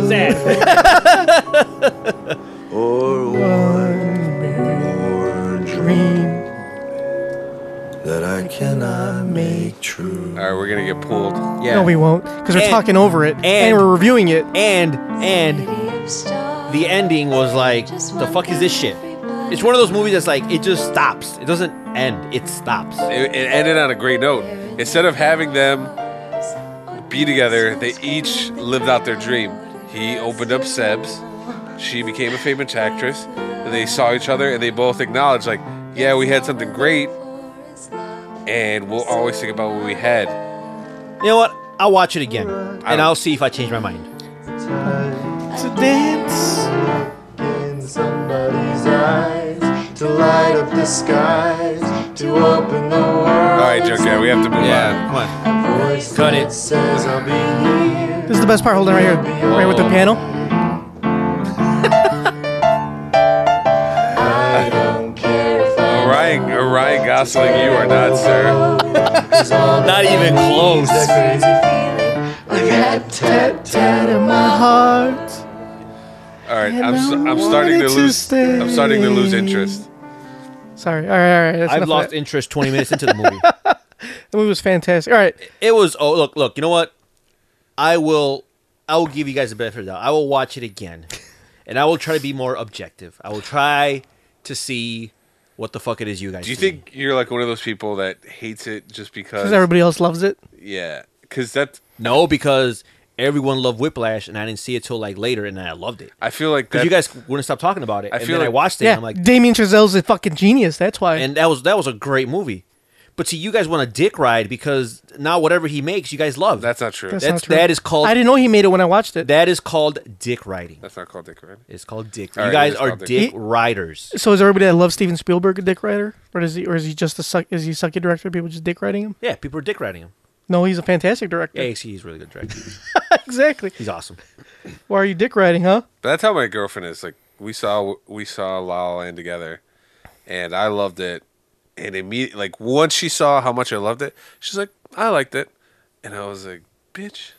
B: That I cannot make true.
D: All right, we're gonna get pulled.
F: Yeah.
E: No, we won't, because we're
F: And-
E: talking over it and, we're reviewing it.
F: And and the ending was like, the fuck is this shit? It's one of those movies that's like it just stops. It doesn't end. It stops.
D: It, it ended on a great note. Instead of having them be together, they each lived out their dream. He opened up Seb's. She became a famous actress. They saw each other and they both acknowledged, like, yeah, we had something great, and we'll always think about what we had.
F: You know what? I'll watch it again, and I'll see if I change my mind.
B: To dance in somebody's eyes, to light up the skies, to open the
D: All
B: world.
D: right, Joker, we have to move
F: Yeah, come on. Cut it.
B: Says I'll be here.
E: This is the best part. Hold on, right here, right with the
F: Whoa.
E: piano.
B: I don't care if
D: on. Orion, Orion Gosling, you are not, sir.
F: Not even close.
B: I tat tat in my
E: heart.
D: All right,
E: And
D: I'm, s-
E: I
D: I'm starting to
E: wanted to
D: lose. I'm starting to lose
E: stay.
D: interest.
E: Sorry. All right, all right. That's
F: I've
E: enough of
F: lost
E: that.
F: interest 20 minutes into the movie.
E: The movie was fantastic. All right.
F: It was oh look look you know what I will I will give you guys the benefit of the doubt. I will watch it again, and I will try to be more objective. I will try to see what the fuck it is you guys.
D: Do you
F: see.
D: think you're like one of those people that hates it just because?
E: Because everybody else loves it.
D: Yeah, because that
F: No, because everyone loved Whiplash, and I didn't see it till like later, and I loved it
D: I feel like
F: because
D: that.
F: you guys wouldn't stop talking about it.
D: I
F: and
D: feel
F: then I
D: like-
F: watched it.
E: yeah.
F: and I'm like,
E: Damien Chazelle's a fucking genius. That's why.
F: and that was that was a great movie. But see, you guys want a dick ride because now whatever he makes, you guys love.
D: That's not true.
E: That's
D: That's,
E: not
F: that's-
E: true.
F: that is called-
E: I didn't know he made it when I watched it.
F: that is called dick riding.
D: not called dick riding.
F: It's called dick.
D: All
F: you
D: right, it
F: guys
D: is
F: are
D: called dick
F: dick
E: riding.
F: riders.
E: so is everybody that loves Steven Spielberg a dick writer, or is he, or is he just a suck? Is he sucky director? People just dick writing him?
F: Yeah, people are dick riding him.
E: No, he's a fantastic director.
F: Yeah, he's, he's really good director.
E: exactly.
F: He's awesome.
E: Why are you dick writing, huh?
D: But that's how my girlfriend is. Like we saw we saw La La Land together, and I loved it. And immediately, like once she saw how much I loved it, she's like, "I liked it," and I was like, "Bitch,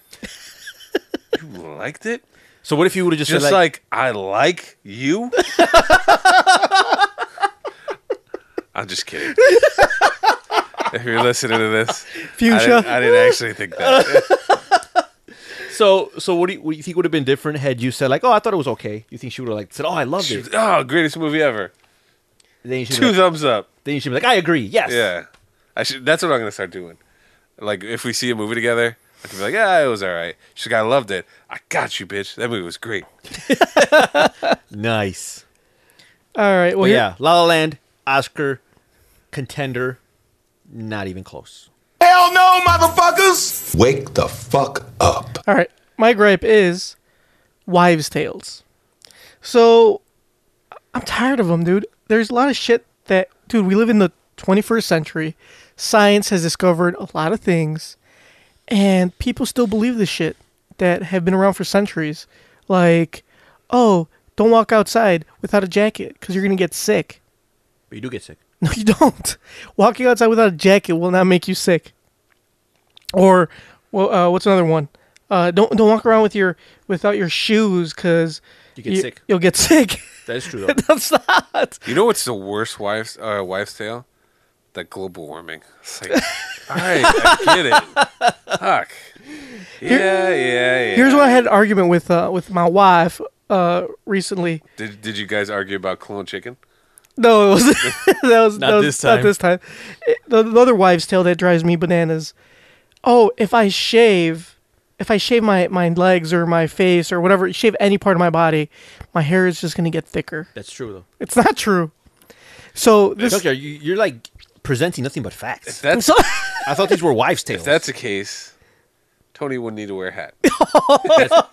D: you liked it?
F: So what if you would have just,
D: Just
F: said
D: like,
F: like,
D: I like you." I'm just kidding. if you're listening to this, I
E: Fuchsia.
D: didn't, I didn't actually think that.
F: so so what do you, what do you think would have been different had you said like oh I thought it was okay? You think she would have like said oh I loved
D: She was,
F: it?
D: oh, greatest movie ever!
F: Then you should
D: Two
F: be like,
D: thumbs up.
F: then you should be like I agree. Yes.
D: Yeah, I should. That's what I'm gonna start doing. Like if we see a movie together, I can be like, "Yeah, it was all right." She's like, "I loved it." I got you, bitch. That movie was great.
F: Nice.
E: All right. Well,
F: But
E: here-
F: yeah, La La Land Oscar contender, not even close.
B: Hell no, motherfuckers!
L: Wake the fuck up.
E: All right. My gripe is wives' tales. So I'm tired of them, dude. There's a lot of shit that, dude, we live in the 21st century. Science has discovered a lot of things, and people still believe this shit that have been around for centuries. Like, oh, don't walk outside without a jacket because you're going to get sick.
F: But you do get sick.
E: No, you don't. Walking outside without a jacket will not make you sick. Or, well, uh, what's another one? Uh, don't don't walk around with your without your shoes because
F: You get sick.
E: You'll get sick.
F: That is true.
E: Though. That's not.
D: You know what's the worst wife's uh, wife's tale? That global warming. It's like, all right, I get it. Fuck. Yeah,
E: Here-
D: yeah, yeah.
E: Here's what I had an argument with uh, with my wife uh, recently.
D: Did Did you guys argue about clone chicken?
E: No, it was, that was
D: Not
E: that was-
D: this
E: Not
D: time.
E: this time. It- the, the other wives' tale that drives me bananas. Oh, if I shave, if I shave my my legs or my face or whatever, shave any part of my body, my hair is just gonna get thicker.
F: That's true though.
E: It's not true. So this
F: Junkyard, you, you're like presenting nothing but facts.
D: That's.
F: I thought these were wives' tales.
D: If that's the case, Tony wouldn't need to wear a hat.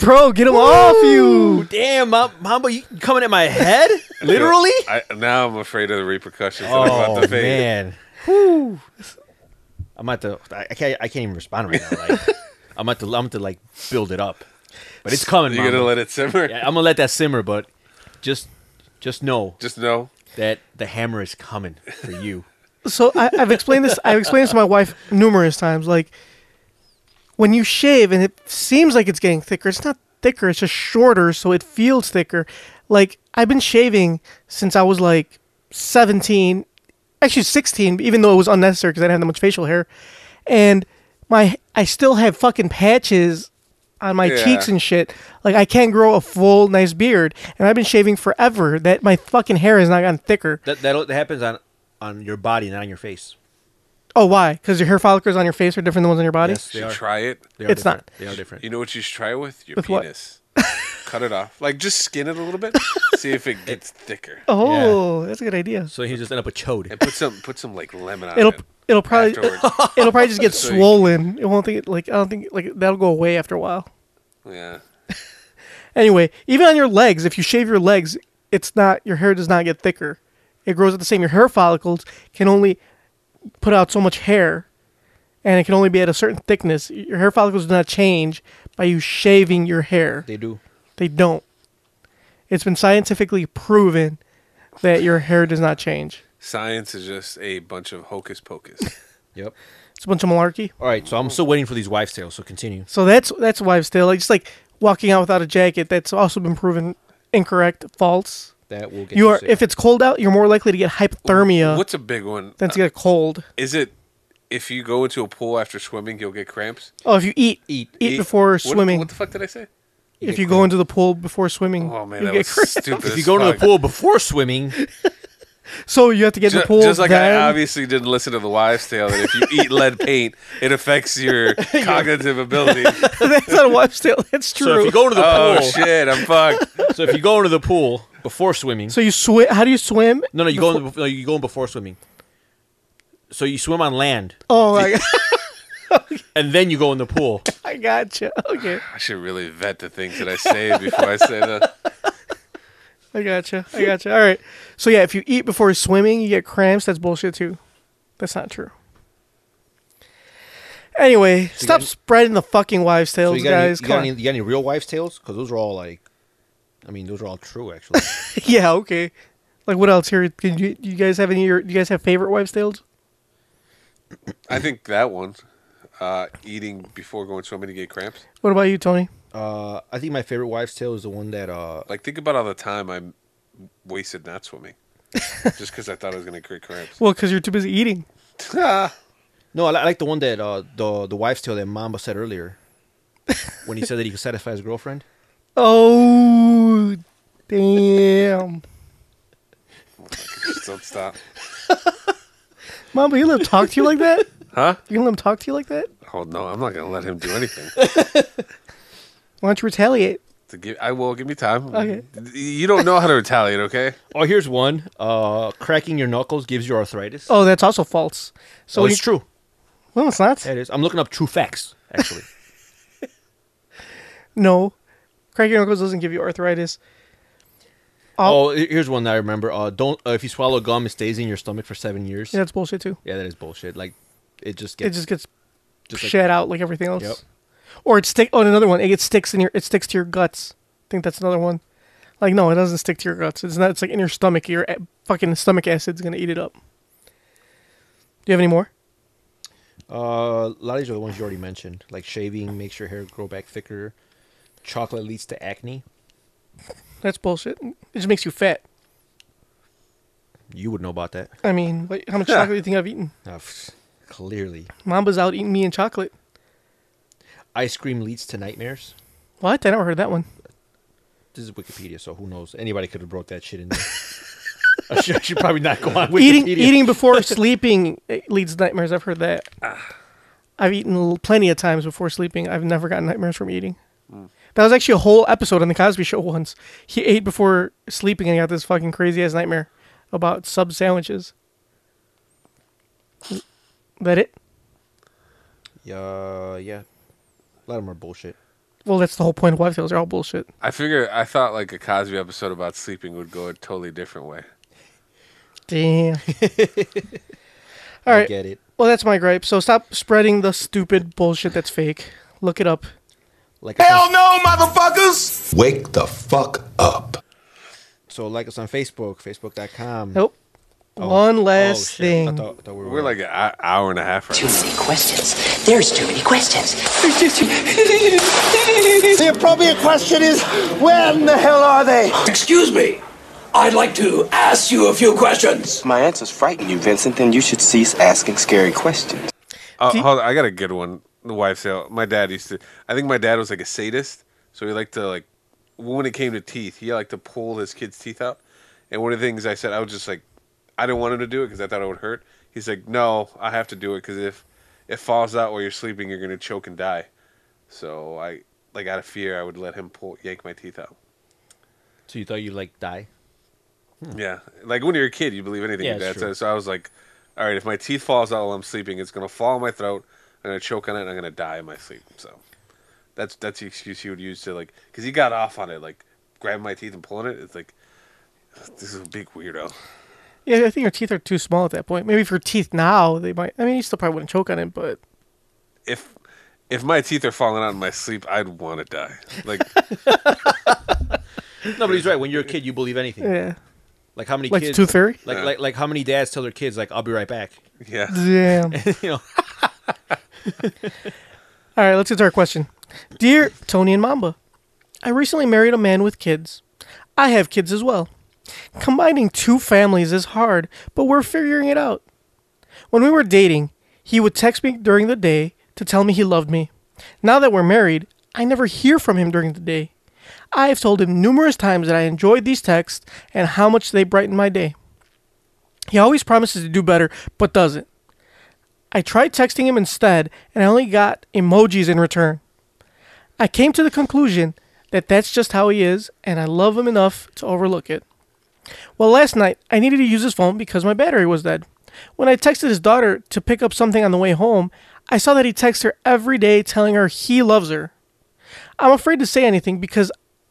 E: bro, get him off you.
F: Oh, Damn, Mom- Mamba, you coming at my head? Literally?
D: I, now I'm afraid of the repercussions. that I'm about
F: Oh,
D: to face.
F: man. I'm at the. I I can't. I can't even respond right now. Like, I'm at the. I'm at to like build it up, but it's coming.
D: You're gonna
F: Mamba.
D: let it simmer?
F: Yeah, I'm gonna let that simmer, but just, just know.
D: Just know
F: that the hammer is coming for you.
E: so I, I've explained this. I've explained this to my wife numerous times. Like when you shave and it seems like it's getting thicker, it's not thicker. It's just shorter, so it feels thicker. Like I've been shaving since I was like seventeen, actually sixteen, even though it was unnecessary because I didn't have that much facial hair, and my I still have fucking patches on my
M: Yeah.
E: cheeks and shit. Like I can't grow a full nice beard, and I've been shaving forever. That my fucking hair has not gotten thicker.
F: That that'll- that happens on on your body, not on your face.
E: Oh, why? Because your hair follicles on your face are different than ones on your body.
D: you should try it.
E: They are It's different. not.
F: They are different.
D: You know what you should try with your
E: With what?
D: penis. Cut it off. Like just skin it a little bit. see if it gets thicker.
E: Oh, that's a good idea.
F: So he just end up a chode.
D: And put some put some like lemon on
E: It'll
D: it.
E: it'll probably
D: afterwards.
E: it'll probably just get
D: uh, So you-
E: swollen. It won't think like I don't think like that'll go away after a while.
D: Yeah.
E: Anyway, even on your legs, if you shave your legs, it's not your hair does not get thicker. It grows at the same. Your hair follicles can only put out so much hair, and it can only be at a certain thickness. Your hair follicles do not change by you shaving your hair.
F: They do.
E: They don't. It's been scientifically proven that your hair does not change.
D: Science is just a bunch of hocus pocus.
F: yep.
E: It's a bunch of malarkey.
F: All right, so I'm still waiting for these wives' tales. So continue.
E: So that's that's wives' tale. Like just like walking out without a jacket, that's also been proven incorrect, false.
F: That will get
E: you
F: you
E: are
F: sick.
E: if it's cold out, you're more likely to get hypothermia.
D: What's a big one?
E: than to get a cold.
D: Is it if you go into a pool after swimming, you'll get cramps?
E: Oh, if you eat eat, before
D: What-
E: swimming.
D: What the fuck did I say?
E: if you go into the pool before swimming,
D: Oh man,
E: you
D: that
E: get
D: was
E: cramps.
D: stupid.
F: If you
D: as
F: go to the
D: fuck.
F: pool before swimming,
E: so you have to get in
D: Ju-
E: the pool.
D: Just like
E: then?
D: I obviously didn't listen to the wives' tale that if you eat lead paint, it affects your cognitive ability.
E: that's not a wives' tale. That's true.
F: so if you go into the
D: Oh
F: pool,
D: shit, I'm fucked.
F: So if you go into the pool before swimming,
E: So you swim. How do you swim?
F: no, no, you go in the, no, you go in before swimming. So you swim on land,
E: Oh my god,
F: and then you go in the pool.
E: I gotcha. Okay,
D: I should really vet the things that I say before I say that.
E: I gotcha. I gotcha. All right. So yeah, if you eat before swimming, you get cramps. That's bullshit too. That's not true. Anyway, stop spreading the fucking wives'
F: So
E: tales,
F: you got,
E: guys.
F: any, you,
E: Come
F: got
E: on.
F: any, you got any real wives' tales? Because those are all like, I mean, those are all true actually.
E: yeah. Okay. Like what else here? Can you, do you guys have any? Do you guys have favorite wives' tales?
D: I think that one, uh, eating before going swimming to get cramps.
E: What about you, Tony?
F: uh, I think my favorite wives' tale is the one that uh,
D: Like think about all the time I wasted not swimming, just because I thought I was gonna get cramps.
E: Well, because you're too busy eating.
F: No, I, li- I like the one that uh, the the wife's tale that Mamba said earlier, when he said that he could satisfy his girlfriend.
E: Oh, damn.
D: Just don't stop,
E: Mama, you let him talk to you like that?
D: huh?
E: You gonna let him talk to you like that?
D: Oh no, I'm not gonna let him do anything.
E: Why don't you retaliate?
D: To give, I will give me time.
E: Okay.
D: You don't know how to retaliate, okay?
F: Oh, here's one. Uh, cracking your knuckles gives you arthritis.
E: Oh, that's also false. So
F: So
E: when
F: Oh, it's
E: you-
F: true.
E: No, it's not.
F: It is. I'm looking up true facts actually.
E: No, cracking your knuckles doesn't give you arthritis.
F: oh, he- here's one that I remember. Uh, don't uh, if you swallow gum, it stays in your stomach for seven years.
E: Yeah, that's bullshit too.
F: Yeah, that is bullshit. Like, it just
E: It
F: gets
E: just gets
F: Just like-
E: shed out like everything else.
F: Yep.
E: Or it stick. Oh, and another one. It gets sticks in your. It sticks to your guts. I think that's another one. Like no, it doesn't stick to your guts. It's not. It's like in your stomach. Your a- fucking stomach acid's gonna eat it up. Do you have any more?
F: Uh, a lot of these are the ones you already mentioned. Like shaving makes your hair grow back thicker. Chocolate leads to acne.
E: That's bullshit. It just makes you fat.
F: You would know about that.
E: I mean, what, how much
F: Yeah.
E: chocolate do you think I've eaten?
F: Ah, pff, clearly,
E: Mamba's out eating me and chocolate.
F: ice cream leads to nightmares.
E: What? I never heard that one.
F: This is Wikipedia, so who knows? Anybody could have wrote that shit in there. I, should, I should probably not go on Wikipedia.
E: Eating eating before sleeping it leads to nightmares. I've heard that. I've eaten l- plenty of times before sleeping. I've never gotten nightmares from eating.
M: Mm.
E: That was actually a whole episode on the Cosby Show once. He ate before sleeping and got this fucking crazy ass nightmare about sub sandwiches. That it?
F: Yeah, yeah. A lot of them are bullshit.
E: Well, that's the whole point of wife tales. They're all bullshit.
D: I figure I thought like a Cosby episode about sleeping would go a totally different way.
E: Damn. All right.
F: get it.
E: Well, that's my gripe. So stop spreading the stupid bullshit that's fake. Look it up.
F: Like
B: Hell no, motherfuckers!
L: Wake the fuck up.
F: So like us on Facebook, facebook.com.
E: Nope.
F: Oh.
E: One last thing.
D: We're like an hou- hour and a half right now.
N: Questions. There's too many questions.
O: the appropriate question is when the hell are they?
P: Excuse me. I'd like to ask you a few questions.
Q: My answers frighten you, Vincent. Then you should cease asking scary questions.
D: Uh, hold on, I got a good one. The wife sale. My dad used to. I think my dad was like a sadist, so he liked to like when it came to teeth, he liked to pull his kids' teeth out. And one of the things I said, I was just like, I didn't want him to do it because I thought it would hurt. He's like, No, I have to do it because if it falls out while you're sleeping, you're gonna choke and die. So I like out of fear, I would let him pull yank my teeth out.
F: So you thought you'd like die?
D: Yeah, like when you're a kid, you believe anything
F: Yeah,
D: your
F: it's
D: dad
F: true.
D: says. So I was like, all right, if my teeth falls out while I'm sleeping, it's gonna fall in my throat. I'm gonna choke on it, and I'm gonna die in my sleep. So that's that's the excuse he would use to like, because he got off on it, like grabbing my teeth and pulling it. It's like this is a big weirdo.
E: Yeah, I think your teeth are too small at that point. Maybe if your teeth now, they might. I mean, you still probably wouldn't choke on it, but
D: If if my teeth are falling out in my sleep, I'd want to die. Like
F: No, but he's right. When you're a kid, you believe anything.
E: Yeah.
F: Like how many
E: Like
F: kids?
E: Tooth Fairy?
F: Like,
E: Yeah.
F: like like how many dads tell their kids like I'll be right back.
D: Yeah.
E: Damn.
F: you know.
E: All right, let's get to our question. Dear Tony and Mamba, I recently married a man with kids. I have kids as well. Combining two families is hard, but we're figuring it out. When we were dating, he would text me during the day to tell me he loved me. Now that we're married, I never hear from him during the day. I have told him numerous times that I enjoyed these texts and how much they brighten my day. He always promises to do better, but doesn't. I tried texting him instead, and I only got emojis in return. I came to the conclusion that that's just how he is, and I love him enough to overlook it. Well, last night, I needed to use his phone because my battery was dead. When I texted his daughter to pick up something on the way home, I saw that he texts her every day telling her he loves her. I'm afraid to say anything because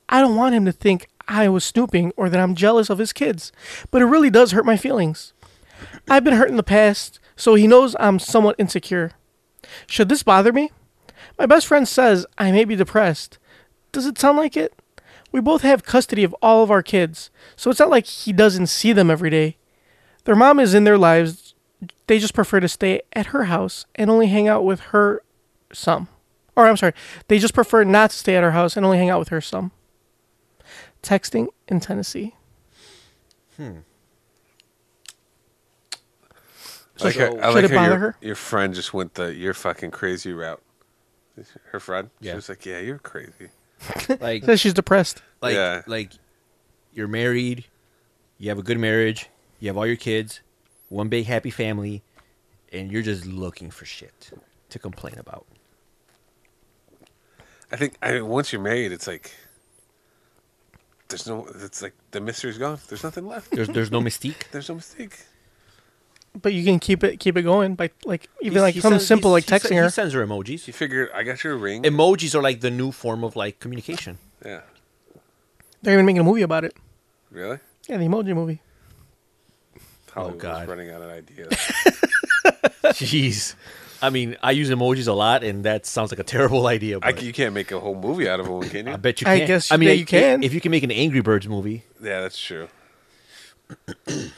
E: I don't want him to think I was snooping or that I'm jealous of his kids, but it really does hurt my feelings. I've been hurt in the past, so he knows I'm somewhat insecure. Should this bother me? My best friend says I may be depressed. Does it sound like it? We both have custody of all of our kids, so it's not like he doesn't see them every day. Their mom is in their lives, they just prefer to stay at her house and only hang out with her some. Or, I'm sorry, they just prefer not to stay at her house and only hang out with her some. Texting in Tennessee.
F: Hmm.
D: I like,
F: So-
D: how, I
E: Should
D: like
E: it
D: how your,
E: bother her?
D: your friend just went the you're fucking crazy route. Her friend,
F: Yeah.
D: she was like, "Yeah, you're crazy."
F: like
E: Says she's depressed.
F: Like like you're married, you have a good marriage, you have all your kids, one big happy family, and you're just looking for shit to complain about.
D: I think I mean, once you're married, it's like there's no. It's like the mystery's gone. There's nothing left.
F: There's- there's no mystique?
D: There's no mystique.
E: But you can keep it keep it going by like even
F: He's-
E: like
F: he
E: something
F: sends-
E: simple like
F: he's- he
E: texting
F: sen-
E: her.
F: He sends her emojis. You
D: figure I got your ring.
F: Emojis are like the new form of like communication.
D: Yeah.
E: They're even making a movie about it.
D: Really?
E: Yeah, the emoji movie.
F: Oh,
D: Hollywood's running out of ideas.
F: Jeez. I mean, I use emojis a lot, and that sounds like a terrible idea.
D: I
F: But
D: c you can't make a whole movie out of one, can you?
F: I bet you.
E: I
F: Can.
E: guess
F: I mean,
E: that
F: if-
E: you can.
F: If you can make an Angry Birds movie,
D: Yeah, that's true.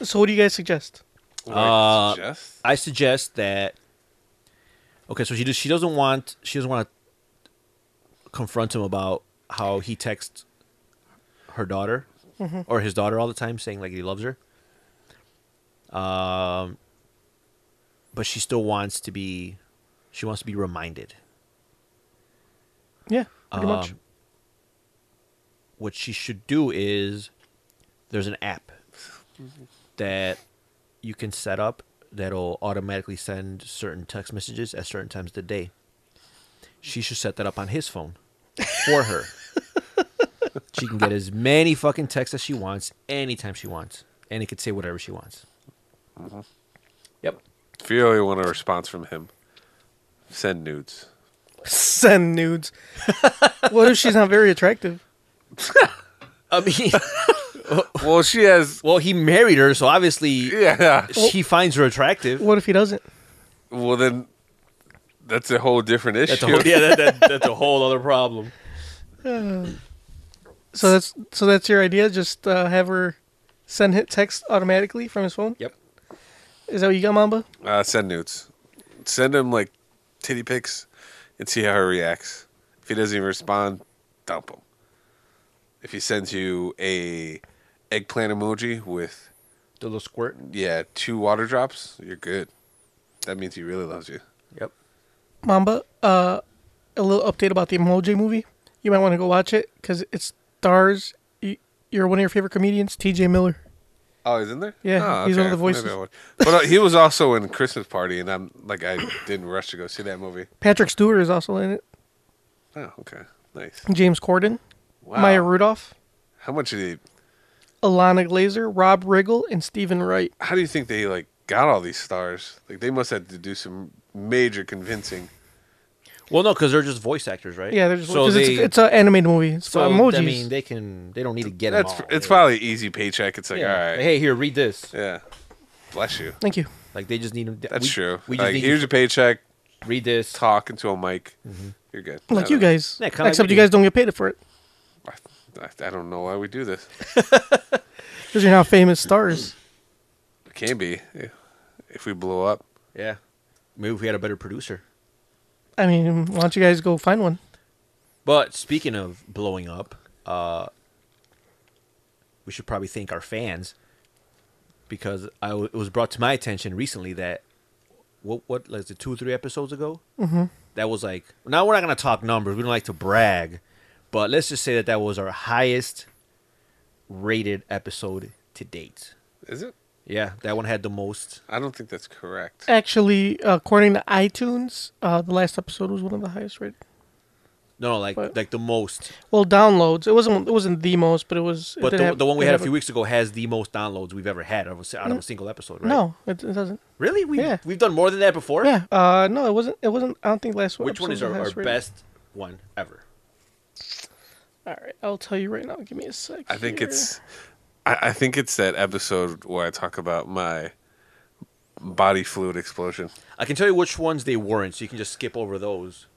E: So what do you guys suggest?
D: What do I
F: uh,
D: suggest?
F: I suggest that. Okay, so she does, she doesn't want she doesn't want to confront him about how he texts her daughter
E: Mhm.
F: or his daughter all the time, saying like he loves her. Um, but she still wants to be, she wants to be reminded.
E: Yeah, pretty much.
F: Um, What she should do is there's an app that you can set up that'll automatically send certain text messages at certain times of the day. She should set that up on his phone for her. she can get as many fucking texts as she wants anytime she wants, and it could say whatever she wants. Yep.
D: If you really want a response from him, send nudes.
E: Send nudes. what if she's not very attractive?
F: I mean, well, she has. Well, he married her, so obviously,
D: Yeah.
F: she finds her attractive.
E: What if he doesn't?
D: Well, then that's a whole different issue.
F: That's a whole, yeah, that, that, that's a whole other problem.
E: Uh, so that's so that's your idea. Just uh, have her send hit text automatically from his phone.
F: Yep.
E: Is that what you got, Mamba?
D: Uh, send nudes. Send him like titty pics and see how he reacts. If he doesn't even respond, dump him. If he sends you a eggplant emoji with
F: the little squirt,
D: yeah, two water drops, you're good. That means he really loves you.
F: Yep.
E: Mamba, uh, a little update about the Emoji movie. You might want to go watch it because it stars y- your one of your favorite comedians, T.J. Miller.
D: Oh, he's in there.
E: Yeah,
D: Oh,
E: he's one of the
D: Maybe I
E: voices.
D: would. But uh, he was also in Christmas Party, and I'm like, I didn't rush to go see that movie.
E: Patrick Stewart is also in it.
D: Oh, okay, nice.
E: James Corden,
D: Wow.
E: Maya Rudolph,
D: How much did he?
E: Alana Glazer, Rob Riggle, and Stephen Wright.
D: How do you think they like got all these stars? Like they must have to do some major convincing.
F: Well, no, because they're just voice actors, right?
E: Yeah, they're just because it's, it's an animated movie. It's
F: so
E: emojis.
F: I mean, they can. They don't need to get
D: That's
F: them all.
D: it's probably easy paycheck. It's like
F: Yeah.
D: all right,
F: Hey, here, read this.
D: Yeah, bless you.
E: Thank you.
F: Like they just need them.
D: That's
F: we-
D: true.
F: We just
D: like,
F: need
D: here's
F: you-
D: your paycheck.
F: Read this.
D: Talk into a mic. You're good. I
E: like you
D: don't-
E: guys,
F: Yeah, kinda Mm-hmm. like
E: except you
F: we do.
E: guys don't get paid for it
D: I, I don't know why we do this.
E: because you're not famous stars.
D: It can be if- if we blow up.
F: Yeah. Maybe if we had a better producer.
E: I mean, why don't you guys go find one?
F: But speaking of blowing up, uh, we should probably thank our fans because I w- it was brought to my attention recently that what what like the two or three episodes ago
E: Mhm.
F: that was like now we're not gonna talk numbers we don't like to brag but let's just say that that was our highest rated episode to date
D: is it
F: yeah that one had the most
D: I don't think that's correct
E: Actually, according to iTunes, uh, the last episode was one of the highest rated.
F: no no, like like the most
E: Well, downloads. It wasn't. It wasn't the most, but it was. it
F: but
E: did
F: the,
E: have-
F: the one we
E: it
F: had a
E: have
F: few weeks ago has the most downloads we've ever had out of a, out of a
E: Mm.
F: single episode right
E: No, it, it doesn't.
F: Really? We we've done more than that before.
E: Yeah. Uh, no, it wasn't. It wasn't. I don't think last.
F: Which one
E: episode
F: is
E: was
F: our,
E: the
F: our
E: highest rated.
F: best one ever?
E: All right, I'll tell you right now. Give me a sec.
D: I think
E: here.
D: it's, I, I think it's that episode where I talk about my body fluid explosion.
F: I can tell you which ones they weren't, so you can just skip over those.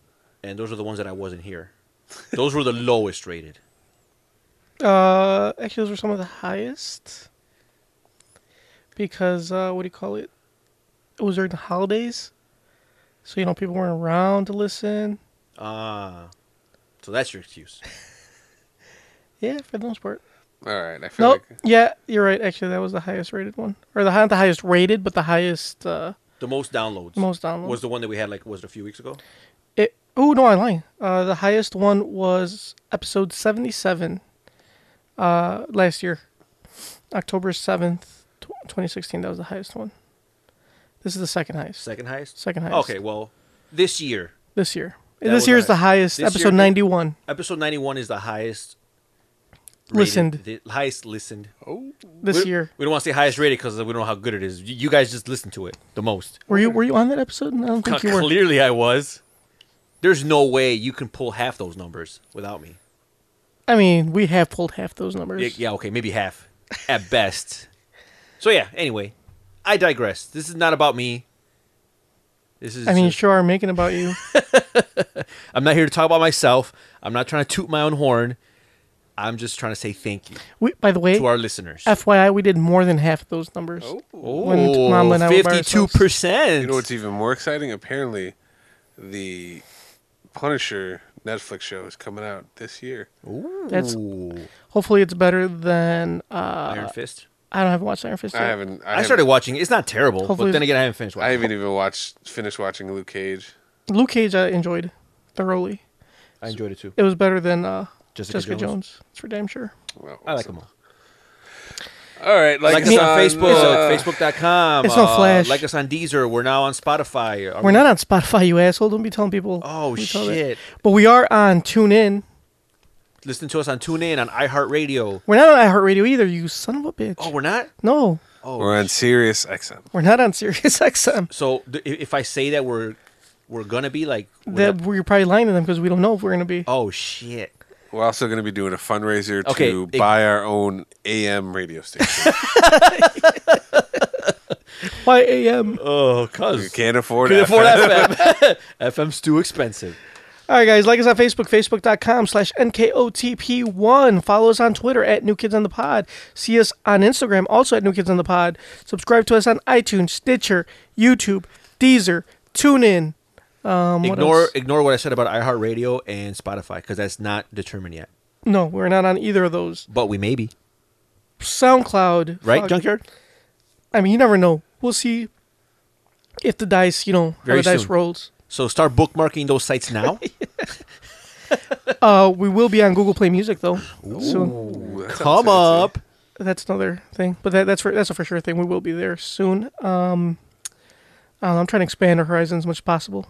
F: And those are the ones that I wasn't here. Those were the lowest rated.
E: Uh, actually, those were some of the highest. Because uh, what do you call it? It was during the holidays, so you know people weren't around to listen.
F: Ah, so that's your excuse.
E: Yeah, for the most part.
D: All right, I feel
E: Nope.
D: like
E: Yeah, you're right. Actually, that was the highest rated one, or the hi- not the highest rated, but the highest. Uh,
F: The most downloads.
E: Most downloads.
F: was the one that we had like was it a few weeks ago?
E: it. Oh no, I lied. Uh, the highest one was episode seventy-seven. Uh, last year, October seventh, twenty sixteen. That was the highest one. This is the second highest.
F: Second highest.
E: Second highest.
F: Okay, well, this year.
E: This year.
F: That was
E: this year is the
F: high-
E: highest.
F: this year
E: episode
F: it-
E: ninety-one.
F: Episode ninety-one is the highest.
E: Listened.
F: the highest listened. Oh,
E: This year.
F: we don't want to say highest rated because we don't know how good it is. You you guys just listen to it the most.
E: Were you Were you on that episode? I don't think you were.
F: Clearly, I was. There's no way you can pull half those numbers without me.
E: I mean, we have pulled half those numbers.
F: Yeah, yeah, okay, maybe half at best. So yeah. Anyway, I digress. This is not about me. This is.
E: I mean, you sure are making about you.
F: I'm not here to talk about myself. I'm not trying to toot my own horn. I'm just trying to say thank you.
E: We, by the way,
F: to our listeners.
E: FYI, we did more than half of those numbers.
D: Oh,
E: Mamba and I were by ourselves.
F: percent.
D: You know what's even more exciting? Apparently, the Punisher Netflix show is coming out this year.
F: Ooh.
E: That's hopefully it's better than uh,
F: Iron Fist?
E: I don't have watched Iron Fist.
D: I
E: yet.
D: haven't.
F: I started watching it. It's not terrible, but
E: Hopefully-
F: then again, I haven't finished
D: watching. I haven't even watched finished watching Luke Cage.
E: Luke Cage. I enjoyed thoroughly.
F: I enjoyed it too.
E: It was better than uh,
F: Jessica
E: Jessica,
F: Jones?
E: Jones. It's for damn sure.
D: Well,
F: I like them all.
D: All right, like,
F: us on Facebook,
D: uh,
F: facebook.com.
E: It's on
F: uh,
E: Flash.
F: Like us on Deezer. We're now on Spotify. Are
E: We're
F: we-
E: not on Spotify, you asshole. Don't be telling people.
F: Oh,
E: we tell that.
F: shit.
E: But we are on TuneIn.
F: Listen to us on TuneIn, on iHeartRadio.
E: We're not on iHeartRadio either. You son of a bitch.
F: Oh, we're not? Oh,
E: No,
D: We're on Sirius XM.
E: we're not on Sirius XM.
F: So th- i- if I say that we're we're gonna be like, we're
E: That
F: not-
E: we're probably lying to them because we don't know if we're gonna be.
F: oh shit,
D: We're also going to be doing a fundraiser
F: Okay,
D: to
F: it-
D: buy our own AM radio station.
E: Why AM?
F: oh, cause
D: We can't afford
F: Can't
D: FM.
F: afford FM. FM's too expensive.
E: All right, guys. Like us on Facebook, facebook.com slash NKOTP1. Follow us on Twitter at New Kids on the Pod. See us on Instagram, also at New Kids on the Pod. Subscribe to us on iTunes, Stitcher, YouTube, Deezer, TuneIn. Um, what
F: ignore
E: else?
F: ignore what I said about iHeartRadio and Spotify because that's not determined yet.
E: No, we're not on either of those.
F: But we may be
E: SoundCloud.
F: right,
E: fuck.
F: Junkyard.
E: I mean, you never know. We'll see if the dice, you know, how
F: Very
E: the dice
F: soon.
E: rolls.
F: So start bookmarking those sites now.
E: Uh, we will be on Google Play Music though. soon.
F: Ooh, that Come sounds up.
E: That's another thing, but that, that's for that's a for sure thing. We will be there soon. Um, I don't know, I'm trying to expand our horizons as much as possible.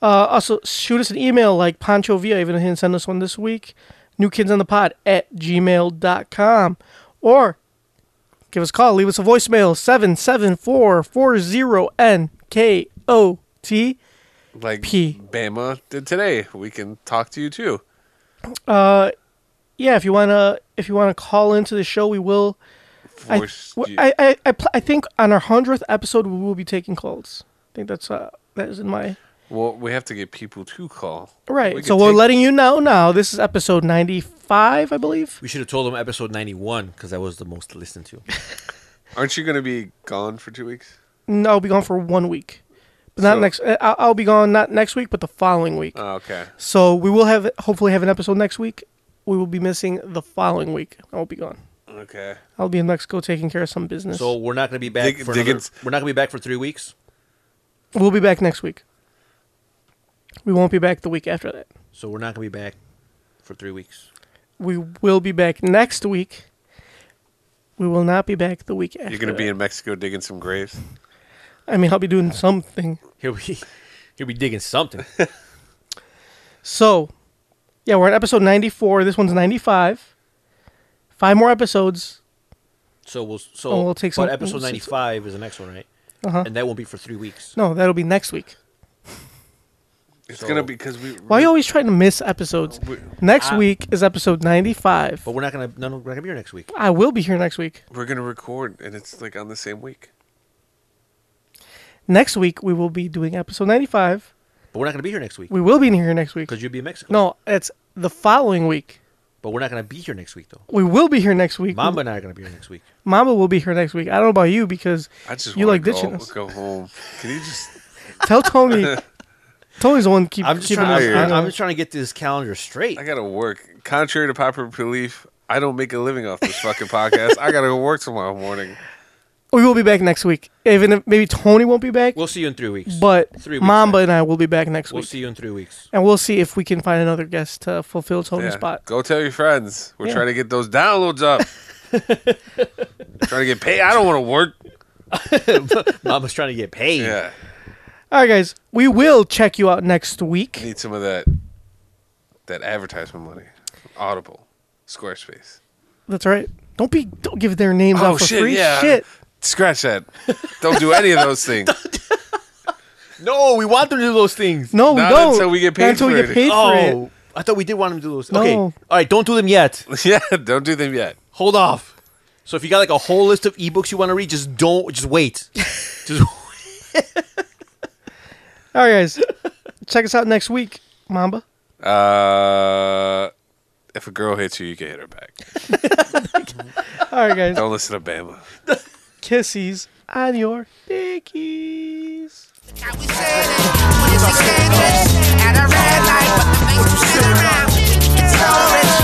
E: Uh, also, shoot us an email like Pancho Villa, even if he didn't send us one this week. New Kids on the Pod at gmail.com. Or give us a call. Leave us a voicemail 774 40NKOT.
D: like
E: P.
D: Bama did today. We can talk to you too.
E: Uh, yeah. If you wanna, if you wanna call into the show, we will. I,
D: Force
E: w-
D: you-
E: I, I, I, pl- I think on our hundredth episode, we will be taking calls. I think that's uh, that is in my
D: Well, we have to get people to call.
E: right.
D: We
E: so
D: could
E: we're
D: take-
E: letting you know now. This is episode ninety five, I believe.
F: we should have told them episode ninety one because that was the most listened to.
D: Aren't you going to be gone for two weeks?
E: No, I'll be gone for one week, but not
D: So-
E: next. uh, I'll, I'll be gone not next week, but the following week.
D: Oh, okay.
E: So we will have hopefully have an episode next week. We will be missing the following week. I will be gone.
D: Okay.
E: I'll be in Mexico taking care of some business.
F: So we're not gonna be back
D: Dig-
F: for another,
D: Diggins.
F: we're not gonna be back for three weeks.
E: We'll be back next week. We won't be back the week after that.
F: So we're not gonna be back for three weeks.
E: We will be back next week. We will not be back the week after.
D: You're going to be in Mexico digging some graves.
E: I mean, I'll be doing something.
F: He'll be he'll be digging something.
E: So, yeah, we're on episode 94. This one's 95. Five more episodes.
F: So we'll so
E: Oh, we'll take
F: but
E: some-
F: episode
E: we'll-
F: ninety five is the next one, right?
E: Uh-huh.
F: And that won't be for three weeks.
E: No, that'll be next week.
D: It's going to be because we.
E: Why are you always trying to miss episodes? Next
F: I-
E: week is episode 95.
F: But we're not gonna no, no, we're not gonna be here next week.
E: I will be here next week.
D: We're going to record, and it's like on the same week.
E: Next week, we will be doing episode 95.
F: But we're not gonna be here next week
E: We will be here next week.
F: because you'll be in Mexico.
E: No, it's the following week.
F: But we're not gonna be here next week though.
E: We will be here next week.
F: Mamba and I are gonna be here next week.
E: Mama will be here next week. I don't know about you because
D: I just
E: you
D: wanna
E: like ditching
D: go,
E: us.
D: go home. Can you just.
E: Tell Tony. Tony's the one keep
F: I'm just
E: keeping
F: trying.
E: us.
F: To,
E: on
F: I'm,
E: the-
F: I'm just trying to get this calendar straight.
D: I got to work. Contrary to popular belief, I don't make a living off this fucking podcast. I got to go work tomorrow morning.
E: we will be back next week. Even if maybe Tony won't be back,
F: We'll see you in three weeks.
E: but
F: three weeks
E: Mamba and I will be back next
F: We'll
E: week,
F: see you in three weeks.
E: and we'll see if we can find another guest to fulfill Tony's
D: Yeah.
E: spot.
D: Go tell your friends. We're
E: Yeah.
D: trying to get those downloads up. trying to get paid. I don't want to work.
F: Mamba's trying to get paid.
D: Yeah.
E: All right, guys, we will check you out next week.
D: Need some of that that advertisement money. Audible. Squarespace.
E: That's right. Don't be don't give their names
D: Oh,
E: out for
D: shit,
E: free.
D: yeah.
E: Shit.
D: Scratch that. Don't do any of those things.
F: No, we want them to do those things.
E: No,
D: Not
E: we don't.
D: until we get paid
E: Not until
D: for
E: we get
D: it.
E: paid for it.
F: Oh, I thought we did want them to do those. Okay,
E: No.
F: all right, don't do them yet.
D: yeah, don't do them yet.
F: Hold off. So if you got like a whole list of ebooks you want to read, just don't. Just wait. Just
E: All right, guys, check us out next week, Mamba.
D: Uh, if a girl hits you, you can hit her back.
E: All right, guys,
D: Don't listen to Bama.
E: kissies on your dickies.
B: When it's expanded,
M: at a red light, but the thing you around. It's so rich,